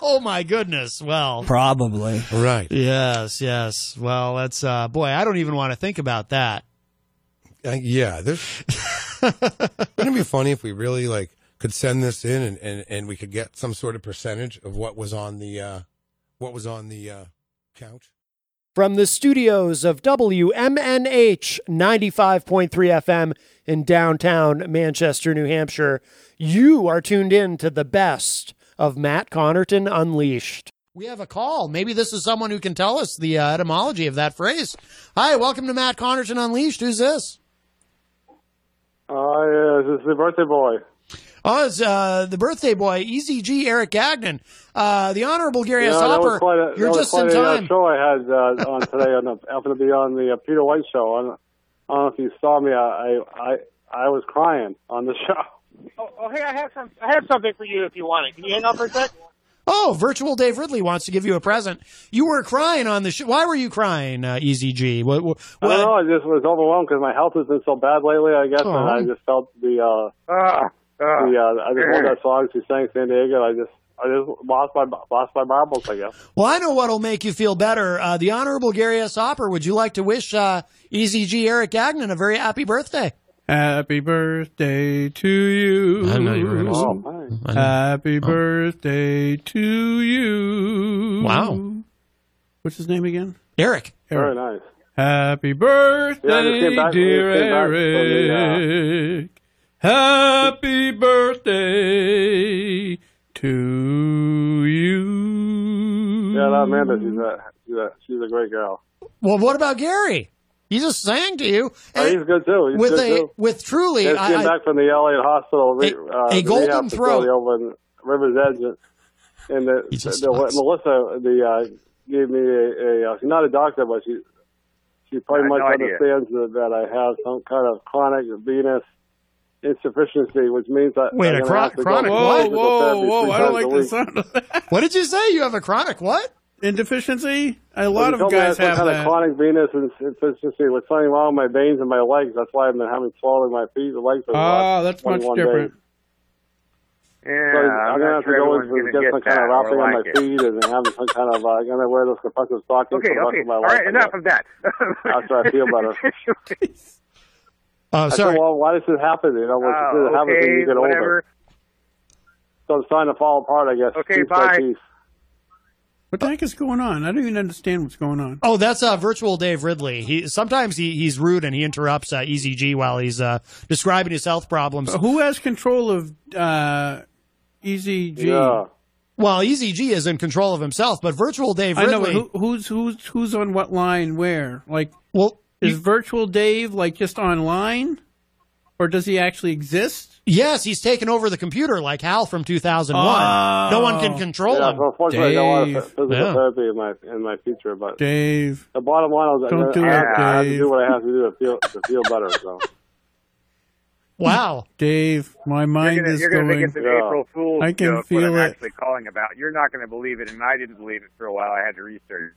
Speaker 8: oh my goodness! Well,
Speaker 3: Probably.
Speaker 11: Right.
Speaker 8: Yes, yes. Well, that's uh, boy. I don't even want to think about that.
Speaker 11: Uh, yeah. There's, wouldn't it be funny if we really like could send this in and, and, and we could get some sort of percentage of what was on the, uh, what was on the, uh, couch?
Speaker 25: From the studios of WMNH 95.3 FM in downtown Manchester, New Hampshire, you are tuned in to the best of Matt Connerton Unleashed.
Speaker 8: We have a call. Maybe this is someone who can tell us the uh, etymology of that phrase. <laughs> Hi, welcome to Matt Connerton Unleashed. Who's this?
Speaker 15: Oh, yeah, this is the birthday boy.
Speaker 8: Oh, it's uh, the birthday boy, EZG Eric Gagnon. Uh, the Honorable Gary S.
Speaker 15: yeah, that
Speaker 8: Hopper.
Speaker 15: was quite a,
Speaker 8: You're
Speaker 15: that was
Speaker 8: just
Speaker 15: quite
Speaker 8: in
Speaker 15: a, uh,
Speaker 8: time.
Speaker 15: show I had uh, on today. On the, happened to be on the uh, Peter White show. I don't, I don't know if you saw me. I, I, I, I was crying on the <laughs> show.
Speaker 20: Oh, oh, hey, I have some. I have something for you if you want it. Can you hang on for a sec?
Speaker 8: Oh, Virtual Dave Ridley wants to give you a present. You were crying on the show. Why were you crying, uh, EZG? What, what,
Speaker 15: I don't know. I just was overwhelmed because my health has been so bad lately. I guess, and
Speaker 8: Aw.
Speaker 15: I just felt the uh, the uh, I just love that song she sang San Diego. I just I just lost my lost my marbles. I guess.
Speaker 8: well, I know what'll make you feel better. Uh, the Honorable Gary S. Hopper, would you like to wish uh, EZG Eric Gagnon a very happy birthday?
Speaker 26: Happy birthday to you.
Speaker 8: I know you were gonna-
Speaker 26: to
Speaker 8: Oh, my.
Speaker 26: Happy
Speaker 8: Oh.
Speaker 26: birthday to you.
Speaker 8: Wow.
Speaker 26: What's his name again?
Speaker 8: Eric.
Speaker 26: Eric.
Speaker 15: Very nice.
Speaker 26: Happy
Speaker 15: Yeah, I
Speaker 26: birthday,
Speaker 15: just came back-
Speaker 26: dear
Speaker 15: just came back from the, uh,
Speaker 26: Eric. Happy birthday to you.
Speaker 15: Yeah, that Amanda, she's a, she's a, she's a great girl.
Speaker 8: Well, what about Gary? He just sang to you.
Speaker 15: Oh, he's good too. He's
Speaker 8: with
Speaker 15: good
Speaker 8: a
Speaker 15: too.
Speaker 8: with truly
Speaker 15: Just
Speaker 8: I,
Speaker 15: came
Speaker 8: I,
Speaker 15: back from the Elliott Hospital, re, uh,
Speaker 8: a
Speaker 15: the
Speaker 8: golden
Speaker 15: rehab facility
Speaker 8: throat.
Speaker 15: over in Rivers Edge, and the,
Speaker 8: just
Speaker 15: the,
Speaker 8: sucks.
Speaker 15: Melissa the uh, gave me a, a uh, she's not a doctor, but she she
Speaker 21: I
Speaker 15: pretty
Speaker 21: had
Speaker 15: much
Speaker 21: no idea.
Speaker 15: understands that, that I have some kind of chronic venous insufficiency, which means that
Speaker 8: Wait,
Speaker 15: I'm
Speaker 8: a
Speaker 15: gonna
Speaker 8: chro-
Speaker 15: have to go
Speaker 8: chronic
Speaker 15: to
Speaker 8: what?
Speaker 15: physical
Speaker 8: Whoa, whoa,
Speaker 15: therapy
Speaker 8: I
Speaker 15: three
Speaker 8: don't
Speaker 15: times a
Speaker 8: like the
Speaker 15: week.
Speaker 8: what did you say? You have a chronic what?
Speaker 26: In deficiency? A
Speaker 15: Well,
Speaker 26: lot
Speaker 15: they
Speaker 26: of
Speaker 15: told me I
Speaker 26: guys
Speaker 15: some
Speaker 26: have
Speaker 15: kind
Speaker 26: that.
Speaker 15: of chronic venous ins- insufficiency with something wrong with my veins and my legs. That's why I've been having swelling my feet and legs. for the
Speaker 26: Ah,
Speaker 21: uh,
Speaker 26: that's
Speaker 15: last
Speaker 26: much
Speaker 15: 21
Speaker 26: different.
Speaker 15: Days.
Speaker 21: Yeah,
Speaker 15: So I'm,
Speaker 21: I'm
Speaker 15: gonna
Speaker 21: not
Speaker 15: have to
Speaker 21: sure
Speaker 15: go
Speaker 21: everyone's
Speaker 15: in
Speaker 21: going
Speaker 15: and get,
Speaker 21: to get that.
Speaker 15: some kind of wrapping
Speaker 21: or
Speaker 15: on my
Speaker 21: like it.
Speaker 15: feet and have some kind of. Uh, I'm gonna wear those compressive stockings
Speaker 21: Okay,
Speaker 15: for the rest
Speaker 21: okay.
Speaker 15: of my
Speaker 21: All
Speaker 15: life.
Speaker 21: right, enough of
Speaker 15: <laughs>
Speaker 21: that.
Speaker 15: After I feel
Speaker 21: <laughs>
Speaker 15: better.
Speaker 8: Oh,
Speaker 15: I
Speaker 8: sorry.
Speaker 15: Said, well, why does this happen? You know, what
Speaker 21: Oh,
Speaker 15: does it happen when you
Speaker 21: okay,
Speaker 15: get
Speaker 21: whatever.
Speaker 15: older? So it's starting to fall apart, I guess.
Speaker 21: Okay,
Speaker 15: piece by
Speaker 21: bye.
Speaker 15: piece.
Speaker 26: What the heck is going on? I don't even understand what's going on.
Speaker 8: Oh, that's uh, virtual Dave Ridley. He sometimes he, he's rude and he interrupts uh, EZG while he's uh, describing his health problems.
Speaker 26: Uh, Who has control of uh, EZG?
Speaker 8: Well, EZG is in control of himself, but virtual Dave
Speaker 26: I
Speaker 8: Ridley.
Speaker 26: know, but who, who's who's who's on what line where? Like,
Speaker 8: well,
Speaker 26: is virtual Dave like just online, or does he actually exist?
Speaker 8: Yes, he's taken over the computer like Hal from 2001. No one
Speaker 26: Oh.
Speaker 8: can control
Speaker 15: yeah,
Speaker 8: him.
Speaker 15: so Unfortunately, I don't want
Speaker 8: Dave.
Speaker 15: physical
Speaker 8: Yeah.
Speaker 15: therapy in my in my future, but
Speaker 26: Dave.
Speaker 15: The bottom line is
Speaker 26: Don't
Speaker 15: I,
Speaker 26: do
Speaker 15: I,
Speaker 26: that,
Speaker 15: I have to
Speaker 26: Dave.
Speaker 15: do what I have to do to feel to feel better. So.
Speaker 8: Wow,
Speaker 26: <laughs> Dave, my mind
Speaker 21: You're gonna-
Speaker 26: is
Speaker 21: you're going to
Speaker 26: going.
Speaker 21: make it an April Fool's
Speaker 26: I can
Speaker 21: joke, what
Speaker 26: feel
Speaker 21: I'm
Speaker 26: it.
Speaker 21: actually calling about. You're not going to believe it, and I didn't believe it for a while. I had to research.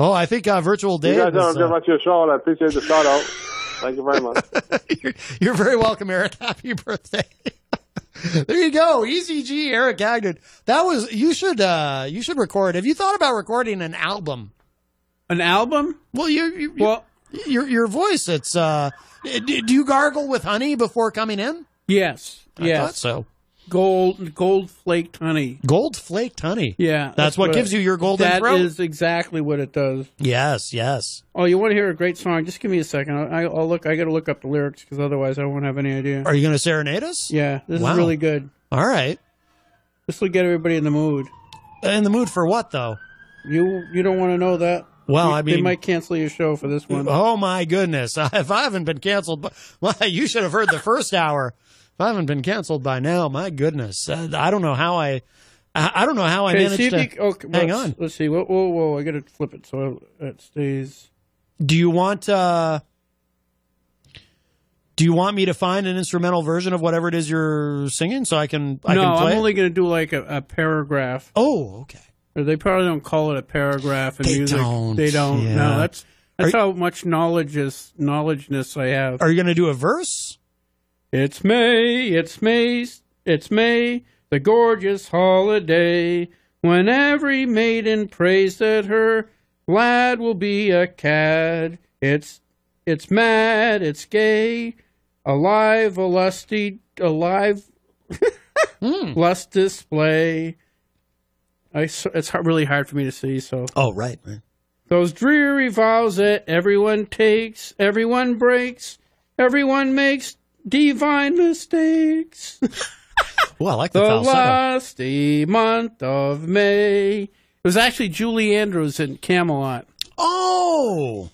Speaker 8: Oh, I think uh, virtual Dave.
Speaker 21: guys
Speaker 8: is,
Speaker 21: don't
Speaker 8: uh,
Speaker 15: Much your show, and I appreciate the shout out. Thank you
Speaker 8: <laughs>
Speaker 15: very much.
Speaker 8: You're very welcome, Eric. <laughs> Happy birthday. there you go. ECG, Eric Agnew. That was you should uh you should record. Have you thought about recording an album?
Speaker 26: An album?
Speaker 8: Well, you, you well your your voice. It's uh. Do, do you gargle with honey before coming in?
Speaker 26: Yes,
Speaker 8: I
Speaker 26: yes.
Speaker 8: thought so.
Speaker 26: Gold, gold flaked honey.
Speaker 8: Gold flaked honey.
Speaker 26: Yeah,
Speaker 8: That's what gives you your golden
Speaker 26: That
Speaker 8: throat?
Speaker 26: is exactly what it does.
Speaker 8: Yes, yes.
Speaker 26: Oh, you want to hear a great song? Just give me a second. I, I'll look. I got to look up the lyrics because otherwise I won't have any idea.
Speaker 8: Are you going to serenade us?
Speaker 26: Yeah, this
Speaker 8: Wow.
Speaker 26: is really good.
Speaker 8: All right.
Speaker 26: This will get everybody in the mood.
Speaker 8: In the mood for what, though?
Speaker 26: You you don't want to know that.
Speaker 8: Well,
Speaker 26: You-
Speaker 8: I
Speaker 26: they
Speaker 8: mean-
Speaker 26: might cancel your show for this one.
Speaker 8: Oh my goodness! <laughs> If I haven't been canceled, by, <laughs> well, you should have heard the first hour. If I haven't been canceled by now, my goodness, uh, I don't know how I, I, I don't know how I
Speaker 26: Okay,
Speaker 8: managed
Speaker 26: see if
Speaker 8: to.
Speaker 26: you c- okay,
Speaker 8: hang
Speaker 26: let's-
Speaker 8: on.
Speaker 26: Let's see. Whoa, whoa, whoa! I got to flip it so it stays.
Speaker 8: Do you want? uh Do you want me to find an instrumental version of whatever it is you're singing so I can? I
Speaker 26: no,
Speaker 8: can play
Speaker 26: I'm
Speaker 8: it?
Speaker 26: only going to do like a, a paragraph.
Speaker 8: Oh, okay.
Speaker 26: They probably don't call it a paragraph in
Speaker 8: They
Speaker 26: music.
Speaker 8: don't,
Speaker 26: They don't.
Speaker 8: yeah.
Speaker 26: No, that's that's
Speaker 8: Are-
Speaker 26: how much knowledge is knowledgeness I have.
Speaker 8: Are you going to do a verse?
Speaker 26: It's May. It's May. It's May. The gorgeous holiday when every maiden prays that her lad will be a cad. It's it's mad. It's gay. Alive, a lusty, alive,
Speaker 8: Hmm.
Speaker 26: <laughs> lust display. I, s- it's hard, really hard for me to see. So.
Speaker 8: Oh, right, right.
Speaker 26: Those dreary vows that everyone takes, everyone breaks, everyone makes divine mistakes.
Speaker 8: <laughs> Well, I like the,
Speaker 26: the
Speaker 8: falsetto.
Speaker 26: lusty month of May. It was actually Julie Andrews in Camelot.
Speaker 8: Oh,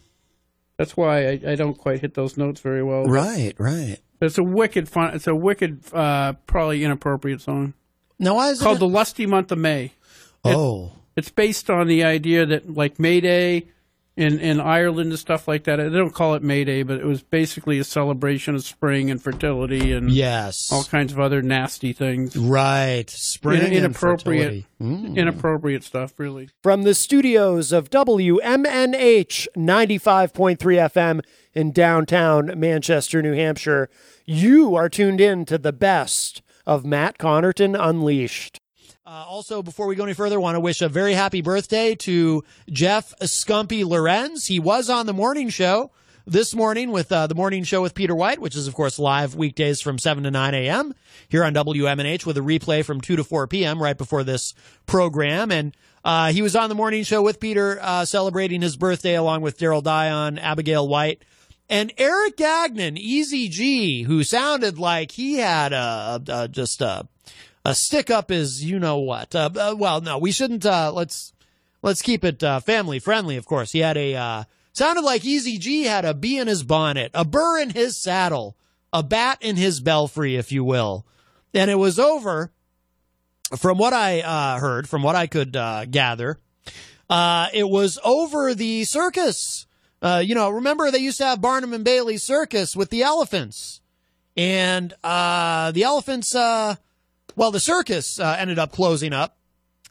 Speaker 26: that's why I, I don't quite hit those notes very well.
Speaker 8: Right, right.
Speaker 26: It's a wicked fun. It's a wicked, uh, probably inappropriate song.
Speaker 8: No, why is
Speaker 26: called
Speaker 8: it-
Speaker 26: the Lusty Month of May?
Speaker 8: Oh.
Speaker 26: it's based on the idea that like May Day in in Ireland and stuff like that. They don't call it May Day, but it was basically a celebration of spring and fertility and
Speaker 8: Yes.
Speaker 26: all kinds of other nasty things.
Speaker 8: Right, spring
Speaker 26: In-
Speaker 8: and
Speaker 26: inappropriate,
Speaker 8: fertility. Mm.
Speaker 26: inappropriate stuff. Really.
Speaker 27: From the studios of WMNH 95.3 FM in downtown Manchester, New Hampshire, you are tuned in to the best of Matt Connerton Unleashed.
Speaker 8: Uh, also, before we go any further, want to wish a very happy birthday to Jeff Scumpy Lorenz. He was on the morning show this morning with uh, the morning show with Peter White, which is of course live weekdays from seven to nine a.m. here on WMNH with a replay from two to four p.m. right before this program. And uh, he was on the morning show with Peter, uh, celebrating his birthday along with Daryl Dion, Abigail White, And Eric Gagnon, Easy G, who sounded like he had a, a, a- just a a stick up is you know what. Uh, uh, well, no, we shouldn't. Uh, let's let's keep it uh, family friendly. Of course, he had a uh, sounded like Easy G had a bee in his bonnet, a burr in his saddle, a bat in his belfry, if you will. And it was over from what I uh, heard, from what I could uh, gather, uh, it was over the circus. Uh, you know, remember they used to have Barnum and Bailey Circus with the elephants, and uh, the elephants. Uh, well, the circus uh, ended up closing up.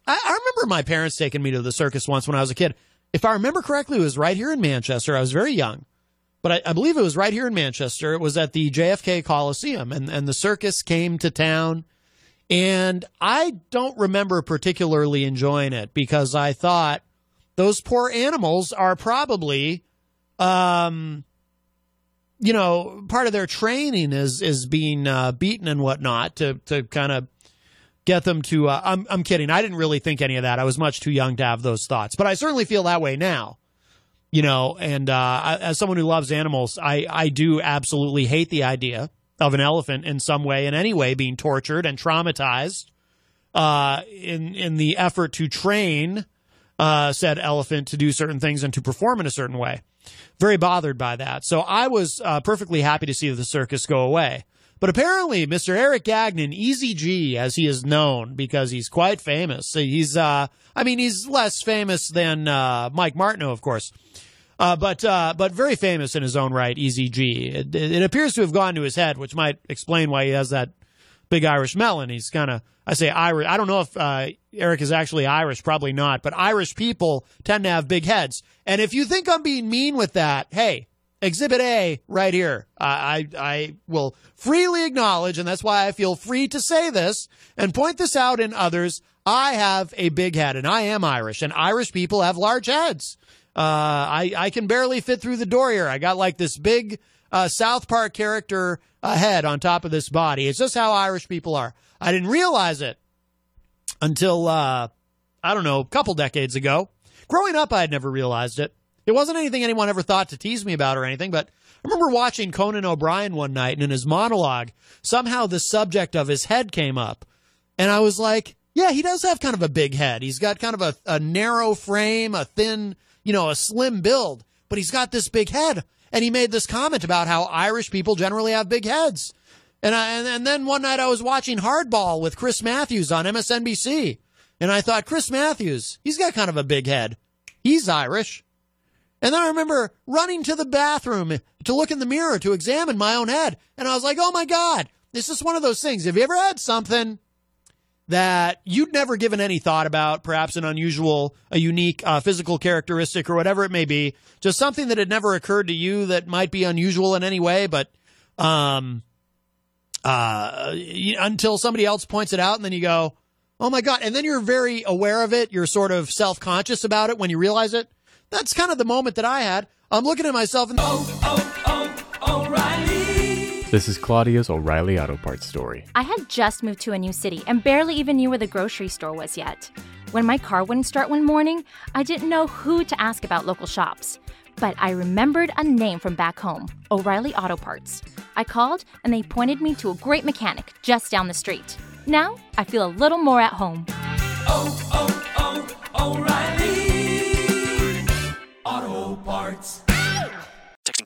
Speaker 8: I, I remember my parents taking me to the circus once when I was a kid. If I remember correctly, it was right here in Manchester. I was very young, but I, I believe it was right here in Manchester. It was at the JFK Coliseum, and, and the circus came to town. And I don't remember particularly enjoying it because I thought those poor animals are probably, um, you know, part of their training is is being uh, beaten and whatnot to to kind of get them to. Uh, I'm I'm kidding. I didn't really think any of that. I was much too young to have those thoughts, but I certainly feel that way now. You know, and uh, I, as someone who loves animals, I I do absolutely hate the idea of an elephant in some way, in any way, being tortured and traumatized uh, in in the effort to train uh, said elephant to do certain things and to perform in a certain way. Very bothered by that. So I was uh, perfectly happy to see the circus go away. But apparently, Mr. Eric Gagnon, Easy G, as he is known, because he's quite famous. He's, uh, I mean, he's less famous than uh, Mike Martineau, of course, uh, but uh, but very famous in his own right. Easy G. It, it appears to have gone to his head, which might explain why he has that big Irish melon. He's kind of, I say Irish. I don't know if uh, Eric is actually Irish, probably not, but Irish people tend to have big heads. And if you think I'm being mean with that, hey, Exhibit A right here. I, I, I will freely acknowledge, and that's why I feel free to say this and point this out in others. I have a big head, and I am Irish, and Irish people have large heads. Uh, I, I can barely fit through the door here. I got like this big uh, South Park character uh, head on top of this body. It's just how Irish people are. I didn't realize it until uh, I don't know, a couple decades ago. Growing up, I had never realized it. It wasn't anything anyone ever thought to tease me about or anything, but I remember watching Conan O'Brien one night, and in his monologue, somehow the subject of his head came up. And I was like, yeah, he does have kind of a big head. He's got kind of a, a narrow frame, a thin, you know, a slim build, but he's got this big head. And he made this comment about how Irish people generally have big heads. And, I, and and then one night I was watching Hardball with Chris Matthews on MSNBC, and I thought Chris Matthews, he's got kind of a big head. He's Irish. And then I remember running to the bathroom to look in the mirror to examine my own head, and I was like, "Oh my god, this is one of those things. Have you ever had something that you'd never given any thought about, perhaps an unusual, a unique uh, physical characteristic or whatever it may be, just something that had never occurred to you that might be unusual in any way, but um, uh, y- until somebody else points it out, and then you go, "Oh my god!" And then you're very aware of it. You're sort of self conscious about it when you realize it. That's kind of the moment that I had. I'm looking at myself and
Speaker 28: This is Claudia's O'Reilly Auto Parts story.
Speaker 15: I had just moved to a new city and barely even knew where the grocery store was yet. When my car wouldn't start one morning, I didn't know who to ask about local shops. But I remembered a name from back home O'Reilly Auto Parts. I called and they pointed me to a great mechanic just down the street. Now I feel a little more at home.
Speaker 16: Oh, Auto Parts. Texting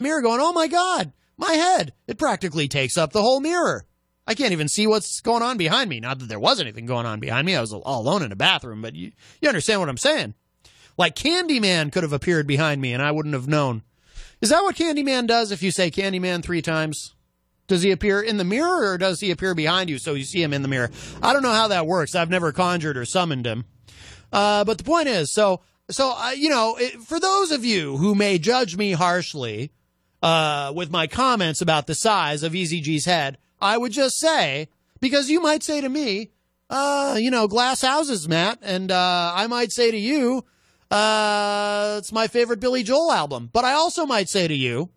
Speaker 8: mirror going, oh my God, my head. It practically takes up the whole mirror. I can't even see what's going on behind me. Not that there was anything going on behind me. I was all alone in a bathroom, but you, you understand what I'm saying. Like Candyman could have appeared behind me and I wouldn't have known. Is that what Candyman does if you say Candyman three times? Does he appear in the mirror or does he appear behind you so you see him in the mirror? I don't know how that works. I've never conjured or summoned him. Uh, but the point is, so so uh, you know, it, for those of you who may judge me harshly uh, with my comments about the size of EZG's head, I would just say because you might say to me, uh, you know, glass houses, Matt, and uh, I might say to you, uh, it's my favorite Billy Joel album. But I also might say to you,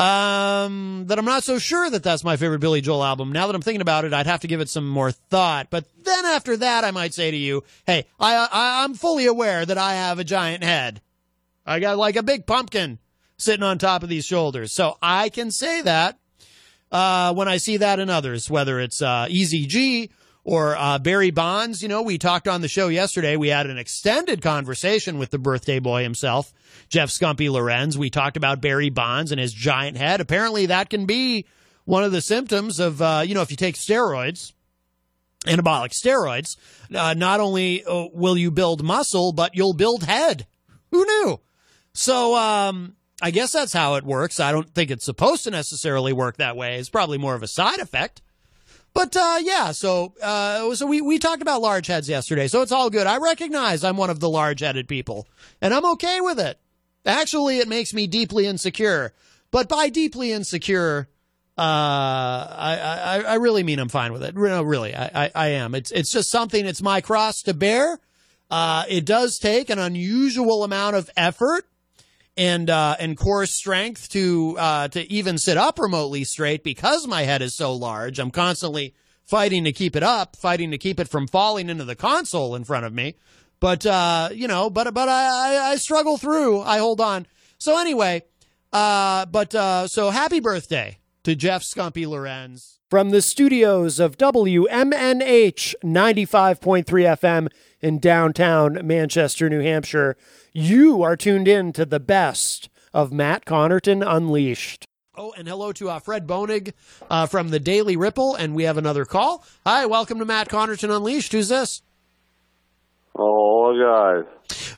Speaker 8: um, that I'm not so sure that that's my favorite Billy Joel album. Now that I'm thinking about it, I'd have to give it some more thought. But then after that, I might say to you, "Hey, I, I I'm fully aware that I have a giant head. I got like a big pumpkin sitting on top of these shoulders, so I can say that uh, when I see that in others, whether it's uh, EZG or uh, Barry Bonds. You know, we talked on the show yesterday. We had an extended conversation with the birthday boy himself, Jeff Scumpy Lorenz. We talked about Barry Bonds and his giant head. Apparently, that can be one of the symptoms of, uh, you know, if you take steroids, anabolic steroids, uh, not only uh, will you build muscle, but you'll build head. Who knew? So, um, I guess that's how it works. I don't think it's supposed to necessarily work that way. It's probably more of a side effect. But uh, yeah, so uh, so we we talked about large heads yesterday, so it's all good. I recognize I'm one of the large-headed people, and I'm okay with it. Actually, it makes me deeply insecure. But by deeply insecure, uh, I, I I really mean I'm fine with it. No, really, I, I I am. It's it's just something. It's my cross to bear. Uh, it does take an unusual amount of effort and uh, and core strength to uh, to even sit up remotely straight because my head is so large. I'm constantly fighting to keep it up, fighting to keep it from falling into the console in front of me. But uh, you know, but but I, I, I struggle through. I hold on. So anyway, uh, but uh, so happy birthday to Jeff Scumpy Lorenz.
Speaker 2: From the studios of WMNH 95.3 FM in downtown Manchester, New Hampshire, you are tuned in to the best of Matt Connerton Unleashed.
Speaker 8: Oh, and hello to uh, Fred Bonig uh, from the Daily Ripple, and we have another call. Hi, welcome to Matt Connerton Unleashed. Who's this?
Speaker 21: Oh, guys.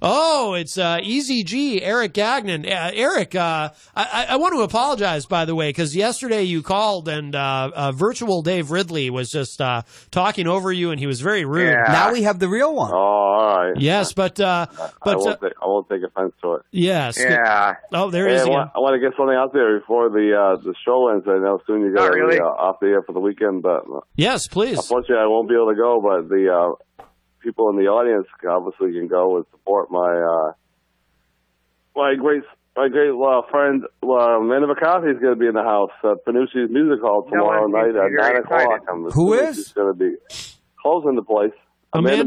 Speaker 8: Oh, it's uh, EZG, Eric Gagnon. Uh, Eric, uh, I, I want to apologize, by the way, because yesterday you called and uh, uh, virtual Dave Ridley was just uh, talking over you, and he was very rude.
Speaker 21: Yeah. Now
Speaker 8: we have the real one.
Speaker 21: Oh, all right.
Speaker 8: Yes, but uh,
Speaker 21: I
Speaker 8: but
Speaker 21: won't,
Speaker 8: uh,
Speaker 21: take, I won't take offense to it.
Speaker 8: yes.
Speaker 21: Yeah.
Speaker 8: Oh, there he
Speaker 21: Hey,
Speaker 8: is
Speaker 21: I,
Speaker 8: again.
Speaker 21: want, I want to get something out there before the uh, the show ends. I know soon you got
Speaker 8: Oh, really?
Speaker 21: uh, off the air for the weekend, but uh,
Speaker 8: Yes, please.
Speaker 21: unfortunately I won't be able to go. But the uh, people in the audience obviously can go and support my uh, my great my great uh, friend uh, Amanda McCarthy is going to be in the house at Panucci's Music Hall tomorrow
Speaker 14: I'm
Speaker 21: night at
Speaker 14: very
Speaker 21: nine o'clock.
Speaker 14: excited.
Speaker 21: I'm
Speaker 8: Who
Speaker 21: assuming She's going to be closing the place. Amanda,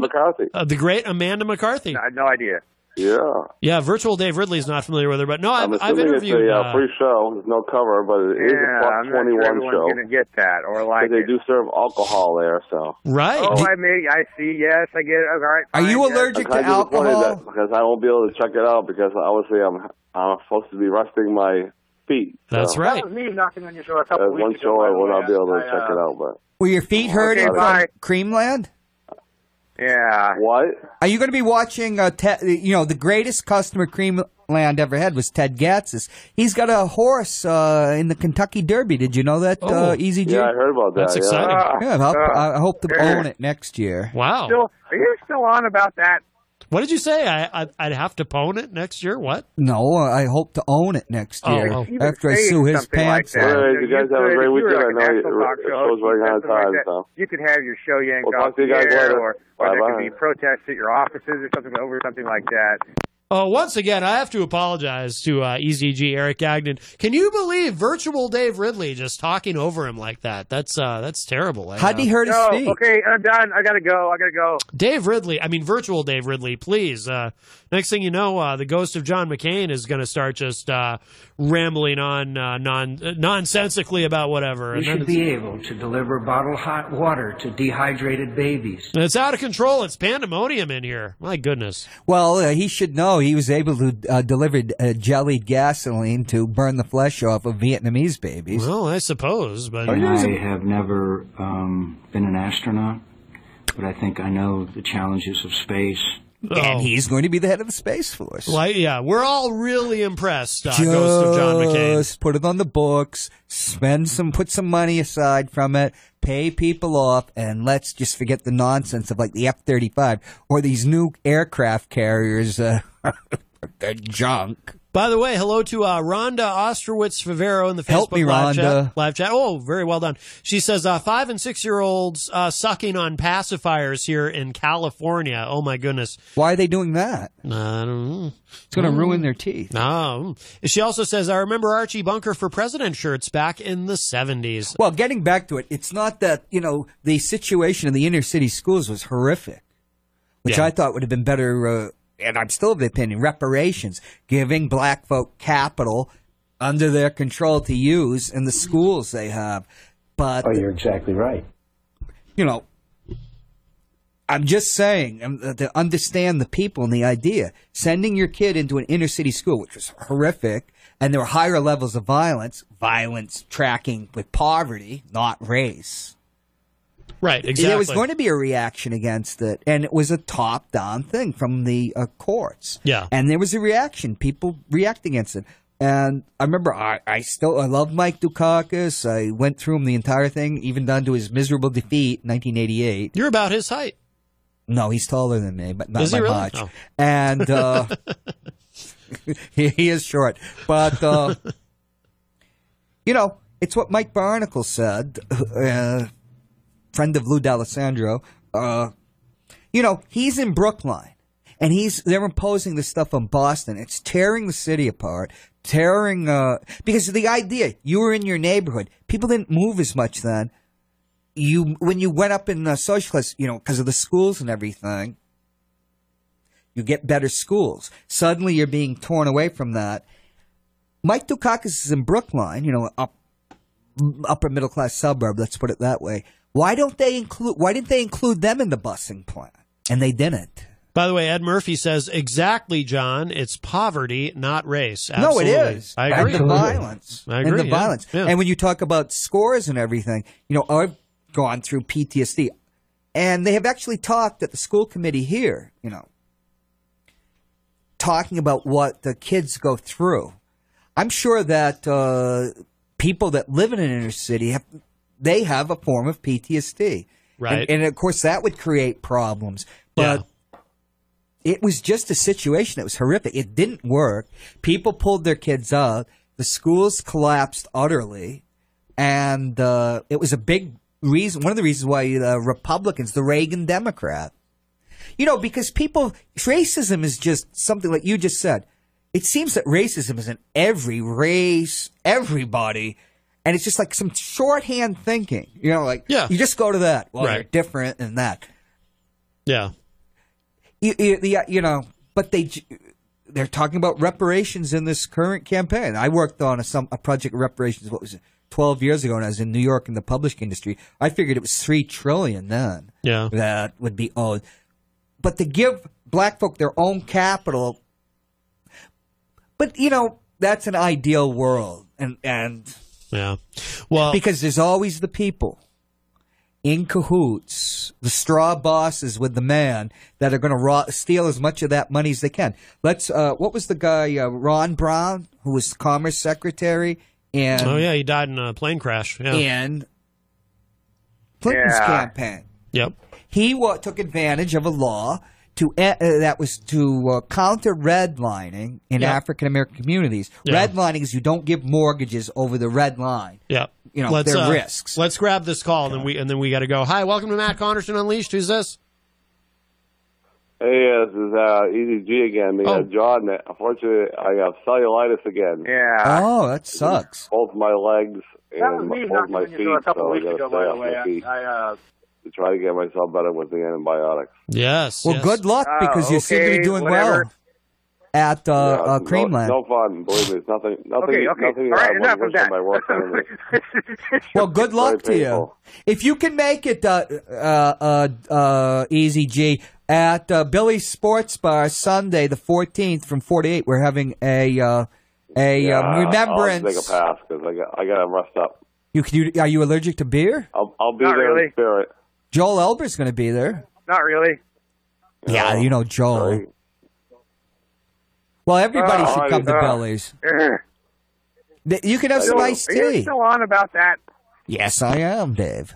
Speaker 8: Amanda-
Speaker 21: McCarthy.
Speaker 8: Uh, the great Amanda McCarthy. I
Speaker 14: had no idea.
Speaker 21: Yeah.
Speaker 8: Yeah, virtual Dave Ridley's not familiar with her, but no, I've,
Speaker 21: I'm
Speaker 8: I've
Speaker 21: assuming
Speaker 8: interviewed.
Speaker 21: it's a
Speaker 8: uh,
Speaker 21: uh, free show. There's no cover, but
Speaker 14: Yeah,
Speaker 21: it is a Fox
Speaker 14: I'm not
Speaker 21: 21
Speaker 14: sure everyone's
Speaker 21: show.
Speaker 14: gonna get that or like
Speaker 21: But they
Speaker 14: it.
Speaker 21: do serve alcohol there, so.
Speaker 8: Right.
Speaker 14: Oh, I may. I see. Yes, I get it. All right. fine, yes.
Speaker 21: I'm kinda disappointed That, because I won't be able to check it out because obviously I'm I'm supposed to be resting my feet. so.
Speaker 9: That was me knocking on your door a
Speaker 21: That's
Speaker 9: couple weeks
Speaker 21: one
Speaker 9: ago.
Speaker 21: show
Speaker 9: by
Speaker 21: I
Speaker 9: the
Speaker 21: will
Speaker 9: way.
Speaker 21: not be able to
Speaker 9: I,
Speaker 21: check
Speaker 9: uh,
Speaker 21: it out, but.
Speaker 1: Were your feet hurting
Speaker 21: Oh,
Speaker 1: from
Speaker 21: Okay, bye.
Speaker 1: Creamland?
Speaker 14: Yeah.
Speaker 21: What?
Speaker 1: Are you going to be watching? Uh, Ted, you know, the greatest customer Creamland ever had was Ted Gatzis. He's got a horse uh, in the Kentucky Derby. Did you know that?
Speaker 21: Oh.
Speaker 1: uh, Easy G.
Speaker 21: Yeah, I heard about that, That's yeah. exciting.
Speaker 1: Yeah, I'll-
Speaker 21: Ah,
Speaker 1: I hope to
Speaker 21: yeah.
Speaker 1: own it next year.
Speaker 8: Wow.
Speaker 14: Still, are you still on about that?
Speaker 8: What did you say? I, I I'd have to pwn it next year. What?
Speaker 1: No, I hope to own it next
Speaker 8: Oh,
Speaker 1: year
Speaker 8: oh. You
Speaker 1: after I
Speaker 14: saying
Speaker 1: sue his
Speaker 14: something like
Speaker 1: pants.
Speaker 14: that.
Speaker 1: off.
Speaker 21: Anyways, you guys have a
Speaker 14: could-
Speaker 21: great
Speaker 14: if you were
Speaker 21: weekend.
Speaker 14: like
Speaker 21: I
Speaker 14: an
Speaker 21: know it-
Speaker 14: actual talk
Speaker 21: it
Speaker 14: show
Speaker 21: goes
Speaker 14: host
Speaker 21: right
Speaker 14: or
Speaker 21: on
Speaker 14: something like
Speaker 21: time,
Speaker 14: that,
Speaker 21: so.
Speaker 14: You could have your show yanked
Speaker 21: We'll talk
Speaker 14: off
Speaker 21: to you
Speaker 14: the
Speaker 21: guys
Speaker 14: air,
Speaker 21: later.
Speaker 14: or, or there could
Speaker 21: Bye-bye.
Speaker 14: be protests at your offices or something over something like that.
Speaker 8: Oh, once again, I have to apologize to uh, EZG Eric Gagnon. Can you believe virtual Dave Ridley just talking over him like that? That's uh, that's terrible.
Speaker 1: How'd he hurt his
Speaker 14: No,
Speaker 1: feet?
Speaker 14: okay, I'm done. I gotta go. I gotta go.
Speaker 8: Dave Ridley, I mean virtual Dave Ridley, please. Uh, next thing you know, uh, the ghost of John McCain is going to start just uh, rambling on uh, non uh, nonsensically about whatever.
Speaker 5: You
Speaker 8: and then
Speaker 5: should
Speaker 8: it's-
Speaker 5: be able to deliver bottled hot water to dehydrated babies.
Speaker 8: It's out of control. It's pandemonium in here. My goodness.
Speaker 1: Well, uh, he should know
Speaker 3: he was able to uh, deliver uh, jellied gasoline to burn the flesh off of Vietnamese babies.
Speaker 29: Well, I suppose, but
Speaker 1: Oh,
Speaker 2: And I have never um, been an astronaut, but I think I know the challenges of space.
Speaker 3: And he's going to be the head of the Space Force.
Speaker 8: Oh. Like, yeah, we're all really impressed. Uh, Ghost of John McCain.
Speaker 3: Just put it on the books, spend some, put some money aside from it, pay people off, and let's just forget the nonsense of like the F 35 or these new aircraft carriers. Uh, <laughs> they're junk.
Speaker 8: By the way, hello to uh, Rhonda Osterwitz Favero in the Facebook
Speaker 3: Help me,
Speaker 8: live,
Speaker 3: Rhonda.
Speaker 8: Chat, live chat. Oh, very well done. She says uh, five and six year olds uh, sucking on pacifiers here in California. Oh my goodness.
Speaker 3: Why are they doing that?
Speaker 8: I don't know.
Speaker 3: It's going to ruin their teeth.
Speaker 8: No. She also says, I remember Archie Bunker for President shirts back in the 70s.
Speaker 3: Well, getting back to it, it's not that, you know, the situation in the inner city schools was horrific, which
Speaker 8: Yeah.
Speaker 3: I thought would have been better, uh, and I'm still of the opinion, reparations, giving black folk capital under their control to use in the schools they have. But,
Speaker 2: Oh, you're exactly right.
Speaker 3: you know, I'm just saying um, uh, to understand the people and the idea. Sending your kid into an inner city school, which was horrific, and there were higher levels of violence, violence tracking with poverty, not race.
Speaker 8: Right,
Speaker 3: There was
Speaker 8: exactly.
Speaker 3: going to be a reaction against it, and it was a top down thing from the uh, courts.
Speaker 8: Yeah.
Speaker 3: And there was a reaction, people react against it. And I remember I, I still I love Mike Dukakis. I went through him the entire thing, even down to his miserable defeat in 1988.
Speaker 8: You're about his height.
Speaker 3: No, he's taller than me, but not
Speaker 8: Is he
Speaker 3: by
Speaker 8: really?
Speaker 3: much.
Speaker 8: Oh.
Speaker 3: And uh, he, he is short, but uh, you know it's what Mike Barnacle said, uh, friend of Lou D'Alessandro. Uh, you know he's in Brookline, and he's they're imposing this stuff on Boston. It's tearing the city apart, tearing uh, because the idea you were in your neighborhood, people didn't move as much then you when you went up in uh, social class, you know, because of the schools and everything, you get better schools. Suddenly, you're being torn away from that. Mike Dukakis is in Brookline, you know, up upper middle class suburb. Let's put it that way. Why don't they include? Why didn't they include them in the busing plan? And they didn't.
Speaker 8: By the way, Ed Murphy says, exactly, John, it's poverty, not race. Absolutely.
Speaker 3: No, it is.
Speaker 8: I agree.
Speaker 3: And the violence.
Speaker 8: I agree.
Speaker 3: And the
Speaker 8: yeah.
Speaker 3: violence.
Speaker 8: Yeah.
Speaker 3: And when you talk about scores and everything, you know, I've gone through PTSD. And they have actually talked at the school committee here, you know, talking about what the kids go through. I'm sure that uh, people that live in an inner city have they have a form of PTSD,
Speaker 8: Right.
Speaker 3: And, and of course, that would create problems. But it was just a situation that was horrific. It didn't work. People pulled their kids out. The schools collapsed utterly, and uh, it was a big reason. One of the reasons why the Republicans, the Reagan Democrat, you know, because people, racism is just something like you just said. It seems that racism is in every race, everybody, and it's just like some shorthand thinking. You know, like yeah. you just go to that. Well,
Speaker 8: Right.
Speaker 3: they're different and that.
Speaker 8: Yeah.
Speaker 3: You, you, the- uh, you know, but they j- they're talking about reparations in this current campaign. I worked on a, some a project of reparations. What was it? Twelve years ago, when I was in New York in the publishing industry, I figured it was three trillion then
Speaker 8: Yeah.
Speaker 3: that would be owed. But to give black folk their own capital, but you know that's an ideal world, and and
Speaker 8: Yeah. Well,
Speaker 3: because there's always the people in cahoots, the straw bosses with the man that are going to ro- steal as much of that money as they can. Let's. Uh, what was the guy uh, Ron Brown, who was Commerce Secretary, and
Speaker 8: oh, yeah, he died in a plane crash. Yeah.
Speaker 3: in Clinton's
Speaker 8: Yeah.
Speaker 3: campaign.
Speaker 8: Yep.
Speaker 3: He wa- took advantage of a law to uh, uh, that was to uh, counter redlining in
Speaker 8: Yeah.
Speaker 3: African American communities.
Speaker 8: Yeah.
Speaker 3: Redlining is you don't give mortgages over the red line.
Speaker 8: Yeah.
Speaker 3: You know,
Speaker 8: let's,
Speaker 3: their
Speaker 8: uh,
Speaker 3: risks.
Speaker 8: Let's grab this call and then we and then we got to go. Hi, welcome to Matt Connerson Unleashed. Who's this?
Speaker 21: Hey, uh, this is uh, Easy G again. The,
Speaker 3: Oh.
Speaker 21: uh, John, unfortunately, I have cellulitis again.
Speaker 15: Yeah.
Speaker 3: Oh, that sucks.
Speaker 21: Both my legs
Speaker 15: That was
Speaker 21: and
Speaker 15: me
Speaker 21: both
Speaker 15: knocking
Speaker 21: my
Speaker 15: on your
Speaker 21: feet.
Speaker 15: door a couple
Speaker 21: so
Speaker 15: weeks
Speaker 21: I gotta
Speaker 15: ago,
Speaker 21: stay
Speaker 15: by the
Speaker 21: off
Speaker 15: way.
Speaker 21: my
Speaker 15: I-
Speaker 21: feet
Speaker 15: I, uh,
Speaker 21: to try to get myself better with the antibiotics.
Speaker 8: Yes.
Speaker 3: Well,
Speaker 8: yes.
Speaker 21: Ah,
Speaker 3: good luck because you seem to be doing well.
Speaker 1: at uh, uh, Creamland.
Speaker 21: No, no fun. Believe me, it's nothing. Nothing.
Speaker 1: Okay, okay.
Speaker 21: Nothing
Speaker 1: All right,
Speaker 21: I
Speaker 1: enough
Speaker 21: wouldn't
Speaker 1: of
Speaker 21: wish on
Speaker 1: that.
Speaker 21: My
Speaker 15: <laughs>
Speaker 21: worst enemy.
Speaker 1: well, good luck to you.
Speaker 21: painful.
Speaker 1: If you can make it, uh, uh, uh, uh, Easy G, at uh, Billy's Sports Bar Sunday the 14th from 48, we're having a uh, a
Speaker 21: Yeah,
Speaker 1: um, remembrance.
Speaker 21: Uh, I'll take a pass because I got I got to rest up.
Speaker 1: You, can- you are you allergic to beer?
Speaker 21: I'll, I'll be
Speaker 1: Not
Speaker 21: there
Speaker 1: really.
Speaker 21: in spirit.
Speaker 1: Joel Elber's going to be there.
Speaker 14: Not really.
Speaker 1: Yeah, you know Joel. Well, everybody
Speaker 14: Oh,
Speaker 21: Ah,
Speaker 1: should come to
Speaker 14: uh,
Speaker 1: Billy's.
Speaker 21: Eh.
Speaker 1: Th- You can have
Speaker 14: So,
Speaker 1: some iced
Speaker 14: Are you
Speaker 1: tea.
Speaker 14: still on about that?
Speaker 1: Yes, I am, Dave.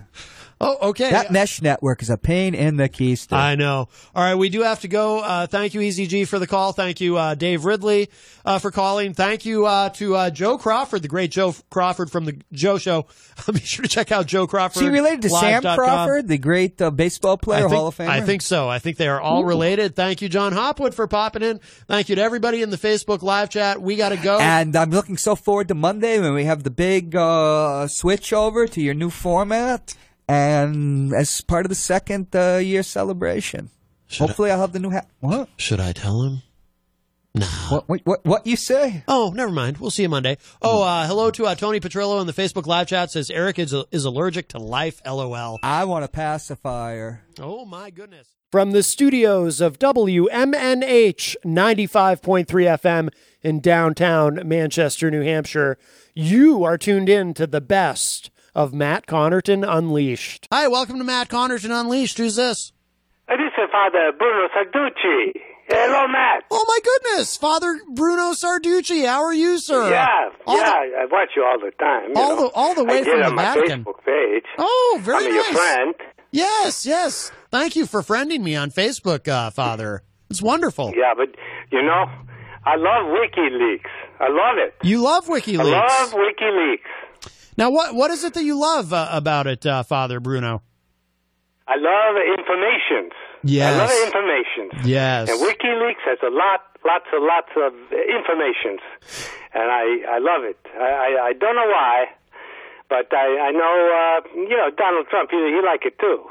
Speaker 8: Oh, okay.
Speaker 1: That mesh network is a pain in the keister.
Speaker 8: I know. All right, we do have to go. Uh, thank you, EZG, for the call. Thank you, uh, Dave Ridley, uh, for calling. Thank you uh, to uh, Joe Crawford, the great Joe Crawford from the Joe Show. <laughs> Be sure to check out Joe Crawford.
Speaker 1: Is he related to Sam
Speaker 8: live.com.
Speaker 1: Crawford, the great uh, baseball player,
Speaker 8: I think,
Speaker 1: Hall of Famer?
Speaker 8: I think so. I think they are all
Speaker 1: Ooh.
Speaker 8: related. Thank you, John Hopwood, for popping in. Thank you to everybody in the Facebook live chat. We got to go.
Speaker 1: And I'm looking so forward to Monday when we have the big uh, switch over to your new format and as part of the second uh, year celebration. Hopefully, I'll have the new hat. What?
Speaker 8: Should I tell him? No.
Speaker 1: What, what, what, what you say?
Speaker 8: Oh, never mind. We'll see you Monday. Oh, uh, hello to uh, Tony Petrillo in the Facebook live chat says Eric is, is allergic to life. LOL.
Speaker 1: I want a pacifier.
Speaker 8: Oh my goodness.
Speaker 2: From the studios of WMNH 95.3 FM in downtown Manchester, New Hampshire, you are tuned in to the best of Matt Connerton Unleashed.
Speaker 8: Hi, welcome to Matt Connerton Unleashed. Who's this?
Speaker 19: This is Father Bruno Sarducci. Hello, Matt.
Speaker 8: Oh my goodness, Father Bruno Sarducci. How are you, sir?
Speaker 19: Yeah,
Speaker 8: All
Speaker 19: yeah, I watch you all the time. you
Speaker 8: all
Speaker 19: know.
Speaker 8: the- all the way
Speaker 19: I get
Speaker 8: from
Speaker 19: on
Speaker 8: the
Speaker 19: my
Speaker 8: Vatican.
Speaker 19: Facebook page.
Speaker 8: Oh, very
Speaker 19: I'm
Speaker 8: nice.
Speaker 19: your friend.
Speaker 8: Yes, yes. Thank you for friending me on Facebook, uh, Father. It's wonderful.
Speaker 19: Yeah, but you know, I love WikiLeaks. I love it.
Speaker 8: You love
Speaker 19: I
Speaker 8: WikiLeaks.
Speaker 19: love WikiLeaks.
Speaker 8: now, what what is it that you love uh, about it, uh, Father Bruno?
Speaker 19: I love information. I love
Speaker 8: Yes.
Speaker 19: information.
Speaker 8: Yes.
Speaker 19: And WikiLeaks has a lot, lots and lots of information, and I, I love it. I, I, I don't know why, but I, I know, uh, you know, Donald Trump. He, he like it too.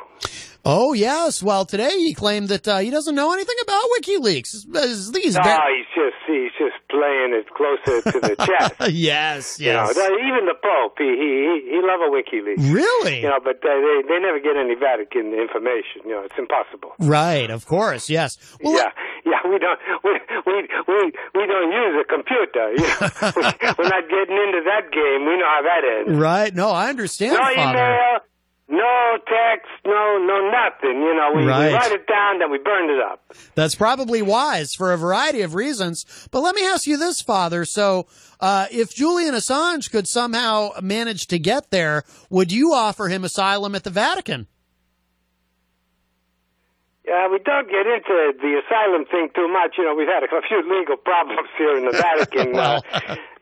Speaker 8: Oh yes. Well, today he claimed that uh, he doesn't know anything about WikiLeaks. Is- is- He's
Speaker 19: no,
Speaker 8: ba-
Speaker 19: he's just he's just playing it closer to
Speaker 8: <laughs>
Speaker 19: the chest.
Speaker 8: yes, yes.
Speaker 19: You know, the- even the Pope, he he he, he love a WikiLeaks.
Speaker 8: Really?
Speaker 19: You know, but they they, they never get any Vatican information. You know, it's impossible.
Speaker 8: Right, of course, yes. Well,
Speaker 19: yeah, yeah, we don't we we we we don't use a computer. <laughs> You know? We're not getting into that game. We know how that ends.
Speaker 8: Right. No, I understand, Father.
Speaker 19: no email, no text, no no nothing. You know, we,
Speaker 8: Right.
Speaker 19: we write it down, then we burn it up.
Speaker 8: That's probably wise for a variety of reasons. But let me ask you this, Father. So, uh, if Julian Assange could somehow manage to get there, would you offer him asylum at the Vatican? <laughs>
Speaker 19: Yeah, we don't get into the asylum thing too much. You know, we've had a, <laughs> few legal problems here in the Vatican.
Speaker 20: <laughs>
Speaker 21: <laughs>
Speaker 19: uh,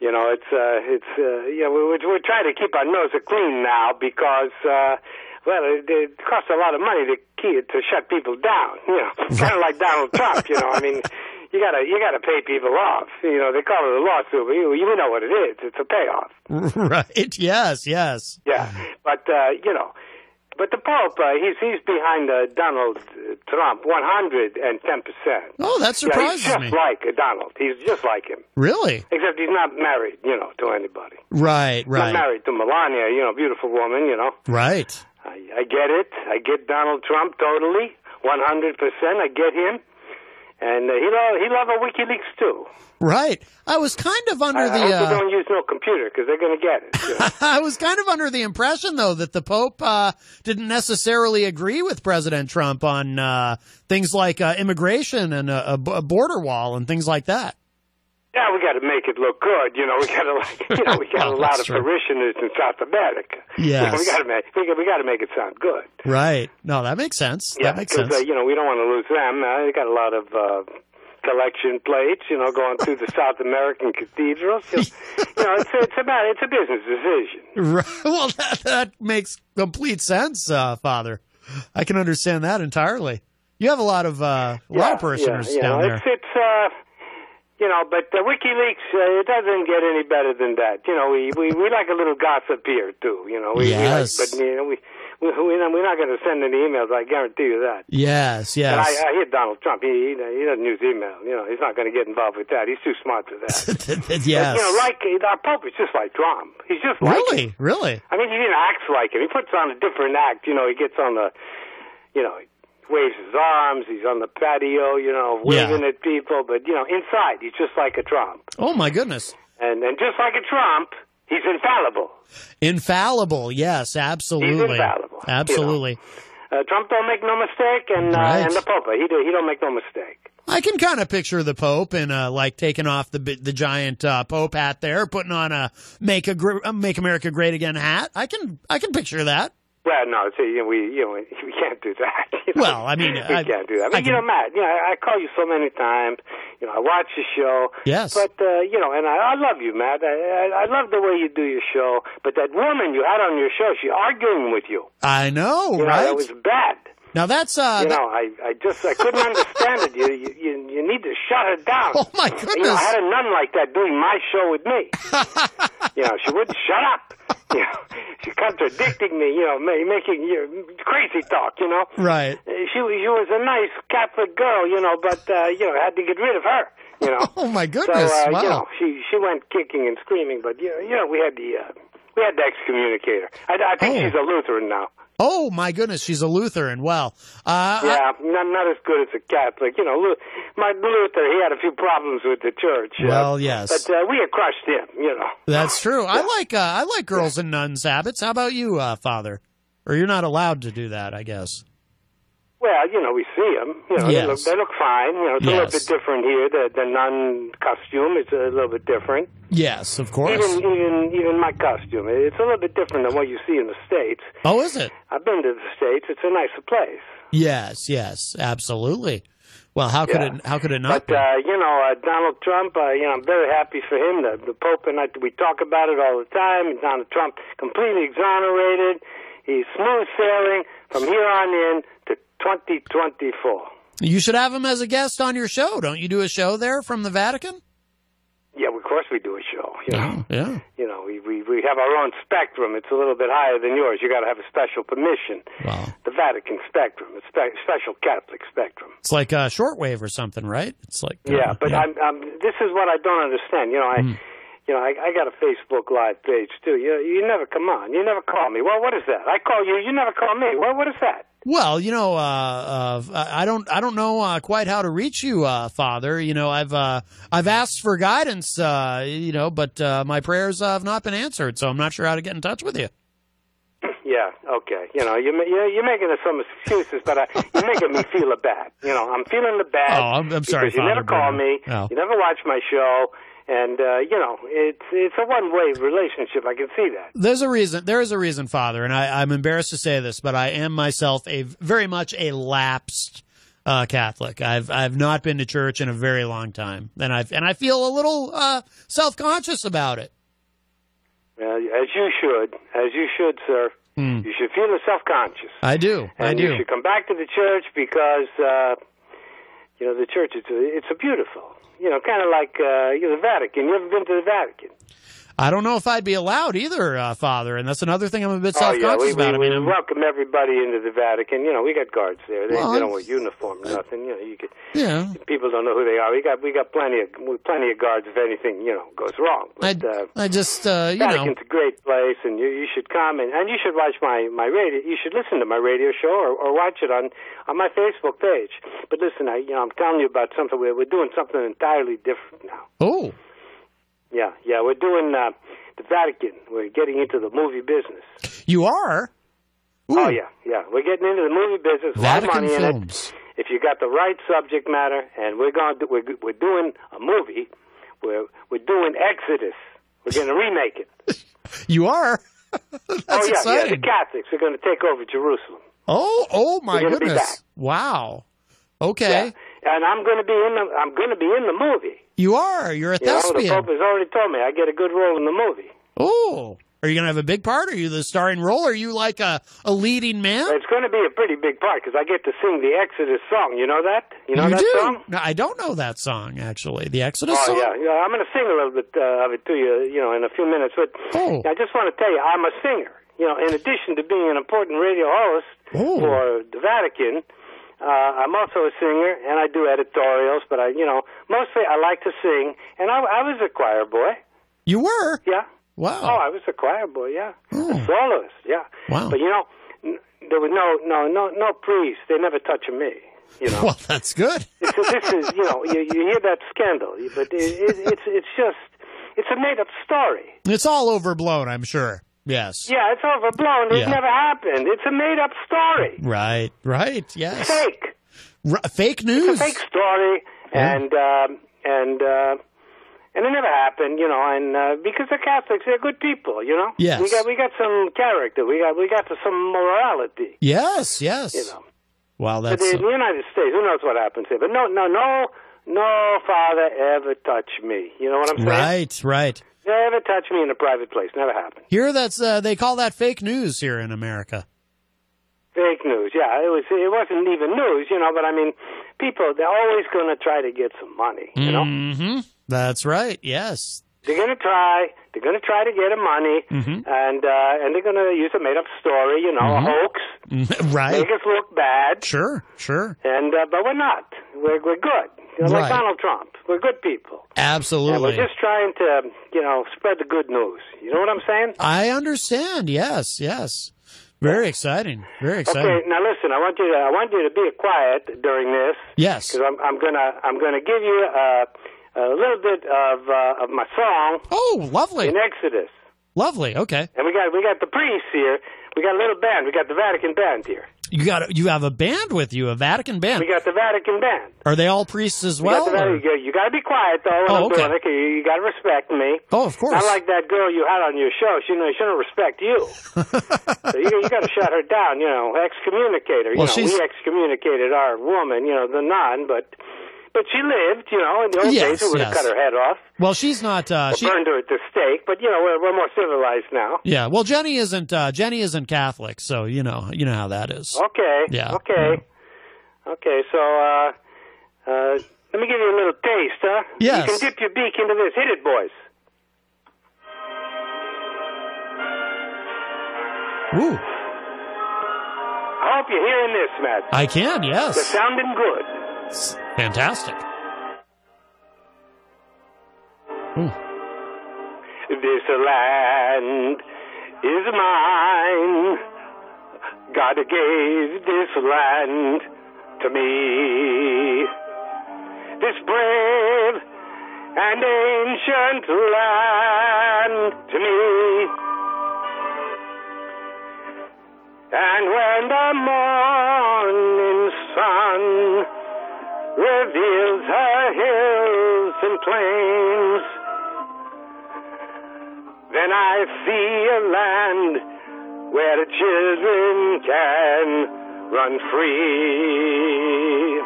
Speaker 19: you know, it's uh, it's uh, you know, we, we're, we're trying to keep our nose clean now because uh, well, it, it costs a lot of money to keep, to shut people down. You know, kind of like Donald Trump. You know, I mean. You gotta, you gotta pay people off. You know, they call it a lawsuit, but you, you know what it is. It's a payoff.
Speaker 8: right. Yes. Yes.
Speaker 19: Yeah, but uh, you know, but the Pope, uh, he's he's behind uh, Donald uh, Trump, one hundred and ten percent.
Speaker 8: Oh, that surprises
Speaker 19: yeah,
Speaker 8: me.
Speaker 19: he's just like uh, Donald. He's just like him,
Speaker 8: Really?
Speaker 19: except he's not married, you know, to anybody.
Speaker 8: Right.
Speaker 19: He's Not
Speaker 8: Right.
Speaker 19: married to Melania, you know, beautiful woman, you know.
Speaker 8: Right.
Speaker 19: I, I get it. I get Donald Trump totally, one hundred percent. I get him, and uh, he love he love a WikiLeaks too.
Speaker 8: Right. I was kind of under
Speaker 19: I,
Speaker 8: the.
Speaker 19: I hope
Speaker 8: uh,
Speaker 19: they don't use no computer because they're gonna get it. you know.
Speaker 8: <laughs> I was kind of under the impression, though, that the Pope uh, didn't necessarily agree with President Trump on uh, things like uh, immigration and a, a b- a border wall and things like that.
Speaker 19: Yeah, we got to make it look good. You know, we <laughs> got to, you know, we got
Speaker 8: <laughs>
Speaker 19: a
Speaker 8: Well,
Speaker 19: lot
Speaker 8: Oh, that's
Speaker 19: of
Speaker 8: true.
Speaker 19: parishioners in South America. <laughs> You know,
Speaker 8: Yes.
Speaker 19: we got to make we, got- we got to make it sound good.
Speaker 8: Right. No, that makes sense.
Speaker 19: Yeah,
Speaker 8: that makes
Speaker 19: 'cause,
Speaker 8: sense.
Speaker 19: Uh, you know, we don't want to lose them. Uh, they got a lot of uh, collection plates. You know, going through
Speaker 8: <laughs>
Speaker 19: the South American cathedrals. You know, you know, it's it's about it's a business decision.
Speaker 8: Right. <laughs> Well, that, that makes complete sense, uh, Father. I can understand that entirely. You have a lot of uh, a lot of parishioners
Speaker 19: yeah, you
Speaker 8: down
Speaker 19: know,
Speaker 8: there.
Speaker 19: It's, it's uh, you know, but uh, WikiLeaks uh, it doesn't get any better than that. You know, we we, we like a little gossip here too. You know, we,
Speaker 8: Yes.
Speaker 19: we like, but you know, we We're not, we're not going to send any emails. I guarantee you that.
Speaker 8: Yes,
Speaker 19: And I,
Speaker 8: yes.
Speaker 19: I hear Donald Trump. He, he he doesn't use email. You know, he's not going to get involved with that. He's too smart for that.
Speaker 8: <laughs> yes.
Speaker 19: You know, like our Pope is just like Trump. He's just like
Speaker 8: Really?
Speaker 19: him.
Speaker 8: Really?
Speaker 19: I mean, he didn't act like him. He puts on a different act. You know, he gets on the, you know, he waves his arms. He's on the patio. You know,
Speaker 8: Yeah.
Speaker 19: waving at people. But you know, inside he's just like a Trump.
Speaker 8: Oh my goodness.
Speaker 19: And and just like a Trump, he's infallible.
Speaker 8: Infallible. Yes, absolutely.
Speaker 19: infallible, you know.
Speaker 8: Absolutely.
Speaker 19: Uh, Trump don't make no mistake, and uh,
Speaker 8: Right.
Speaker 19: and the Pope he do, he don't make no mistake.
Speaker 8: I can kind of picture the Pope and uh, like taking off the bi- the giant uh, Pope hat there, putting on a make a gr- uh, make America great again hat. I can I can picture that.
Speaker 19: Well, no, see, you know, we you know, <laughs> we can't do that. you know.
Speaker 8: Well, I mean,
Speaker 19: we
Speaker 8: I-
Speaker 19: can't do that. But
Speaker 8: I
Speaker 19: you know,
Speaker 8: can-
Speaker 19: Matt, you know, I, I call you so many times. You know, I watch your show.
Speaker 8: Yes.
Speaker 19: But uh, you know, and I, I love you, Matt. I, I, I love the way you do your show. But that woman you had on your show, she arguing with you.
Speaker 8: I know,
Speaker 19: you know,
Speaker 8: right?
Speaker 19: That was bad.
Speaker 8: now that's uh,
Speaker 19: you
Speaker 8: that-
Speaker 19: know, I, I just I couldn't understand it. You, you you you need to shut her down.
Speaker 8: Oh, my
Speaker 19: You know, I
Speaker 8: goodness.
Speaker 19: had a nun like that doing my show with
Speaker 8: <laughs>
Speaker 19: me. you know, she wouldn't shut up. You know, she contradicting me. You know, ma- making you know, crazy talk. You know,
Speaker 8: right.
Speaker 19: Uh, she was- she was a nice Catholic girl. You know, but uh, you know, I had to get rid of her. You know.
Speaker 8: <laughs> Oh my goodness!
Speaker 19: So uh,
Speaker 8: wow.
Speaker 19: you know, she she went kicking and screaming. But you know, you know we had the uh, we had the excommunicator. I, I think she's a Lutheran now.
Speaker 8: Oh my goodness, she's a Lutheran. Well, uh,
Speaker 19: Yeah, not not as good as a Catholic. You know, Lu- Martin Luther he had a few problems with the church. uh,
Speaker 8: Well, yes.
Speaker 19: but uh, we had crushed him. You know,
Speaker 8: <laughs> that's true. I like uh, I like girls and nuns habits. How about you, uh, Father? Or you're not allowed to do that, I guess.
Speaker 19: well, you know, we see him. You know, they, look,
Speaker 8: Yes.
Speaker 19: they look fine. You know, it's a little
Speaker 8: Yes.
Speaker 19: bit different here. The the nun costume is a little bit different.
Speaker 8: Yes, of
Speaker 19: Even even even my costume, it's a little bit different than what you see in the states.
Speaker 8: Oh, is it?
Speaker 19: I've been to the states. It's a nicer place.
Speaker 8: Yes, yes, absolutely. Well, how could
Speaker 19: Yeah.
Speaker 8: it? How could it not?
Speaker 19: But uh, you know, uh, Donald Trump. Uh, you know, I'm very happy for him. The, the Pope and I, we talk about it all the time. And Donald Trump completely exonerated. He's smooth sailing from here on in to 2024.
Speaker 8: be? You should have him as a guest on your show. Don't you do a show there from the Vatican? Oh,
Speaker 19: Yeah, of course we do a show. You know,
Speaker 8: Yeah.
Speaker 19: you know, we, we we have our own spectrum. It's a little bit higher than yours. You got to have a special permission.
Speaker 8: Wow.
Speaker 19: The Vatican spectrum, it's spe- special Catholic spectrum.
Speaker 8: It's like uh, shortwave or something, right? It's like uh,
Speaker 19: Yeah, but I'm, I'm. This is what I don't understand. You know, I,
Speaker 8: Hmm.
Speaker 19: you know, I, I got a Facebook Live page too. You, you never come on. You never call me. Well, what is that? I call you. You never call me. Well, what is that? <clears throat>
Speaker 8: Well, you know, uh, uh, I don't, I don't know uh, quite how to reach you, uh, Father. You know, I've, uh, I've asked for guidance, uh, you know, but uh, my prayers uh, have not been answered, so I'm not sure how to get in touch with you.
Speaker 19: Yeah, okay. You know, you, ma- you you're making some excuses, but I, you're making me feel a bad. You know, I'm feeling the bad.
Speaker 8: Oh, I'm- I'm sorry,
Speaker 19: because you
Speaker 8: Father
Speaker 19: never call
Speaker 8: Brennan.
Speaker 19: me.
Speaker 8: Oh.
Speaker 19: You never watch my show, and uh, you know, it's it's a one way relationship. I can see that.
Speaker 8: There's a reason. There is a reason, Father, and I, I'm embarrassed to say this, but I am myself a very much a lapsed uh, Catholic. I've I've not been to church in a very long time, and I've and I feel a little uh, self conscious about it.
Speaker 19: Uh, as you should, as you should, sir.
Speaker 8: Hmm.
Speaker 19: You should feel self conscious.
Speaker 8: I do. I
Speaker 19: and
Speaker 8: do.
Speaker 19: you should come back to the church because uh, you know the church is it's a beautiful, you know, kind of like uh, you know, the Vatican. You ever been to the Vatican?
Speaker 8: I don't know if I'd be allowed either, uh, Father, and that's another thing I'm a bit
Speaker 19: oh
Speaker 8: self
Speaker 19: yeah,
Speaker 8: conscious
Speaker 19: we,
Speaker 8: about. I
Speaker 19: we,
Speaker 8: mean, I'm-
Speaker 19: we welcome everybody into the Vatican. You know, we got guards there. They,
Speaker 8: Well,
Speaker 19: they don't wear uniform, nothing. You know, you could
Speaker 8: yeah,
Speaker 19: people don't know who they are. We got we got plenty of plenty of guards if anything you know goes wrong. But, uh,
Speaker 8: I just uh, you know.
Speaker 19: Vatican's a great place, and you, you should come and, and you should watch my, my radio. You should listen to my radio show or, or watch it on, on my Facebook page. But listen, I, you know, I'm telling you about something. We're, we're doing something entirely different now.
Speaker 8: Oh,
Speaker 19: Yeah, yeah, we're doing uh, the Vatican. We're getting into the movie business.
Speaker 8: you are.
Speaker 19: Oh yeah, yeah, we're getting into the movie business. A lot of
Speaker 8: Vatican
Speaker 19: money in
Speaker 8: films.
Speaker 19: it. If you got the right subject matter, and we're going, to, we're we're doing a movie. We're we're doing Exodus. We're going to remake it.
Speaker 8: You are.
Speaker 19: oh
Speaker 8: That's
Speaker 19: yeah, yeah,
Speaker 8: exciting.
Speaker 19: the Catholics are going to take over Jerusalem.
Speaker 8: Oh, oh my
Speaker 19: We're gonna be back.
Speaker 8: goodness! Wow. Okay,
Speaker 19: Yeah. And I'm going to be in the I'm going to be in the movie.
Speaker 8: you are. You're a
Speaker 19: You know, the
Speaker 8: thespian.
Speaker 19: Pope has already told me I get a good role in the movie.
Speaker 8: Oh, are you going to have a big part? Are you the starring role? Are you like a, a leading man?
Speaker 19: It's going to be a pretty big part because I get to sing the Exodus song. You know that? You know that
Speaker 8: do.
Speaker 19: song?
Speaker 8: No, I don't know that song actually. The Exodus
Speaker 19: oh
Speaker 8: song.
Speaker 19: yeah, yeah.
Speaker 8: Oh.
Speaker 19: I'm going to sing a little bit uh, of it to you, you know, in a few minutes. But I just want to tell you, I'm a singer. You you know, in addition to being an important radio host
Speaker 8: Hmm.
Speaker 19: for the Vatican, uh, I'm also a singer and I do editorials. But I, you know, mostly I like to sing. And I, I was a choir boy.
Speaker 8: You were?
Speaker 19: Yeah.
Speaker 8: Wow. Hmm.
Speaker 19: Oh, I was a choir boy. Yeah. A soloist. Yeah.
Speaker 8: Wow.
Speaker 19: But you know, n- there was no, no, no, no priest. They never touching me. You know.
Speaker 8: <laughs> Well, that's good.
Speaker 19: It's, this is, you know, you, you hear that scandal, but it, it, it's it's just it's a made up story.
Speaker 8: It's all overblown, I'm sure. Yes.
Speaker 19: Yeah, it's overblown. It
Speaker 8: Yeah.
Speaker 19: never happened. It's a made up story.
Speaker 8: Right. Right. Yes.
Speaker 19: Fake.
Speaker 8: R- fake news.
Speaker 19: It's a fake story,
Speaker 8: Yeah.
Speaker 19: and um and uh, and it never happened, you know. And uh, because the Catholics, they're good people, you know.
Speaker 8: Yes.
Speaker 19: We got we got some character. We got we got some morality.
Speaker 8: Yes. Yes.
Speaker 19: You know.
Speaker 8: Wow.
Speaker 19: But
Speaker 8: That's.
Speaker 19: in the United States, who knows what happens here? But no, no, no, no father ever touched me. You know what I'm saying?
Speaker 8: Right, right.
Speaker 19: Never touched me in a private place. Never happened.
Speaker 8: Here, that's uh, they call that fake news here in America.
Speaker 19: Fake news. Yeah, it was. It wasn't even news, you know. But I mean, people they're always going to try to get some money. You know,
Speaker 8: hmm That's right. Yes.
Speaker 19: they're going to try. They're going to try to get money,
Speaker 8: Mhm.
Speaker 19: and uh, and they're going to use a made up story. You know,
Speaker 8: Mhm.
Speaker 19: a hoax.
Speaker 8: <laughs> right.
Speaker 19: Make us look bad.
Speaker 8: Sure. Sure.
Speaker 19: And uh, but we're not. We're we're good. You know,
Speaker 8: Right.
Speaker 19: Like Donald Trump, we're good people. And
Speaker 8: Absolutely.
Speaker 19: we're just trying to, you know, spread the good news. You know what I'm saying?
Speaker 8: I understand. Yes. Yes. Very exciting. Very exciting.
Speaker 19: Okay, now listen. I want you to I want you to be quiet during this.
Speaker 8: Yes.
Speaker 19: because I'm I'm gonna I'm gonna give you a, a little bit of uh, of my song.
Speaker 8: Oh, lovely!
Speaker 19: In Exodus,
Speaker 8: Lovely. Okay.
Speaker 19: and we got we got the priests here. We got a little band. We got the Vatican band here.
Speaker 8: You got you have a band with you, a Vatican band.
Speaker 19: We got the Vatican band.
Speaker 8: Are they all priests as
Speaker 19: We got
Speaker 8: well?
Speaker 19: the Vatican-
Speaker 8: or-
Speaker 19: you got to be quiet though. When
Speaker 8: Oh,
Speaker 19: I'm
Speaker 8: okay.
Speaker 19: doing it, 'cause you, you got to respect me.
Speaker 8: Oh, of course.
Speaker 19: Not like that girl you had on your show. She know she don't
Speaker 8: <laughs>
Speaker 19: respect you. so you, you got to shut her down. You know, excommunicate her.
Speaker 8: Well,
Speaker 19: you know,
Speaker 8: she's-
Speaker 19: we excommunicated our woman. You know, the nun, but but she lived. You know, in the old
Speaker 8: Yes,
Speaker 19: days, we would have
Speaker 8: yes.
Speaker 19: cut her head off.
Speaker 8: Well, she's not. Uh,
Speaker 19: or
Speaker 8: she,
Speaker 19: burned her at the stake. But you know, we're, we're more civilized now.
Speaker 8: yeah. Well, Jenny isn't. Uh, Jenny isn't Catholic, so you know. You know how that is.
Speaker 19: Okay.
Speaker 8: Yeah.
Speaker 19: Okay. Okay. So uh, uh, let me give you a little taste, huh?
Speaker 8: Yes.
Speaker 19: You can dip your beak into this. Hit it, boys.
Speaker 8: Ooh,
Speaker 19: I hope you're hearing this, Matt.
Speaker 8: I can.
Speaker 19: They're
Speaker 8: Yes.
Speaker 19: sounding good.
Speaker 8: It's fantastic.
Speaker 19: This land is mine. God gave this land to me. This brave and ancient land to me. And when the morning sun reveals her hills and plains, then I see a land where the children can run free.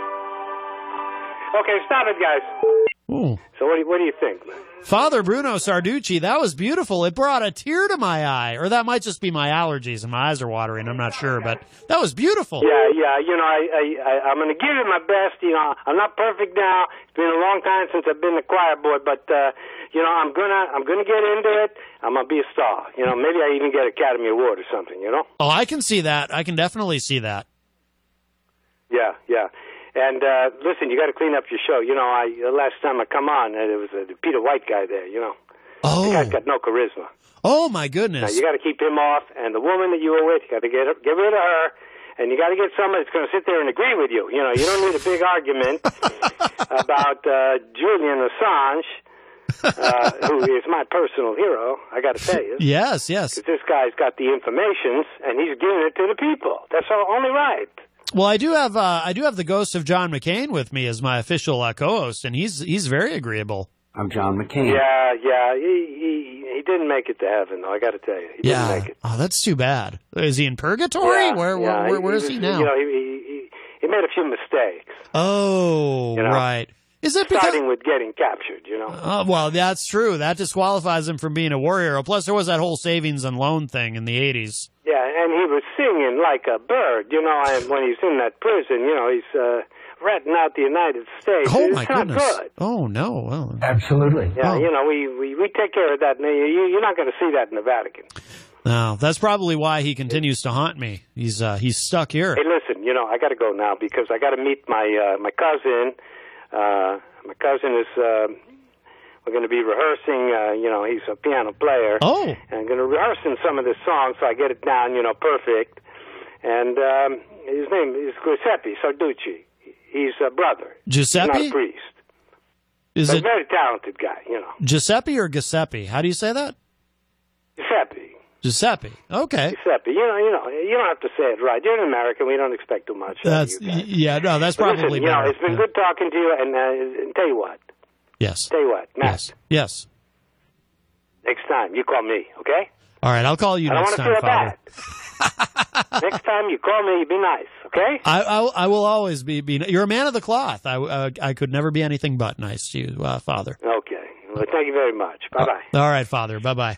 Speaker 19: Okay, stop it, guys.
Speaker 8: Ooh.
Speaker 19: So, what do you, what do you think?
Speaker 8: Father Bruno Sarducci, that was beautiful. It brought a tear to my eye, or that might just be my allergies and my eyes are watering. I'm not sure, but that was beautiful.
Speaker 19: Yeah, yeah. You know, I, I, I I'm gonna give it my best. You know, I'm not perfect now. It's been a long time since I've been the choir boy, but uh, you know, I'm gonna, I'm gonna get into it. I'm gonna be a star. You know, maybe I even get Academy Award or something. You know.
Speaker 8: Oh, I can see that. I can definitely see that.
Speaker 19: Yeah, yeah. And uh, listen, you got to clean up your show. You know, I the last time I come on, uh, there was a Peter White guy there. You know,
Speaker 8: oh,
Speaker 19: the guy's got no charisma.
Speaker 8: Oh my
Speaker 19: Now
Speaker 8: goodness.
Speaker 19: you got to keep him off, and the woman that you were with, you got to get her, get rid of her, and you got to get somebody that's going to sit there and agree with you. You know, you don't need a
Speaker 8: <laughs>
Speaker 19: big argument about uh, Julian Assange, uh,
Speaker 8: <laughs>
Speaker 19: who is my personal hero. I got to tell you.
Speaker 8: Yes, yes.
Speaker 19: 'Cause This guy's got the informations, and he's giving it to the people. That's all, only right.
Speaker 8: Well, I do have uh, I do have the ghost of John McCain with me as my official uh, co-host, and he's he's very agreeable.
Speaker 17: I'm John
Speaker 8: Hmm.
Speaker 17: McCain.
Speaker 19: Yeah, yeah. He, he he didn't make it to heaven, though. I got to tell you, he
Speaker 8: yeah.
Speaker 19: didn't make it.
Speaker 8: Oh, that's too bad. Is he in purgatory?
Speaker 19: Yeah,
Speaker 8: where where,
Speaker 19: yeah,
Speaker 8: where, where is
Speaker 19: was-
Speaker 8: he now?
Speaker 19: You know, he, he- he he made a few mistakes.
Speaker 8: oh,
Speaker 19: You know,
Speaker 8: right. Is it because?
Speaker 19: starting with getting captured? You know.
Speaker 8: Oh, well, that's true. That disqualifies him from being a war hero. Plus, there was that whole savings and loan thing in the '80s.
Speaker 19: Yeah, and he was singing like a bird, you know. And when he's in that prison, you know, he's uh, ratting out the United States.
Speaker 8: Oh
Speaker 19: it's
Speaker 8: my
Speaker 19: not
Speaker 8: goodness.
Speaker 19: good.
Speaker 8: Oh no. Well,
Speaker 17: absolutely.
Speaker 19: Yeah, you know, we, we, we take care of that. and You, you're not going to see that in the Vatican.
Speaker 8: No, that's probably why he continues to haunt me. He's uh, he's stuck here.
Speaker 19: Hey, listen, you know, I got to go now because I got to meet my uh, my cousin. Uh, my cousin is. Uh, we're going to be rehearsing. Uh, you know, he's a piano player.
Speaker 8: Oh.
Speaker 19: And I'm going to rehearse in some of the songs so I get it down. You know, perfect. And um, his name is Giuseppe Sarducci. He's a brother.
Speaker 8: Giuseppe?
Speaker 19: He's not a priest.
Speaker 8: Is
Speaker 19: But
Speaker 8: it
Speaker 19: very talented guy. You know,
Speaker 8: Giuseppe or Giuseppe? How do you say that?
Speaker 19: Giuseppe.
Speaker 8: Giuseppe. Okay.
Speaker 19: Giuseppe. You know, you know, you don't have to say it right. You're an American. We don't expect too much. out of
Speaker 8: That's
Speaker 19: you.
Speaker 8: y- yeah. No, that's
Speaker 19: But
Speaker 8: probably
Speaker 19: listen, you know,
Speaker 8: better.
Speaker 19: it's been good talking to you. And, uh, and tell you what,
Speaker 8: Yes.
Speaker 19: tell you what, Matt.
Speaker 8: Yes. Yes.
Speaker 19: Next time you call me, okay?
Speaker 8: All right. I'll call you
Speaker 19: I don't
Speaker 8: next
Speaker 19: want to
Speaker 8: time,
Speaker 19: feel
Speaker 8: Father.
Speaker 19: bad. <laughs> next time you call me, be nice, okay?
Speaker 8: I, I I will always be, be you're a man of the cloth. I, I I could never be anything but nice to you, uh, Father.
Speaker 19: Okay. Well, thank you very much. Bye bye.
Speaker 8: All right, Father. Bye bye.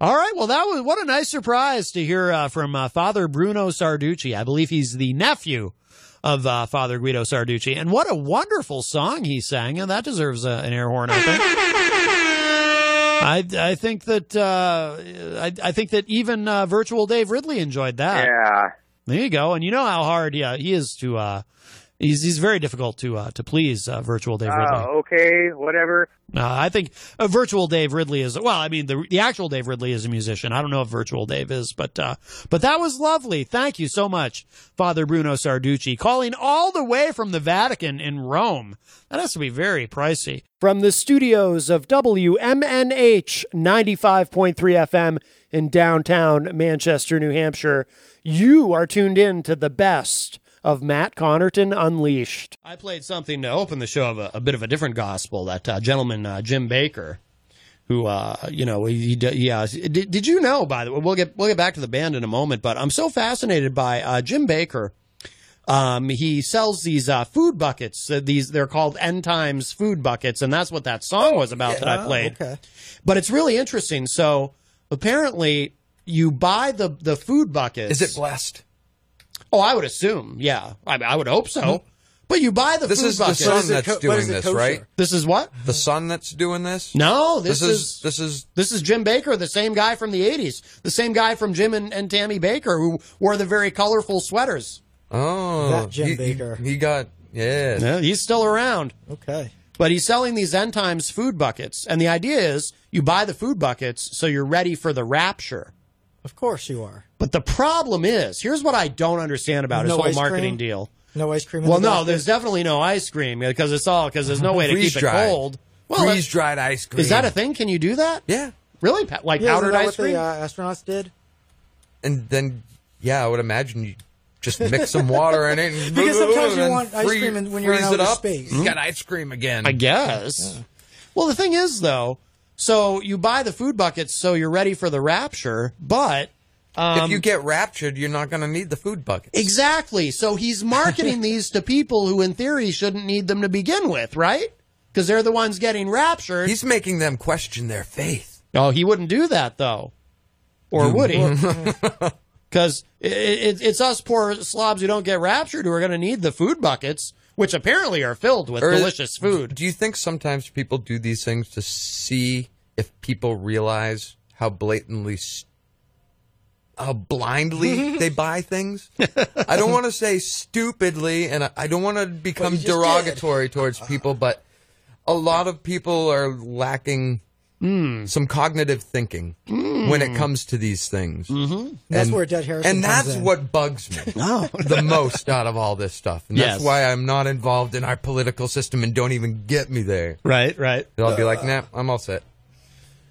Speaker 8: All right. Well, that was what a nice surprise to hear uh, from uh, Father Bruno Sarducci. I believe he's the nephew of uh, Father Guido Sarducci, and what a wonderful song he sang, and that deserves uh, an air horn. I think. I, I think that uh, I, I think that even uh, virtual Dave Ridley enjoyed that.
Speaker 14: Yeah.
Speaker 8: There you go. And you know how hard yeah, he is to. Uh, he's he's very difficult to uh, to please. Uh, virtual Dave Ridley.
Speaker 14: Uh, okay, whatever.
Speaker 8: Uh, I think uh, virtual Dave Ridley is well. I mean, the the actual Dave Ridley is a musician. I don't know if virtual Dave is, but uh, but that was lovely. Thank you so much, Father Bruno Sarducci, calling all the way from the Vatican in Rome. That has to be very pricey.
Speaker 2: From the studios of WMNH 95.3 FM in downtown Manchester, New Hampshire, you are tuned in to the best of Matt Connerton Unleashed.
Speaker 8: I played something to open the show of a, a bit of a different gospel. That uh, gentleman uh, Jim Baker, who uh, you know, he, he d- yeah. Did, did you know? By the way, we'll get we'll get back to the band in a moment, but I'm so fascinated by uh, Jim Baker. Um, he sells these uh, food buckets. Uh, these they're called end times food buckets, and that's what that song was about that I
Speaker 3: Oh,
Speaker 8: played.
Speaker 3: okay.
Speaker 8: But it's really interesting. So apparently, you buy the the food buckets. Is it
Speaker 22: blessed?
Speaker 8: Oh, I would assume. Yeah, I, I would hope so. But you buy the
Speaker 22: This
Speaker 8: food
Speaker 22: is the
Speaker 8: bucket.
Speaker 22: son that's doing this, right?
Speaker 8: This is what
Speaker 22: the son that's doing this.
Speaker 8: No, this,
Speaker 22: This
Speaker 8: is,
Speaker 22: is- this is
Speaker 8: this is Jim Baker, the same guy from the '80s, the same guy from Jim and, and Tammy Baker who wore the very colorful sweaters.
Speaker 22: Oh,
Speaker 8: That Jim
Speaker 22: he- he-
Speaker 8: Baker.
Speaker 22: He, got yeah.
Speaker 8: Yeah, he's still around.
Speaker 2: Okay.
Speaker 8: But he's selling these end times food buckets, and the idea is you buy the food buckets so you're ready for the rapture.
Speaker 20: Of course you are.
Speaker 8: But the problem is, here's what I don't understand about
Speaker 20: No
Speaker 8: his whole
Speaker 20: ice cream?
Speaker 8: marketing deal.
Speaker 20: No ice cream. in
Speaker 8: Well,
Speaker 20: the
Speaker 8: no,
Speaker 20: back?
Speaker 8: there's definitely no ice cream because it's all because there's no way to keep it
Speaker 22: Freeze-dried.
Speaker 8: cold.
Speaker 22: Freeze dried ice cream.
Speaker 8: Is that a thing? Can you do that?
Speaker 22: Yeah.
Speaker 8: Really? Pa- Like
Speaker 20: yeah,
Speaker 8: powdered
Speaker 20: isn't that
Speaker 8: ice
Speaker 20: what
Speaker 8: cream?
Speaker 20: The, uh, astronauts did
Speaker 22: And then yeah, I would imagine you just <laughs> mix
Speaker 8: <laughs>
Speaker 22: some water in it.
Speaker 20: <laughs>
Speaker 22: And
Speaker 20: Because sometimes you
Speaker 22: and
Speaker 20: want ice cream and- when you're in
Speaker 22: freeze it
Speaker 20: outer
Speaker 22: up, Hmm?
Speaker 20: space.
Speaker 22: You got ice cream again.
Speaker 8: I guess. Well, the thing is, though, so you buy the food buckets so you're ready for the rapture, but um,
Speaker 22: if you get raptured, you're not going to need the food bucket.
Speaker 8: exactly. So he's
Speaker 22: <laughs>
Speaker 8: marketing these to people who, in theory, shouldn't need them to begin with, right? Because they're the ones getting raptured.
Speaker 22: He's making them question their faith.
Speaker 8: Oh, he wouldn't do that though, or would he?
Speaker 22: <laughs>
Speaker 8: Because it, it, it's us poor slobs who don't get raptured who are going to need the food buckets, which apparently are filled <laughs> with
Speaker 22: Or-
Speaker 8: delicious food.
Speaker 22: Do you think sometimes people do these things to see if people realize how blatantly, s- how
Speaker 8: <laughs>
Speaker 22: blindly they buy things? I don't want to say stupidly, and I- I don't want to become
Speaker 24: just
Speaker 22: derogatory towards people, but a lot of people are lacking some cognitive thinking
Speaker 4: Hmm.
Speaker 22: when it
Speaker 20: Mm.
Speaker 22: comes to these things. Mm-hmm.
Speaker 20: That's where Judge Harrison
Speaker 22: and
Speaker 20: comes
Speaker 22: that's
Speaker 20: in.
Speaker 22: what bugs me <laughs> the most out of all this stuff, and that's
Speaker 8: Yes.
Speaker 22: why I'm not involved in our political system and don't even get me there.
Speaker 8: Right, right.
Speaker 22: I'll be like, nah, I'm all set.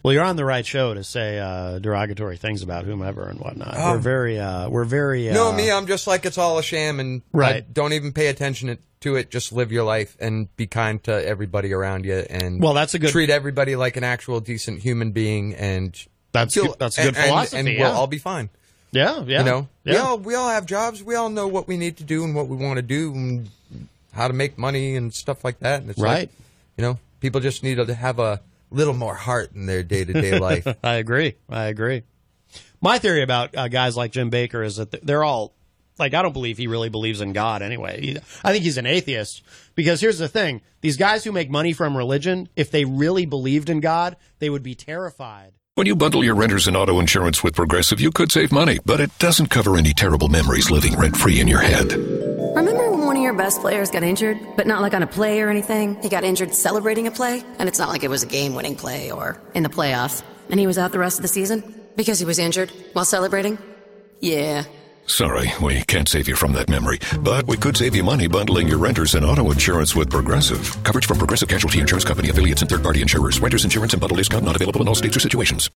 Speaker 8: Well, you're on the right show to say uh, derogatory things about whomever and whatnot.
Speaker 22: Oh.
Speaker 8: We're very, uh, we're very. Uh,
Speaker 22: No, me, I'm just like it's all a sham, and I
Speaker 8: Right.
Speaker 22: don't even pay attention to it. Just live your life and be kind to everybody around you, and
Speaker 8: Well, that's a good-
Speaker 22: treat everybody like an actual decent human being, and
Speaker 8: That's
Speaker 22: you'll-
Speaker 8: good- that's a good
Speaker 22: and- and-
Speaker 8: philosophy,
Speaker 22: and
Speaker 8: yeah.
Speaker 22: we'll all be fine.
Speaker 8: Yeah, yeah,
Speaker 22: You know, we
Speaker 8: yeah.
Speaker 22: all we all have jobs. We all know what we need to do and what we want to do and how to make money and stuff like that. And it's like,
Speaker 8: Right.
Speaker 22: you know, people just need to have a little more heart in their day to day life.
Speaker 8: <laughs> I agree. I agree. My theory about uh, guys like Jim Baker is that they're all like I don't believe he really believes in God anyway. He- I think he's an atheist because here's the thing: these guys who make money from religion, if they really believed in God, they would be terrified.
Speaker 30: When you bundle your renters and auto insurance with Progressive, you could save money, but it doesn't cover any terrible memories living rent free in your head.
Speaker 5: Remember when one of your best players got injured, but not like on a play or anything? He got injured celebrating a play, and it's not like it was a game winning play or in the playoffs. And he was out the rest of the season because he was injured while celebrating? Yeah.
Speaker 30: Sorry, we can't save you from that memory, but we could save you money bundling your renters and auto insurance with Progressive. Coverage from Progressive Casualty Insurance Company affiliates and third party insurers. Renters insurance and bundle discount not available in all states or situations.